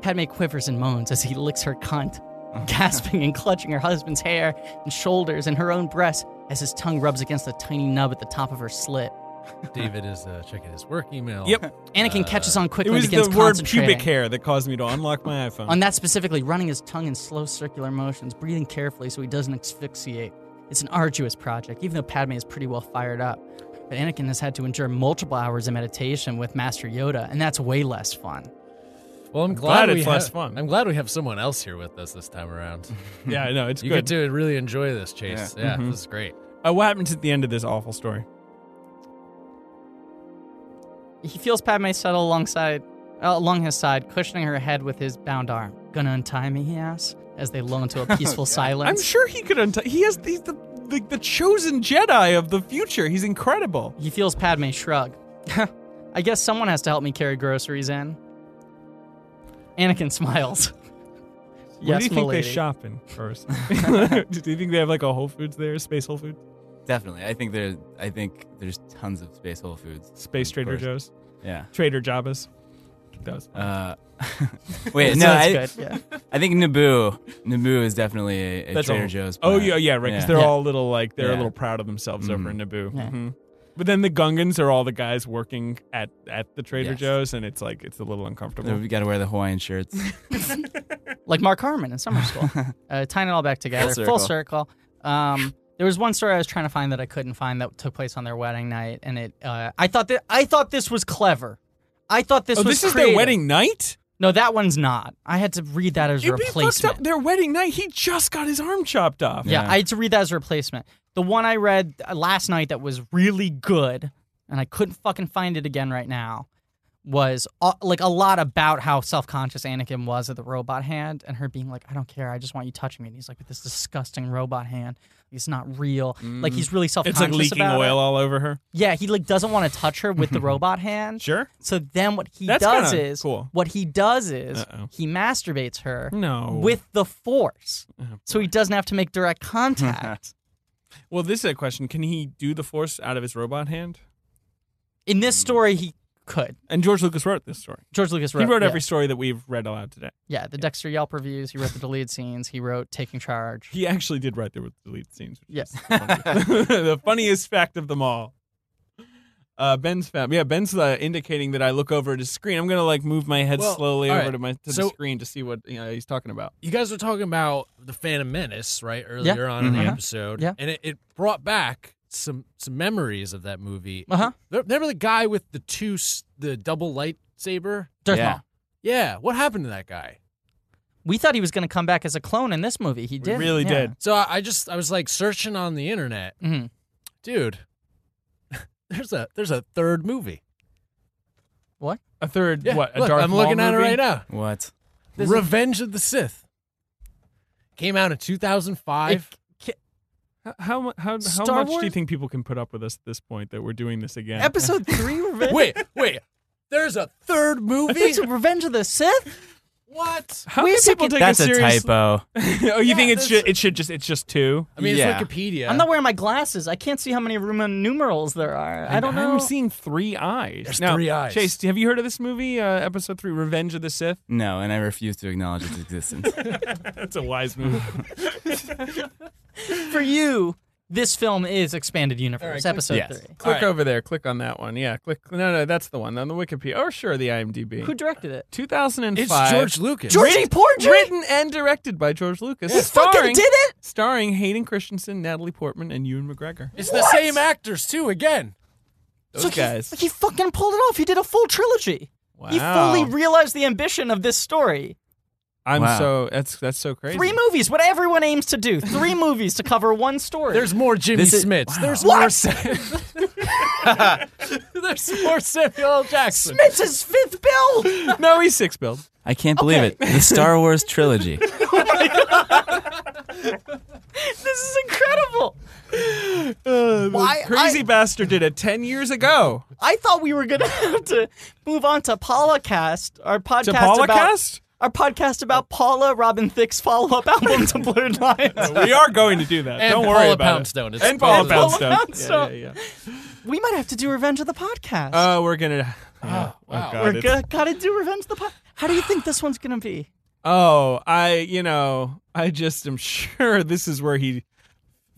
Speaker 1: Padme quivers and moans as he licks her cunt, gasping and clutching her husband's hair and shoulders and her own breast as his tongue rubs against the tiny nub at the top of her slit.
Speaker 3: David is uh, checking his work email.
Speaker 2: Yep.
Speaker 1: Anakin catches on
Speaker 2: Uh, It
Speaker 1: quickly
Speaker 2: was
Speaker 1: and begins
Speaker 2: the word
Speaker 1: concentrating.
Speaker 2: pubic hair that caused me to unlock my iPhone.
Speaker 1: On that specifically, running his tongue in slow circular motions, breathing carefully so he doesn't asphyxiate. It's an arduous project, even though Padme is pretty well fired up. But Anakin has had to endure multiple hours of meditation with Master Yoda, and that's way less fun.
Speaker 3: Well, I'm
Speaker 2: glad
Speaker 3: glad,
Speaker 2: it's
Speaker 3: we
Speaker 2: less
Speaker 3: have-
Speaker 2: fun.
Speaker 3: I'm glad we have someone else here with us this time around.
Speaker 2: yeah, I know it's
Speaker 3: you
Speaker 2: good.
Speaker 3: get to really enjoy this, Chase. Yeah, Mm-hmm. this is great.
Speaker 2: uh, what happens at the end of this awful story?
Speaker 1: He feels Padme settle alongside, uh, along his side, cushioning her head with his bound arm. Gonna untie me, he asks, as they lull into a peaceful silence.
Speaker 2: Oh, I'm sure he could untie. He has he's the, the the chosen Jedi of the future. He's incredible.
Speaker 1: He feels Padme shrug. I guess someone has to help me carry groceries in. Anakin smiles.
Speaker 2: Where
Speaker 1: yes,
Speaker 2: do you
Speaker 1: my
Speaker 2: think
Speaker 1: lady.
Speaker 2: they shop in first? do you think they have like a Whole Foods there, Space Whole Foods,
Speaker 4: Definitely. I think there. I think there's tons of space Whole Foods.
Speaker 2: Space
Speaker 4: Of
Speaker 2: Trader
Speaker 4: course.
Speaker 2: Joe's,
Speaker 4: Yeah.
Speaker 2: Trader Jabba's? That was fun.
Speaker 4: Uh, wait,
Speaker 1: So
Speaker 4: no,
Speaker 1: that's
Speaker 4: I,
Speaker 1: good. Yeah.
Speaker 4: I think Naboo. Naboo is definitely a, a
Speaker 2: That's
Speaker 4: Trader
Speaker 2: all.
Speaker 4: Joe's.
Speaker 2: Oh
Speaker 4: plant.
Speaker 2: yeah, yeah, right. Because
Speaker 4: Yeah.
Speaker 2: they're
Speaker 1: Yeah.
Speaker 2: all little like they're a
Speaker 4: Yeah. Mm-hmm.
Speaker 2: little proud of themselves over in Naboo.
Speaker 1: Yeah.
Speaker 2: Mhm. But then the Gungans are all the guys working at at the Trader
Speaker 4: Yes.
Speaker 2: Joe's, and it's like it's a little uncomfortable.
Speaker 4: We got to wear the Hawaiian shirts.
Speaker 1: like Mark Harmon in summer school. uh, tying it all back together,
Speaker 4: Full
Speaker 1: full circle. Um, there was one story I was trying to find that I couldn't find that took place on their wedding night, and it. Uh, I thought that I thought this was clever. I thought this
Speaker 2: oh,
Speaker 1: was
Speaker 2: this is
Speaker 1: creative.
Speaker 2: their wedding night.
Speaker 1: No, that one's not. I had to read that as a
Speaker 2: You'd be fucked up.
Speaker 1: replacement.
Speaker 2: Their wedding night. He just got his arm chopped off.
Speaker 1: Yeah,
Speaker 4: Yeah.
Speaker 1: I had to read that as a replacement. The one I read uh, last night that was really good, and I couldn't fucking find it again right now, was uh, like a lot about how self conscious Anakin was of the robot hand and her being like, I don't care. I just want you touching me. And he's like, with this disgusting robot hand. It's not real. Like, he's really self
Speaker 2: Mm. It's
Speaker 1: conscious.
Speaker 2: like leaking
Speaker 1: about
Speaker 2: oil
Speaker 1: It.
Speaker 2: all over her.
Speaker 1: Yeah, he like doesn't want to touch her with the robot hand.
Speaker 2: Sure.
Speaker 1: So then what he
Speaker 2: That's
Speaker 1: does
Speaker 2: kinda
Speaker 1: is
Speaker 2: cool.
Speaker 1: what he does is
Speaker 2: Uh-oh.
Speaker 1: he masturbates her
Speaker 2: No.
Speaker 1: with the force.
Speaker 2: Oh,
Speaker 1: so he doesn't have to make direct contact.
Speaker 2: well, this is a question. Can he do the force out of his robot hand?
Speaker 1: In this story he could.
Speaker 2: And George Lucas wrote this story.
Speaker 1: George Lucas
Speaker 2: Hmm. He
Speaker 1: wrote
Speaker 2: wrote
Speaker 1: yeah,
Speaker 2: every story that we've read aloud today.
Speaker 1: Yeah, the Dexter Yelp reviews, he wrote the deleted scenes, he wrote Taking Charge.
Speaker 2: He actually did write there with deleted scenes. which
Speaker 1: Yes.
Speaker 2: the funniest fact of them all. Uh, Ben's found. Yeah, Ben's uh, indicating that I look over at his screen. I'm gonna like move my head
Speaker 3: Well,
Speaker 2: slowly
Speaker 3: all
Speaker 2: over
Speaker 3: right.
Speaker 2: to my to the
Speaker 3: So-
Speaker 2: screen to see what you know, he's talking about.
Speaker 3: You guys were talking about the Phantom Menace, right? Earlier on in
Speaker 1: Mhm.
Speaker 3: the episode,
Speaker 1: Yeah.
Speaker 3: and it, it brought back some some memories of that movie.
Speaker 1: Uh-huh.
Speaker 3: Re- Remember the guy with the two s- the double lightsaber?
Speaker 1: Darth
Speaker 4: Yeah.
Speaker 1: Maul.
Speaker 3: Yeah, what happened to that guy?
Speaker 1: We thought he was gonna come back as a clone in this movie. He
Speaker 2: We
Speaker 1: did.
Speaker 2: really did.
Speaker 3: So I, I just I was like searching on the internet,
Speaker 1: Mhm.
Speaker 3: dude. There's a there's a third movie.
Speaker 2: A third,
Speaker 3: Yeah,
Speaker 2: what? A
Speaker 3: look,
Speaker 2: Darth
Speaker 3: I'm looking
Speaker 2: Maul
Speaker 3: at it
Speaker 2: movie?
Speaker 3: right now.
Speaker 4: What?
Speaker 3: Revenge of the Sith came out in 2005.
Speaker 2: How how, mu- how, how
Speaker 1: Star
Speaker 2: much
Speaker 1: Wars?
Speaker 2: do you think people can put up with us at this point that we're doing this again?
Speaker 1: Episode three Revenge
Speaker 3: wait, wait. There's a third movie.
Speaker 1: It's Revenge of the Sith?
Speaker 3: what?
Speaker 2: how
Speaker 1: Wait
Speaker 2: can
Speaker 1: a
Speaker 2: people
Speaker 1: second,
Speaker 2: take
Speaker 4: That's
Speaker 2: it
Speaker 4: a
Speaker 2: seriously?
Speaker 4: typo.
Speaker 2: oh, you think it's
Speaker 3: that's-
Speaker 2: ju- it should just it's just two?
Speaker 3: I mean,
Speaker 4: Yeah.
Speaker 3: it's Wikipedia.
Speaker 1: I'm not wearing my glasses. I can't see how many Roman numerals there are. I don't know.
Speaker 2: I'm seeing three eyes.
Speaker 3: There's
Speaker 2: Now,
Speaker 3: three eyes.
Speaker 2: Chase, have you heard of this movie? Uh, episode three, Revenge of the Sith.
Speaker 4: No, and I refuse to acknowledge its existence.
Speaker 2: That's a wise move.
Speaker 1: For you, this film is expanded universe
Speaker 2: All right,
Speaker 1: episode
Speaker 4: yes.
Speaker 1: three.
Speaker 2: Click
Speaker 3: All right.
Speaker 2: over there. Click on that one. Yeah. Click. No, no, that's the one on the Wikipedia. Oh, sure, the IMDb.
Speaker 1: Who directed it?
Speaker 2: 2005.
Speaker 3: It's George Lucas.
Speaker 1: George
Speaker 2: E.
Speaker 1: Porgy.
Speaker 2: Written and directed by George Lucas.
Speaker 1: He fucking
Speaker 2: starring,
Speaker 1: did it.
Speaker 2: starring Hayden Christensen, Natalie Portman, and Ewan McGregor.
Speaker 3: It's the same actors too. Again,
Speaker 2: Those
Speaker 1: so he-
Speaker 2: guys.
Speaker 1: He, fucking pulled it off. He did a full trilogy.
Speaker 2: wow.
Speaker 1: He fully realized the ambition of this story.
Speaker 2: I'm
Speaker 4: Wow.
Speaker 2: so that's that's so crazy.
Speaker 1: Three movies, what everyone aims to do. Three movies to cover one story.
Speaker 3: there's more Jimmy
Speaker 4: This is-
Speaker 3: Smits. There's
Speaker 1: What?
Speaker 3: more. Sam- there's more Samuel L. Jackson.
Speaker 1: it's his fifth build.
Speaker 2: no, he's six build.
Speaker 4: I can't believe
Speaker 1: Okay.
Speaker 4: it. The Star Wars trilogy.
Speaker 1: This is incredible. Why-
Speaker 2: Uh, Crazy
Speaker 1: I-
Speaker 2: bastard did it ten years ago.
Speaker 1: I thought we were gonna have to move on to Paulacast, our podcast
Speaker 2: To
Speaker 1: about
Speaker 2: Polacast?
Speaker 1: our podcast about Paula Robin Thicke's follow up album to Blue Lions.
Speaker 2: we are going to do that.
Speaker 3: And
Speaker 2: Don't worry
Speaker 3: Paula
Speaker 2: about
Speaker 3: Poundstone.
Speaker 2: it.
Speaker 3: It's
Speaker 2: and Paula
Speaker 3: Paula
Speaker 2: Poundstone.
Speaker 1: Poundstone.
Speaker 2: Yeah, yeah, yeah.
Speaker 1: we might have to do Revenge of the Podcast.
Speaker 2: Oh, we're gonna. yeah. Oh,
Speaker 3: wow.
Speaker 2: God,
Speaker 1: we're
Speaker 2: it's-
Speaker 1: go- gotta do Revenge of the Podcast. How do you think this one's gonna be?
Speaker 2: Oh, I, you know, I just am sure this is where he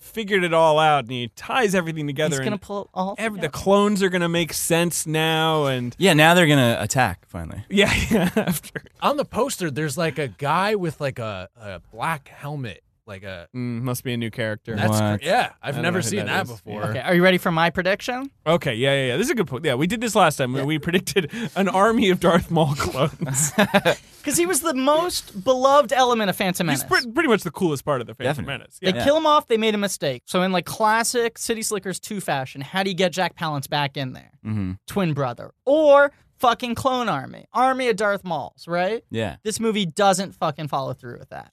Speaker 2: figured it all out and he ties everything together.
Speaker 1: He's gonna
Speaker 2: and
Speaker 1: pull it all.
Speaker 2: ev- the
Speaker 1: together.
Speaker 2: clones are going to make sense now. And
Speaker 4: Yeah, now they're gonna attack finally.
Speaker 2: yeah, yeah. After.
Speaker 3: On the poster, there's like a guy with like a, a black helmet, like a.
Speaker 2: Mm, must be a new character.
Speaker 3: That's
Speaker 4: What?
Speaker 3: cr- yeah. I've
Speaker 2: don't know
Speaker 3: never
Speaker 2: who
Speaker 3: seen
Speaker 2: that
Speaker 3: that,
Speaker 2: is.
Speaker 3: before.
Speaker 1: Okay, are you ready for my prediction?
Speaker 2: okay, yeah, yeah, yeah. This is a good point. Yeah, we did this last time. We- We predicted an army of Darth Maul clones.
Speaker 1: Because he was the most beloved element of Phantom
Speaker 2: He's
Speaker 1: Menace.
Speaker 2: pre- pretty much the coolest part of the Phantom
Speaker 4: Definitely.
Speaker 2: Menace.
Speaker 1: They
Speaker 2: Yeah.
Speaker 1: kill him off. They made a mistake. So in like classic City Slickers two fashion, how do you get Jack Palance back in there?
Speaker 2: Mm-hmm.
Speaker 4: hmm
Speaker 1: Twin brother or fucking clone army, army of Darth Mauls, right?
Speaker 4: Yeah.
Speaker 1: This movie doesn't fucking follow through with that.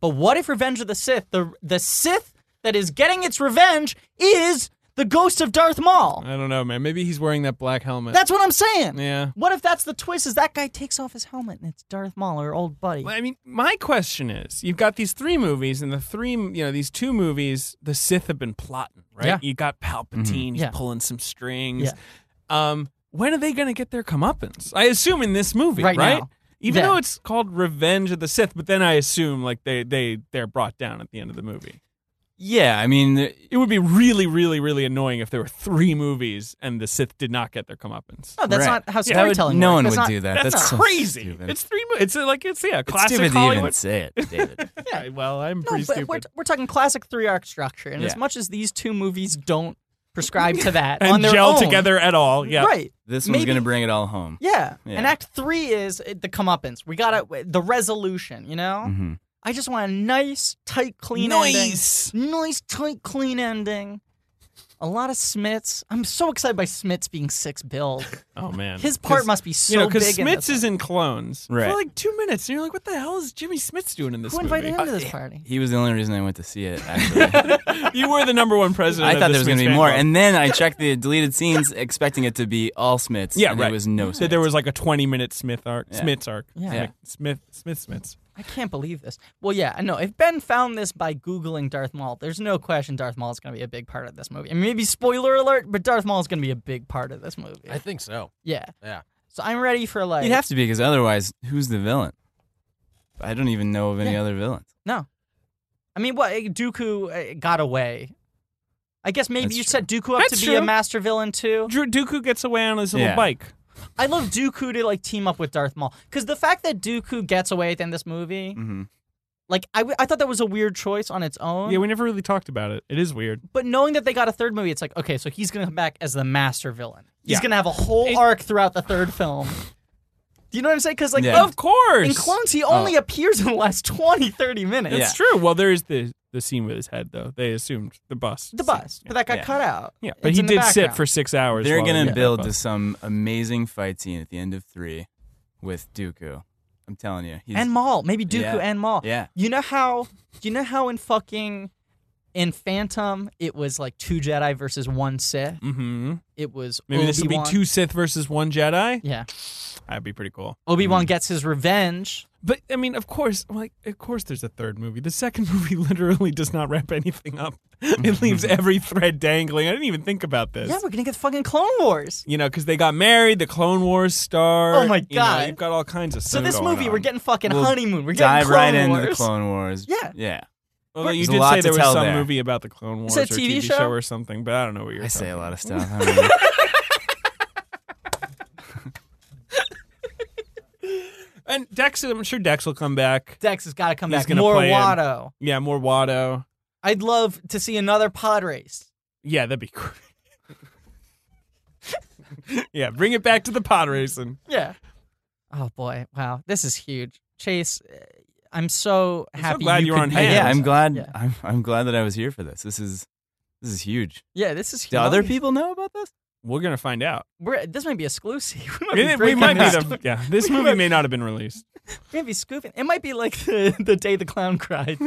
Speaker 1: But what if Revenge of the Sith, the the Sith that is getting its revenge, is the ghost of Darth Maul?
Speaker 2: I don't know, man. Maybe he's wearing that black helmet.
Speaker 1: That's what I'm saying.
Speaker 2: yeah.
Speaker 1: What if that's the twist? Is that guy takes off his helmet and it's Darth Maul, our old buddy?
Speaker 2: Well, I mean, my question is: you've got these three movies, and the three, you know, these two movies, the Sith have been plotting, right?
Speaker 1: Yeah.
Speaker 2: You got Palpatine, he's
Speaker 1: Yeah.
Speaker 2: pulling some strings.
Speaker 1: Yeah.
Speaker 2: Um, when are they going to get their comeuppance? I assume in this movie,
Speaker 1: Right
Speaker 2: right?
Speaker 1: now.
Speaker 2: Even
Speaker 1: Yeah.
Speaker 2: though it's called Revenge of the Sith, but then I assume like they they they're brought down at the end of the movie.
Speaker 4: Yeah, I mean, th-
Speaker 2: It would be really, really, really annoying if there were three movies and the Sith did not get their comeuppance.
Speaker 1: No, that's
Speaker 4: Right.
Speaker 1: not how
Speaker 4: that would-
Speaker 1: storytelling works.
Speaker 4: no one
Speaker 1: Oh, That's
Speaker 4: would
Speaker 1: not-
Speaker 4: do that.
Speaker 2: That's,
Speaker 4: That's, so
Speaker 2: crazy.
Speaker 4: stupid.
Speaker 2: It's three. mo- It's uh, like it's yeah,
Speaker 4: It's
Speaker 2: classic
Speaker 4: stupid to even
Speaker 2: Hollywood.
Speaker 4: say it, David.
Speaker 2: Yeah, well, I'm
Speaker 1: No,
Speaker 2: pretty
Speaker 1: but
Speaker 2: stupid.
Speaker 1: we're, we're talking classic three arc structure, and as
Speaker 4: Yeah.
Speaker 1: much as these two movies don't prescribe to that
Speaker 2: and
Speaker 1: on their
Speaker 2: gel
Speaker 1: own,
Speaker 2: together at all. Yeah.
Speaker 1: right?
Speaker 4: this
Speaker 1: Maybe-
Speaker 4: one's gonna bring it all home.
Speaker 1: Yeah.
Speaker 4: Yeah.
Speaker 1: and Act Three is uh, the comeuppance. We got to the resolution. You know,
Speaker 4: Mhm.
Speaker 1: I just want a nice, tight, clean
Speaker 4: Nice.
Speaker 1: ending. Nice, tight, clean ending. A lot of Smits. I'm so excited by Smits being six build.
Speaker 2: Oh man.
Speaker 1: His part
Speaker 2: 'Cause,
Speaker 1: must be so
Speaker 2: you know,
Speaker 1: big.
Speaker 2: because
Speaker 1: in
Speaker 2: Smits
Speaker 1: this
Speaker 2: is
Speaker 1: one.
Speaker 2: in Clones
Speaker 4: Right.
Speaker 2: for like two minutes, and you're like, "What the hell is Jimmy Smits doing in this
Speaker 1: Who
Speaker 2: movie?"
Speaker 1: invited him to
Speaker 4: Uh,
Speaker 1: this party?
Speaker 4: He was the only reason I went to see it. Actually,
Speaker 2: you were the number one president.
Speaker 4: I
Speaker 2: of
Speaker 4: thought
Speaker 2: the
Speaker 4: there was gonna
Speaker 2: Smits
Speaker 4: be
Speaker 2: fan
Speaker 4: more,
Speaker 2: club.
Speaker 4: and then I checked the deleted scenes, expecting it to be all Smiths.
Speaker 2: yeah,
Speaker 4: and
Speaker 2: right.
Speaker 4: There was no.
Speaker 2: That
Speaker 4: Smiths.
Speaker 2: there was like a 20 minute Smith arc.
Speaker 4: Yeah.
Speaker 2: Smits arc.
Speaker 1: Yeah.
Speaker 4: Yeah.
Speaker 2: Smith. Smith. Smits.
Speaker 1: I can't believe this. Well, yeah, I know. If Ben found this by Googling Darth Maul, there's no question Darth Maul is going to be a big part of this movie. And maybe spoiler alert, but Darth Maul is going to be a big part of this movie.
Speaker 3: I think so.
Speaker 1: yeah.
Speaker 3: Yeah.
Speaker 1: So I'm ready for like.
Speaker 4: You'd have to be because otherwise, who's the villain? I don't even know of any
Speaker 1: Yeah.
Speaker 4: other villains.
Speaker 1: I mean, what? Dooku uh, got away. I guess maybe
Speaker 4: That's
Speaker 1: you
Speaker 4: true.
Speaker 1: set Dooku up
Speaker 2: That's
Speaker 1: to be a
Speaker 2: true.
Speaker 1: master villain too.
Speaker 2: Drew Dooku gets away on his little
Speaker 4: Yeah.
Speaker 2: bike.
Speaker 1: I love Dooku to like team up with Darth Maul because the fact that Dooku gets away at the end of this movie,
Speaker 4: Mm-hmm.
Speaker 1: like I, w- I thought that was a weird choice on its own.
Speaker 2: Yeah, we never really talked about it. It is weird.
Speaker 1: But knowing that they got a third movie, it's like, okay, so he's going to come back as the master villain. He's
Speaker 2: Yeah.
Speaker 1: going to have a whole
Speaker 2: It-
Speaker 1: arc throughout the third film. Do you know what I'm saying? Because, like,
Speaker 4: Yeah.
Speaker 1: of-
Speaker 2: Of course.
Speaker 1: in Clones, he
Speaker 2: Oh.
Speaker 1: only appears in the last 20, 30 minutes.
Speaker 2: It's true. Well, there is the the scene with his head though. They assumed the bust.
Speaker 1: The
Speaker 2: scene.
Speaker 1: bus, but that got
Speaker 4: Yeah.
Speaker 1: cut out.
Speaker 2: Yeah, but
Speaker 1: It's
Speaker 2: he
Speaker 1: in the
Speaker 2: did sit
Speaker 1: background.
Speaker 2: for six hours.
Speaker 4: They're
Speaker 2: while they
Speaker 4: gonna
Speaker 2: did that
Speaker 4: build
Speaker 2: bus.
Speaker 4: to some amazing fight scene at the end of three with Dooku. I'm telling you, he's
Speaker 1: and Maul, maybe Dooku
Speaker 4: Yeah.
Speaker 1: and Maul.
Speaker 4: yeah.
Speaker 1: You know how? You know how in fucking in Phantom it was like two Jedi versus one Sith.
Speaker 2: Mm-hmm.
Speaker 1: It was
Speaker 2: Maybe this would be
Speaker 1: Obi-Wan-
Speaker 2: two Sith versus one Jedi.
Speaker 1: Yeah,
Speaker 2: That'd be pretty cool.
Speaker 1: Obi Wan gets his revenge.
Speaker 2: But I mean, of course, like of course, there's a third movie. The second movie literally does not wrap anything up. it leaves every thread dangling. I didn't even think about this.
Speaker 1: Yeah, we're gonna get fucking Clone Wars.
Speaker 2: you know, because they got married, the Clone Wars star.
Speaker 1: Oh my
Speaker 2: you know,
Speaker 1: God.
Speaker 2: you've got all kinds of
Speaker 1: So
Speaker 2: stuff
Speaker 1: this
Speaker 2: going
Speaker 1: movie,
Speaker 2: on.
Speaker 1: we're getting fucking
Speaker 4: We'll
Speaker 1: honeymoon. We're getting
Speaker 4: dive
Speaker 1: Clone
Speaker 4: right
Speaker 1: Wars.
Speaker 4: into the Clone Wars.
Speaker 1: Yeah.
Speaker 4: yeah.
Speaker 2: Although you
Speaker 4: There's a
Speaker 2: did
Speaker 4: lot
Speaker 2: say
Speaker 4: to
Speaker 2: there was
Speaker 4: tell
Speaker 2: some
Speaker 4: there.
Speaker 2: movie about the Clone Wars
Speaker 1: Is it
Speaker 2: or
Speaker 1: a TV
Speaker 2: show?
Speaker 1: show?
Speaker 2: or something, but I don't know what you're.
Speaker 4: I say a
Speaker 2: talking
Speaker 4: lot
Speaker 2: about.
Speaker 4: of stuff. I don't know.
Speaker 2: And Dex, I'm sure Dex will come back.
Speaker 1: Dex has got to come
Speaker 2: He's
Speaker 1: back.
Speaker 2: gonna
Speaker 1: More
Speaker 2: play him.
Speaker 1: Watto.
Speaker 2: Yeah, more Watto.
Speaker 1: I'd love to see another pod race.
Speaker 2: Yeah, that'd be great. yeah, bring it back to the pod racing.
Speaker 1: Yeah. Oh boy! Wow, this is huge, Chase. uh, I'm so
Speaker 2: so
Speaker 1: happy.
Speaker 2: glad you were
Speaker 1: could
Speaker 2: on
Speaker 1: be
Speaker 2: hand.
Speaker 1: here.
Speaker 4: yeah, I'm glad.
Speaker 1: Yeah.
Speaker 4: I'm, I'm glad that I was here for this. This is this is huge.
Speaker 1: Yeah, this is huge.
Speaker 4: Do other people know about this?
Speaker 2: We're gonna find out.
Speaker 1: We're, this might be exclusive. We might
Speaker 2: We,
Speaker 1: be, breaking
Speaker 2: might be
Speaker 1: this
Speaker 2: the. Yeah, this
Speaker 1: We
Speaker 2: movie
Speaker 1: might-
Speaker 2: may not have been released.
Speaker 1: We might be scooping. It might be like the, the day the clown cried.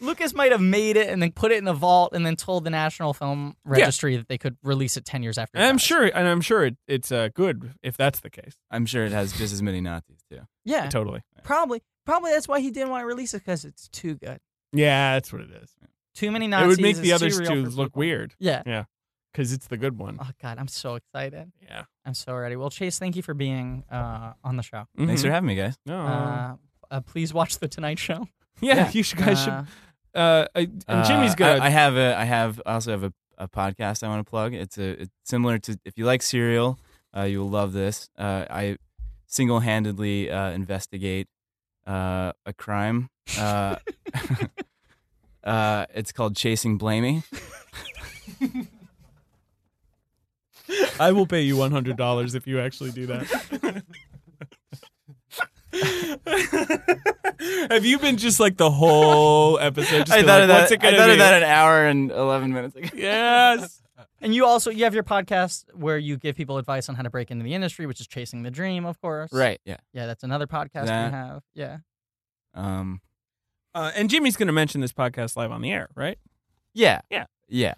Speaker 1: Lucas might have made it and then put it in the vault and then told the National Film Registry that they could release it ten years after.
Speaker 2: And
Speaker 1: he
Speaker 2: I'm
Speaker 1: died.
Speaker 2: sure, and I'm sure it, it's uh, good if that's the case.
Speaker 4: I'm sure it has just as many Nazis too.
Speaker 1: Yeah,
Speaker 2: Totally.
Speaker 1: probably. Probably that's why he didn't want to release it because it's too good.
Speaker 2: Yeah, that's what it is.
Speaker 1: Too many Nazis.
Speaker 2: it would make
Speaker 1: is
Speaker 2: the
Speaker 1: too
Speaker 2: others
Speaker 1: real
Speaker 2: two
Speaker 1: for
Speaker 2: look
Speaker 1: people.
Speaker 2: weird
Speaker 1: Yeah.
Speaker 2: because it's the good one.
Speaker 1: Oh God, I'm so excited.
Speaker 2: Yeah.
Speaker 1: I'm so ready. Well, Chase, thank you for being uh, on the show.
Speaker 4: Thanks
Speaker 2: Mhm.
Speaker 4: for having me, guys.
Speaker 2: No.
Speaker 1: Uh, uh, please watch the Tonight Show.
Speaker 2: yeah,
Speaker 4: yeah.
Speaker 2: you should, guys
Speaker 1: Uh,
Speaker 2: should. Uh, I- and Jimmy's
Speaker 4: Uh,
Speaker 2: gonna.
Speaker 4: I, I have a. I have. I also have a, a podcast I want to plug. It's a it's similar to if you like Serial, uh, you will love this. Uh, I single handedly uh, investigate uh, a crime. Uh, uh, it's called Chasing Blamey.
Speaker 2: I, will pay you one hundred dollars if you actually do that. have you been just like the whole episode? Just
Speaker 4: I
Speaker 2: been
Speaker 4: thought
Speaker 2: like,
Speaker 4: of that.
Speaker 2: What's it
Speaker 4: I
Speaker 2: gonna
Speaker 4: thought
Speaker 2: be?
Speaker 4: of that an hour and eleven minutes ago.
Speaker 2: Yes.
Speaker 1: and you also you have your podcast where you give people advice on how to break into the industry, which is Chasing the Dream, of course.
Speaker 4: Right. Yeah.
Speaker 1: Yeah, that's another podcast
Speaker 4: That.
Speaker 1: we have. Yeah.
Speaker 4: Um,
Speaker 2: Uh, and Jimmy's gonna mention this podcast live on the air, right?
Speaker 4: Yeah.
Speaker 2: Yeah.
Speaker 4: Yeah.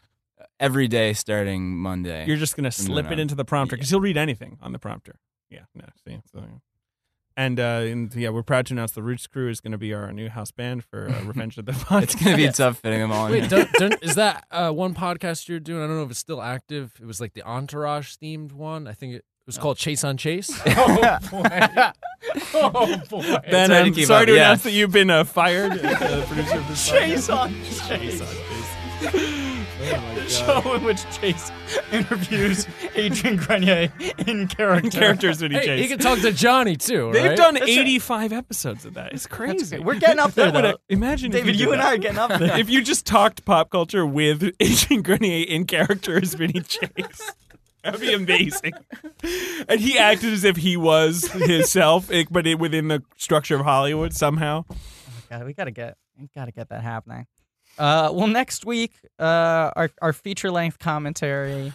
Speaker 4: Every day starting Monday.
Speaker 2: You're just gonna
Speaker 4: No,
Speaker 2: slip it
Speaker 4: no.
Speaker 2: into the prompter because he'll read anything on the prompter. Yeah, no, see, so, yeah. and uh, and yeah, we're proud to announce the Roots Crew is gonna be our new house band for uh, Revenge of the
Speaker 4: it's
Speaker 2: Podcast.
Speaker 4: going to be
Speaker 1: Yeah.
Speaker 4: tough fitting them all in.
Speaker 3: Wait,
Speaker 4: here.
Speaker 3: don't, don't, is that uh, one podcast you're doing? I don't know if it's still active. It was like the Entourage themed one. I think it was called Chase on Chase.
Speaker 4: Oh,
Speaker 3: boy! Oh boy!
Speaker 2: Ben,
Speaker 4: hard to
Speaker 2: I'm
Speaker 4: keep
Speaker 2: sorry
Speaker 4: up,
Speaker 2: to
Speaker 4: yeah.
Speaker 2: announce that you've been uh, fired. as the producer of this
Speaker 1: Chase
Speaker 2: podcast.
Speaker 1: on Chase.
Speaker 2: Oh my God.
Speaker 1: Show in which Chase interviews Adrian Grenier in character.
Speaker 2: Characters that he
Speaker 3: hey, he
Speaker 2: chased.
Speaker 3: can talk to Johnny too.
Speaker 2: They've
Speaker 3: right?
Speaker 2: done
Speaker 1: That's right.
Speaker 2: 85 episodes of that. It's crazy.
Speaker 1: We're getting up there,
Speaker 2: That would-
Speaker 1: though.
Speaker 2: Imagine if
Speaker 1: David,
Speaker 2: you, did
Speaker 1: you and
Speaker 2: that.
Speaker 1: I are getting up there.
Speaker 2: if you just talked pop culture with Agent Grenier in character as Vinny Chase. That'd be amazing. And he acted as if he was himself, eh, but it, within the structure of Hollywood somehow.
Speaker 1: God, we gotta get we gotta get that happening. Uh, well, next week, uh, our our feature length commentary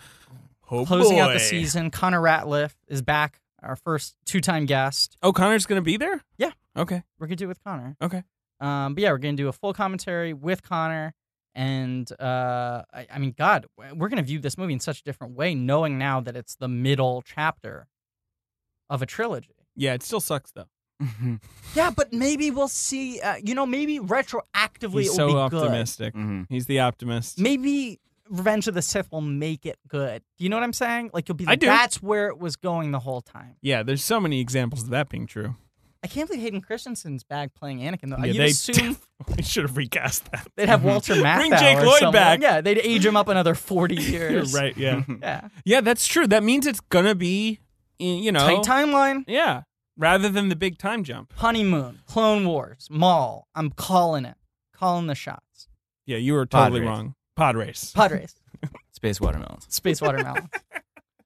Speaker 2: Oh,
Speaker 1: closing out
Speaker 2: boy.
Speaker 1: the season. Connor Ratliff is back, our first two time guest.
Speaker 2: Oh, Connor's going to be there?
Speaker 1: Yeah.
Speaker 2: Okay.
Speaker 1: We're gonna do it with Connor.
Speaker 2: Okay.
Speaker 1: Um, but yeah, we're gonna do a full commentary with Connor, and uh, I, I mean, God, we're gonna view this movie in such a different way, knowing now that it's the middle chapter of a trilogy.
Speaker 2: Yeah, it still sucks, though.
Speaker 4: Mhm.
Speaker 1: Yeah, but maybe we'll see. Uh, you know, maybe retroactively
Speaker 2: He's
Speaker 1: it will
Speaker 2: so
Speaker 1: be good.
Speaker 2: optimistic.
Speaker 4: Mhm.
Speaker 2: He's the optimist.
Speaker 1: maybe Revenge of the Sith will make it good. Do you know what I'm saying? Like you'll be
Speaker 2: I
Speaker 1: like,
Speaker 2: do.
Speaker 1: that's where it was going the whole time.
Speaker 2: Yeah, there's so many examples of that being true.
Speaker 1: I can't believe Hayden Christensen's back playing Anakin though.
Speaker 2: Yeah,
Speaker 1: You'd
Speaker 2: they
Speaker 1: assume
Speaker 2: We should have recast that.
Speaker 1: they'd have Walter Matthau.
Speaker 2: Bring Jake
Speaker 1: or
Speaker 2: Lloyd
Speaker 1: someone.
Speaker 2: back.
Speaker 1: Yeah, they'd age him up another forty
Speaker 2: You're
Speaker 1: years.
Speaker 2: right. Yeah.
Speaker 1: Yeah.
Speaker 2: yeah, that's true. That means it's gonna be, y- you know,
Speaker 1: Tight timeline.
Speaker 2: yeah, rather than the big time jump.
Speaker 1: Honeymoon. Clone Wars. Maul. I'm calling it. Calling the shots.
Speaker 2: Yeah, you were
Speaker 4: Pod
Speaker 2: totally
Speaker 4: race.
Speaker 2: wrong. Pod race.
Speaker 1: Padres.
Speaker 4: Space watermelons.
Speaker 1: Space watermelon.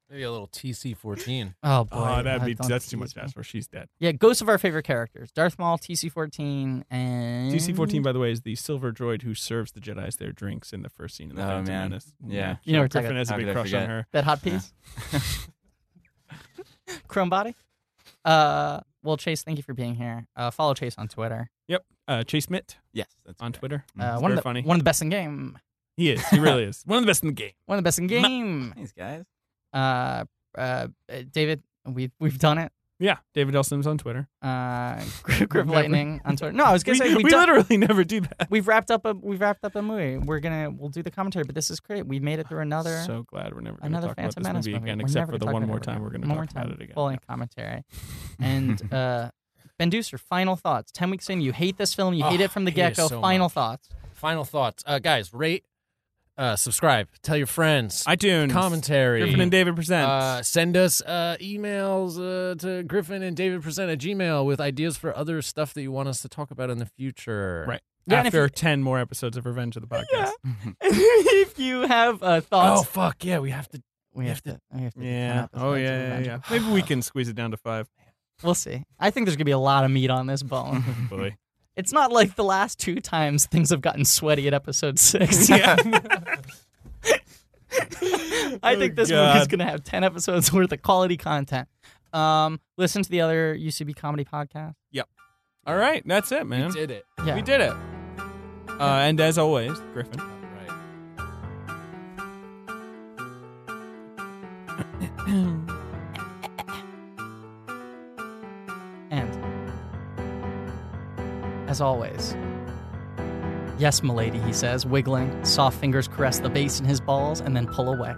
Speaker 3: Maybe a little TC14.
Speaker 1: Oh boy.
Speaker 2: Oh, that'd
Speaker 1: I
Speaker 2: be
Speaker 1: don't
Speaker 2: that's too much
Speaker 1: tease
Speaker 2: to
Speaker 1: me.
Speaker 2: ask for. She's dead.
Speaker 1: Yeah, ghosts of our favorite characters. Darth Maul, TC fourteen and
Speaker 2: DC fourteen, by the way, is the silver droid who serves the Jedi's their drinks in the first scene of the
Speaker 4: Oh,
Speaker 2: Phantom
Speaker 4: man.
Speaker 2: Menace.
Speaker 4: Yeah.
Speaker 1: You know what we're
Speaker 2: Griffin
Speaker 1: talking-
Speaker 2: has a
Speaker 4: How
Speaker 2: big
Speaker 4: could I
Speaker 2: crush on
Speaker 4: forget?
Speaker 2: her.
Speaker 1: That hot piece? Chrome body? Uh, well, Chase, thank you for being here. Uh, follow Chase on Twitter.
Speaker 2: Yep, uh, Chase Mitt
Speaker 4: Yes. That's
Speaker 2: on
Speaker 4: correct.
Speaker 2: Twitter.
Speaker 1: Uh,
Speaker 2: Mm, It's
Speaker 1: one, of
Speaker 2: very
Speaker 1: the,
Speaker 2: funny.
Speaker 1: one of the best in game.
Speaker 2: He is. He really is. One of the best in the game.
Speaker 1: One of the best in game.
Speaker 4: Thanks, guys.
Speaker 1: Uh, uh, David, we've we've done it.
Speaker 2: Yeah, David L. Sims on Twitter.
Speaker 1: Uh, Grip, Grip
Speaker 2: Never.
Speaker 1: Lightning on Twitter. No, I was gonna
Speaker 2: We,
Speaker 1: say
Speaker 2: we
Speaker 1: we've, done,
Speaker 2: literally never do that.
Speaker 1: we've wrapped up a we've wrapped up a movie. We're gonna we'll do the commentary, but this is great. We've made it through another
Speaker 2: so glad we're never going to
Speaker 1: another
Speaker 2: talk about
Speaker 1: Phantom
Speaker 2: this
Speaker 1: Menace
Speaker 2: movie
Speaker 1: movie.
Speaker 2: again,
Speaker 1: We're
Speaker 2: except
Speaker 1: never
Speaker 2: for the
Speaker 1: gonna talk
Speaker 2: one
Speaker 1: about
Speaker 2: more
Speaker 1: it ever
Speaker 2: time we're
Speaker 1: again.
Speaker 2: going to
Speaker 1: one more
Speaker 2: talk
Speaker 1: time
Speaker 2: about it again.
Speaker 1: full in commentary, and uh, Ben Deucer, final thoughts. Ten weeks in, you hate this film. You hate
Speaker 3: Oh,
Speaker 1: it from the
Speaker 3: I hate
Speaker 1: get
Speaker 3: it
Speaker 1: go.
Speaker 3: so
Speaker 1: final
Speaker 3: much.
Speaker 1: thoughts.
Speaker 3: Final thoughts, uh, guys. Rate, uh, subscribe, tell your friends.
Speaker 2: iTunes.
Speaker 3: commentary.
Speaker 2: Griffin and David present.
Speaker 3: Uh, send us uh, emails uh, to Griffin and David Present at Gmail with ideas for other stuff that you want us to talk about in the future.
Speaker 2: Right.
Speaker 1: Yeah, and if
Speaker 2: After
Speaker 1: you-
Speaker 2: ten more episodes of Revenge of the Podcast.
Speaker 1: if you have uh,
Speaker 3: Oh
Speaker 1: thoughts,
Speaker 3: fuck yeah, we have to.
Speaker 1: we have to. We have to do 10
Speaker 2: Yeah.
Speaker 1: episodes
Speaker 2: Oh
Speaker 1: of
Speaker 2: yeah, yeah,
Speaker 1: Revenge.
Speaker 2: yeah. Maybe we can squeeze it down to five.
Speaker 1: We'll see. I think there's gonna be a lot of meat on this bone.
Speaker 2: Boy.
Speaker 1: it's not like the last two times things have gotten sweaty at episode six.
Speaker 2: yeah.
Speaker 1: I
Speaker 2: Oh,
Speaker 1: think this movie's
Speaker 2: God.
Speaker 1: going to have 10 episodes worth of quality content. Um, listen to the other UCB comedy podcast.
Speaker 2: All right, that's it, man.
Speaker 3: We did it.
Speaker 1: Yeah.
Speaker 2: We did it. Uh, and as always, Griffin.
Speaker 3: Right.
Speaker 1: And as always, yes, milady, he says, wiggling. Soft fingers caress the bass in his balls and then pull away.